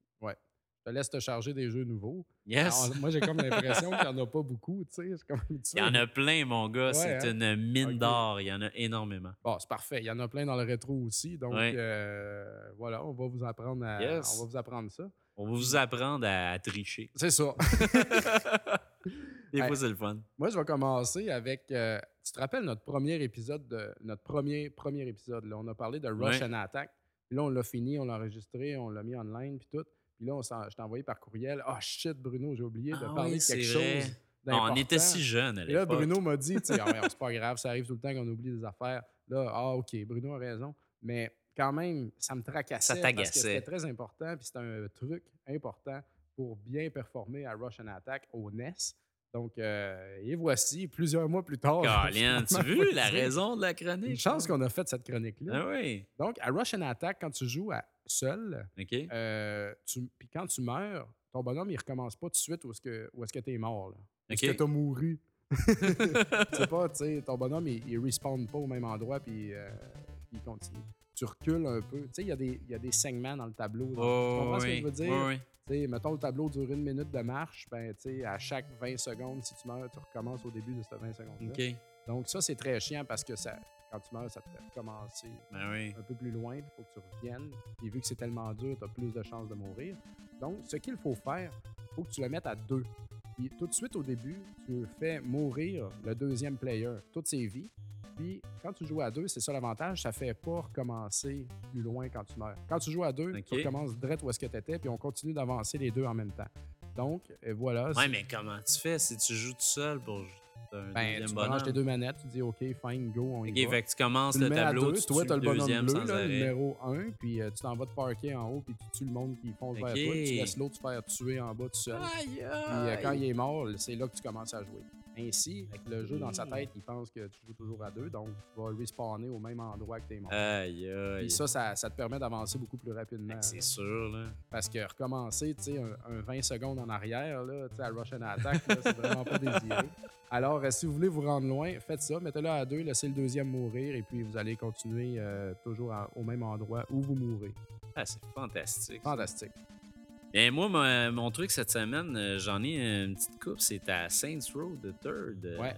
Je te laisse te charger des jeux nouveaux. Yes! Alors, moi, j'ai comme l'impression qu'il n'y en a pas beaucoup, tu sais. C'est comme- tu Il y en a plein, mon gars. Ouais, c'est hein? une mine Ok. d'or. Il y en a énormément. Bon, c'est parfait. Il y en a plein dans le rétro aussi. Donc, Ouais. euh, voilà, on va vous apprendre à- Yes. on va vous apprendre ça. On va Mm. vous apprendre à, à tricher. C'est ça. *laughs* Des Ouais. Ben, fois, c'est le fun. Moi, je vais commencer avec. euh, tu te rappelles notre premier épisode de notre premier premier épisode là, on a parlé de Rush Ouais. and Attack. Puis là, on l'a fini, on l'a enregistré, on l'a mis online puis tout. Puis là, on s'en- je t'ai envoyé par courriel. Ah shit, Bruno, j'ai oublié de Ah parler oui, de c'est quelque vrai. chose. Non, on d'important. était si jeunes à Et là, l'époque. Bruno m'a dit, tu *laughs* sais, Ah ouais, c'est pas grave, ça arrive tout le temps qu'on oublie des affaires. Là, ah, OK, Bruno a raison. Mais quand même, ça me tracassait. Ça parce que t'agaçait. C'était très important, puis c'était un truc important pour bien performer à Rush and Attack au NES. Donc, euh, et voici, plusieurs mois plus tard. *laughs* Colin, tu as vu la C'est raison de la chronique? Une chance qu'on a fait cette chronique-là. Ah oui. Donc, à Rush and Attack, quand tu joues à seul, OK. euh, tu- puis quand tu meurs, ton bonhomme, il recommence pas tout de suite où est-ce que tu es mort. Là. Où est-ce OK. *laughs* que tu as mouru? c'est pas, tu sais, ton bonhomme, il, il respawn pas au même endroit, puis euh, il continue. tu recules un peu. Tu sais, il y, a des- il y a des segments dans le tableau. là. tu Oh, comprends ce que oui, je veux dire? oui, oui. Tu sais, mettons, le tableau dure une minute de marche. Ben, tu sais, à chaque 20 secondes, si tu meurs, tu recommences au début de cette 20 secondes-là. OK. Donc, ça, c'est très chiant parce que ça, quand tu meurs, ça te fait recommencer Ben oui. un peu plus loin, il faut que tu reviennes. Et vu que c'est tellement dur, tu as plus de chances de mourir. Donc, ce qu'il faut faire, il faut que tu le mettes à deux. Puis tout de suite au début, tu fais mourir le deuxième player toutes ses vies. Puis quand tu joues à deux, c'est ça l'avantage, ça fait pas recommencer plus loin quand tu meurs. Quand tu joues à deux, tu Ok. recommences direct où est-ce que tu étais, puis on continue d'avancer les deux en même temps. Donc, euh, voilà. Ouais, mais comment tu fais si tu joues tout seul pour t'as Ben, un deuxième tu bonhomme? branches tes deux manettes, tu dis OK, fine, go, on y OK, va. fait que tu commences Tu le le mets à tableau, deux, tu toi, tues t'as le le bonhomme deuxième bleu, sans là, le arrêt. numéro 1, puis euh, tu t'en vas te parquer en haut, puis tu tues le monde qui fonce vers Ok. toi, puis tu laisses l'autre se faire tuer en bas tout seul. Aïe, Puis euh, aïe. quand il est mort, c'est là que tu commences à jouer. Ainsi, avec le jeu dans Hmm. sa tête, il pense que tu joues toujours à deux, donc tu vas respawner au même endroit que t'es mort. Aïe, aïe. Puis ça, ça, ça te permet d'avancer beaucoup plus rapidement. hein. Fait que là. C'est sûr, là. Parce que recommencer, tu sais, un, un 20 secondes en arrière, là, tu sais, à Rush and Attack, là, c'est vraiment pas désiré. Alors, euh, si vous voulez vous rendre loin, faites ça, mettez-le à deux, laissez le deuxième mourir, et puis vous allez continuer euh, toujours à- au même endroit où vous mourrez. Ah, c'est fantastique. ça. Fantastique. Bien, Ben, moi, mon, euh, mon truc cette semaine, euh, j'en ai une petite coupe. C'est à Saints Row the Third. Euh, Ouais.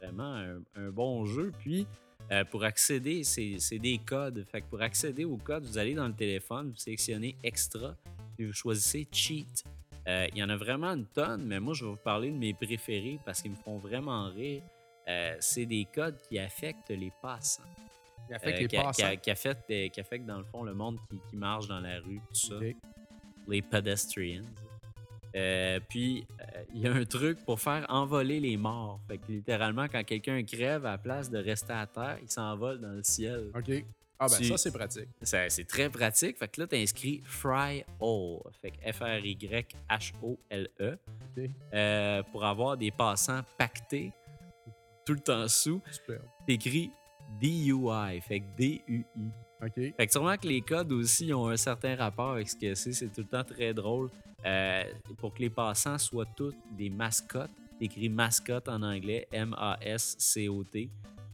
Vraiment un, un bon jeu. Puis, euh, pour accéder, c'est c'est des codes. Fait que pour accéder au code, vous allez dans le téléphone, vous sélectionnez Extra, puis vous choisissez Cheat. Euh, Il y en a vraiment une tonne, mais moi, je vais vous parler de mes préférés parce qu'ils me font vraiment rire. Euh, c'est des codes qui affectent les passants. Il affecte Euh, les qui, a- qui passants. a- qui affectent, euh, qui affectent, dans le fond, le monde qui, qui marche dans la rue, tout ça Ok. les pedestrians. Euh, puis, euh, il y a un truc pour faire envoler les morts. Fait que littéralement, quand quelqu'un crève, à la place de rester à terre, il s'envole dans le ciel. OK. Ah ben Tu- ça, c'est pratique. Ça- C'est très pratique. Fait que là, tu inscrit Fry All. Fait que F-R-Y-H-O-L-E. OK. E. euh, pour avoir des passants pactés tout le temps sous. Super. T'écris DUI. Fait que D-U-I. OK. Fait que sûrement que les codes aussi ont un certain rapport avec ce que c'est. C'est tout le temps très drôle. Euh, pour que les passants soient tous des mascottes, écrit mascotte en anglais, M-A-S-C-O-T.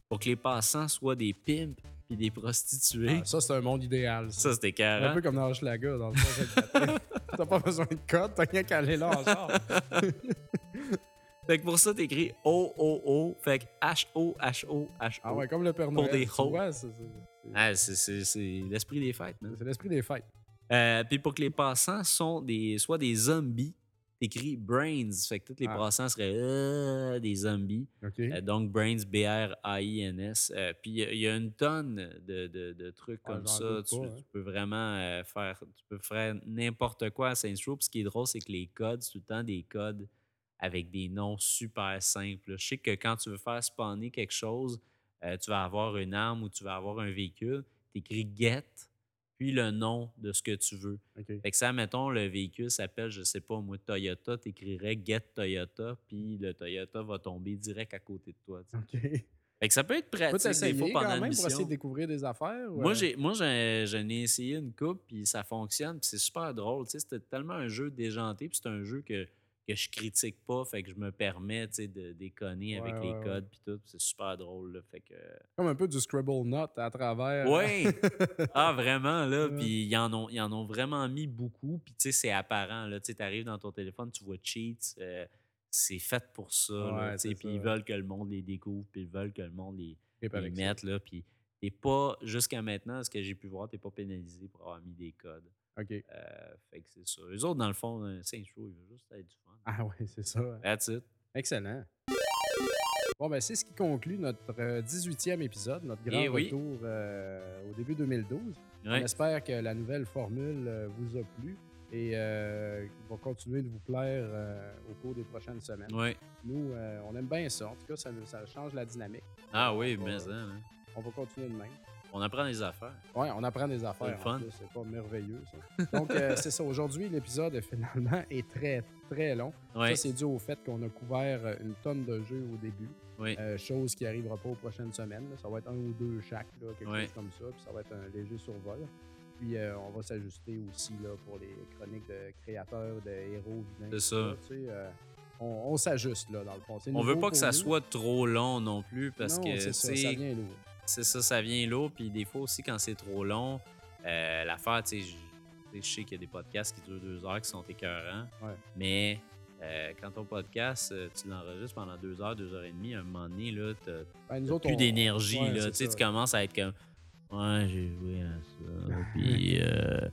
Pour que les passants soient des pimps puis des prostituées. Ah, ça, c'est un monde idéal. ça. ça, c'était Un carré. hein? peu comme dans Hochelaga, dans le fond. c'est le *laughs* matin. T'as pas besoin de code, t'as rien qu'à aller là en char. Fait que pour ça, t'écris O-O-O. Fait que H-O-H-O-H-O. Ah ouais, comme le Père Noël. Pour des tu hauts. vois, c'est- c'est- Ah, c'est- c'est c'est l'esprit des fêtes, man. c'est- c'est l'esprit des fêtes. Euh, puis pour que les passants sont des, soit des zombies, t'écris brains. Fait que tous les Ah. passants seraient euh, des zombies. OK. Euh, donc brains, B-R-A-I-N-S. Euh, puis il y a- il y, a une tonne de, de- de trucs Ah, comme j'en ça. doute Tu, pas, hein. tu peux vraiment euh, faire, tu peux faire n'importe quoi à Saints Row. Puis ce qui est drôle, c'est que les codes, c'est tout le temps des codes avec des noms super simples. là. Je sais que quand tu veux faire spawner quelque chose, euh, tu vas avoir une arme ou tu vas avoir un véhicule, t'écris get, puis le nom de ce que tu veux. OK. Fait que ça, mettons, le véhicule s'appelle, je sais pas, moi, Toyota, t'écrirais Get Toyota, puis le Toyota va tomber direct à côté de toi. tu sais. OK. Fait que ça peut être Peux pratique des t'essayer fois quand pendant une même pour mission. essayer de découvrir des affaires? ou, Moi, euh, j'ai, moi j'ai- j'en ai essayé une coupe, puis ça fonctionne, puis c'est super drôle. tu sais, C'était tellement un jeu déjanté, puis c'est un jeu que, que je critique pas, fait que je me permets tu sais, de déconner Ouais, avec ouais, les ouais. codes, puis tout, puis c'est super drôle. là, fait que... Comme un peu du Scribble Note à travers. euh, *laughs* Ouais! ah, vraiment, là. Ouais. Puis ils en, ont, ils en ont vraiment mis beaucoup. Puis tu sais, c'est apparent, là. Tu sais, t'arrives dans ton téléphone, tu vois cheats. euh, c'est fait pour ça, là. Ouais, tu sais, c'est Puis ça. ils veulent que le monde les découvre, puis ils veulent que le monde les, Et par les exemple. mette, là. Puis t'es pas, jusqu'à maintenant, ce que j'ai pu voir, t'es pas pénalisé pour avoir mis des codes. OK. Euh, fait que c'est ça. Eux autres, dans le fond, euh, c'est un show, ils veulent juste être du fun. Ah ouais, c'est ça. That's it. Excellent. Bon, ben, c'est ce qui conclut notre euh, 18e épisode, notre grand Eh oui. retour euh, au début 2012. Ouais. On espère que la nouvelle formule euh, vous a plu et euh, va continuer de vous plaire euh, au cours des prochaines semaines. Ouais. Nous, euh, on aime bien ça. En tout cas, ça, nous- ça change la dynamique. Ah oui, On va- mais ça, hein. On va continuer de même. On apprend des affaires. Ouais, on apprend des affaires. C'est le en fun. plus, C'est pas merveilleux, ça. Donc, *laughs* euh, c'est ça. Aujourd'hui, l'épisode, finalement, est très, très long. Ouais. Ça, c'est dû au fait qu'on a couvert euh, une tonne de jeux au début. Oui. Euh, chose qui n'arrivera pas aux prochaines semaines. là. Ça va être un ou deux chaque, là, quelque Oui. chose comme ça. Puis ça va être un léger survol. Puis euh, on va s'ajuster aussi là, pour les chroniques de créateurs, de héros, vilains. C'est tout ça. tu sais, euh, on on s'ajuste, là, dans le fond. C'est On veut nouveau pas que pour ça nous. soit trop long non plus parce Non, que, c'est tu ça, ça sais, vient lourd. C'est ça, ça vient lourd. Puis des fois aussi, quand c'est trop long, euh, l'affaire, tu sais, je- tu sais, je sais qu'il y a des podcasts qui durent deux heures qui sont écœurants. Ouais. Mais euh, quand ton podcast, euh, tu l'enregistres pendant deux heures, deux heures et demie, à un moment donné, là, t'as Ben, nous T'as autres, plus on- d'énergie. ouais, là. c'est tu sais, ça. tu commences à être comme. Ouais, j'ai joué *laughs* à ça. Puis. euh,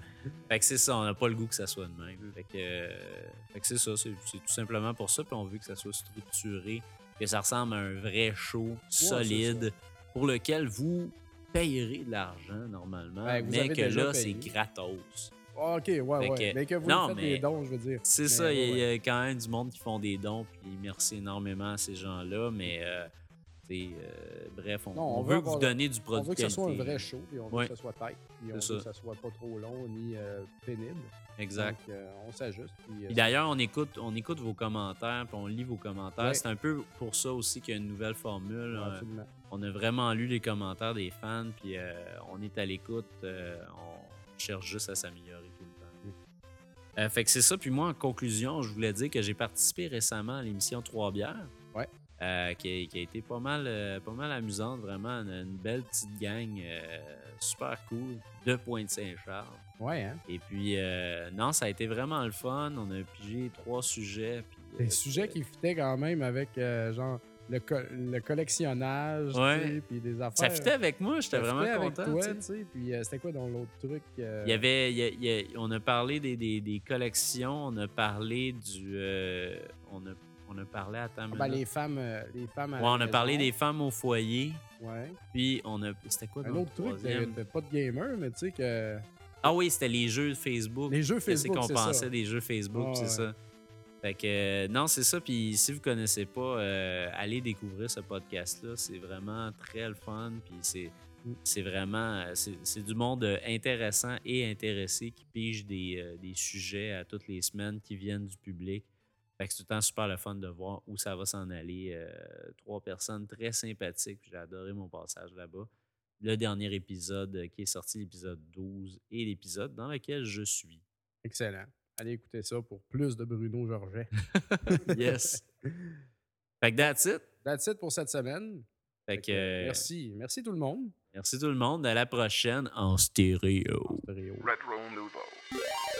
Fait que c'est ça, on n'a pas le goût que ça soit de même. Fait que, euh, fait que c'est ça, c'est c'est tout simplement pour ça. Puis on veut que ça soit structuré, que ça ressemble à un vrai show solide pour lequel vous payerez de l'argent normalement, Ben, vous mais avez que déjà là, c'est payé. gratos. Ah, OK, ouais, Fait ouais. que- mais que vous non, faites mais- des dons, je veux dire. C'est Mais ça, il y a- ouais, il y ouais. a quand même du monde qui font des dons, puis merci énormément à ces gens-là, mais euh, tu sais, euh, bref, on, Non, on on veut veut, vous avoir- donner du On produit veut que ce soit un qualité, vrai là. show, puis on veut Ouais. que ce soit tête, puis on C'est veut que ça. ça soit pas trop long ni euh, pénible. Exact. Donc, euh, on s'ajuste. Puis, euh, Puis D'ailleurs, on écoute, on écoute vos commentaires, puis on lit vos commentaires. Ouais. C'est un peu pour ça aussi qu'il y a une nouvelle formule. ouais, Euh, absolument. on a vraiment lu les commentaires des fans, puis euh, on est à l'écoute. euh, on cherche juste à s'améliorer tout le temps. Mm. Euh, fait que c'est ça. Puis moi, en conclusion, je voulais dire que j'ai participé récemment à l'émission Trois bières. Ouais. Euh, qui, a, qui a été pas mal, euh, pas mal amusante, vraiment. Une, une belle petite gang, euh, super cool, de Pointe-Saint-Charles. Ouais, hein? Et puis, euh, non, ça a été vraiment le fun. On a pigé trois sujets. puis, Des euh, sujets qui fitaient quand même avec, euh, genre, le, co- le collectionnage, tu Ouais. sais, puis des affaires. Ça fitait avec moi, j'étais Ça fitait vraiment avec content. toi, tu sais. tu sais, Puis euh, c'était quoi dans l'autre truc? euh, Il y avait, il y a- il y a- on a parlé des, des- des collections, on a parlé du, euh, on, a, on a parlé à ah, ben, les femmes, euh, les femmes à la on a maison. parlé des femmes au foyer, Ouais. puis on a, c'était quoi Un donc, autre le truc, t'as- troisième? t'as pas de gamer, mais tu sais que Ah oui, c'était les jeux Facebook. les jeux Qu'est-ce Facebook, qu'on c'est pensait ça. des jeux Facebook, Ah, c'est ouais. ça. Fait que, euh, non, c'est ça. Puis si vous connaissez pas, euh, allez découvrir ce podcast-là. C'est vraiment très le fun. Puis c'est, Mm. c'est vraiment, euh, c'est, c'est du monde euh, intéressant et intéressé qui pige des, euh, des sujets à toutes les semaines qui viennent du public. Fait que c'est tout le temps super le fun de voir où ça va s'en aller. Euh, trois personnes très sympathiques. J'ai adoré mon passage là-bas. Le dernier épisode euh, qui est sorti, l'épisode 12, et l'épisode dans lequel je suis. Excellent. Allez écouter ça pour plus de Bruno Georget. *laughs* Yes. fait que that's it. That's it pour cette semaine. Fait que, euh, merci. Merci. Merci tout le monde. tout le monde. À la prochaine en stéréo. Stéréo. Retro Nouveau.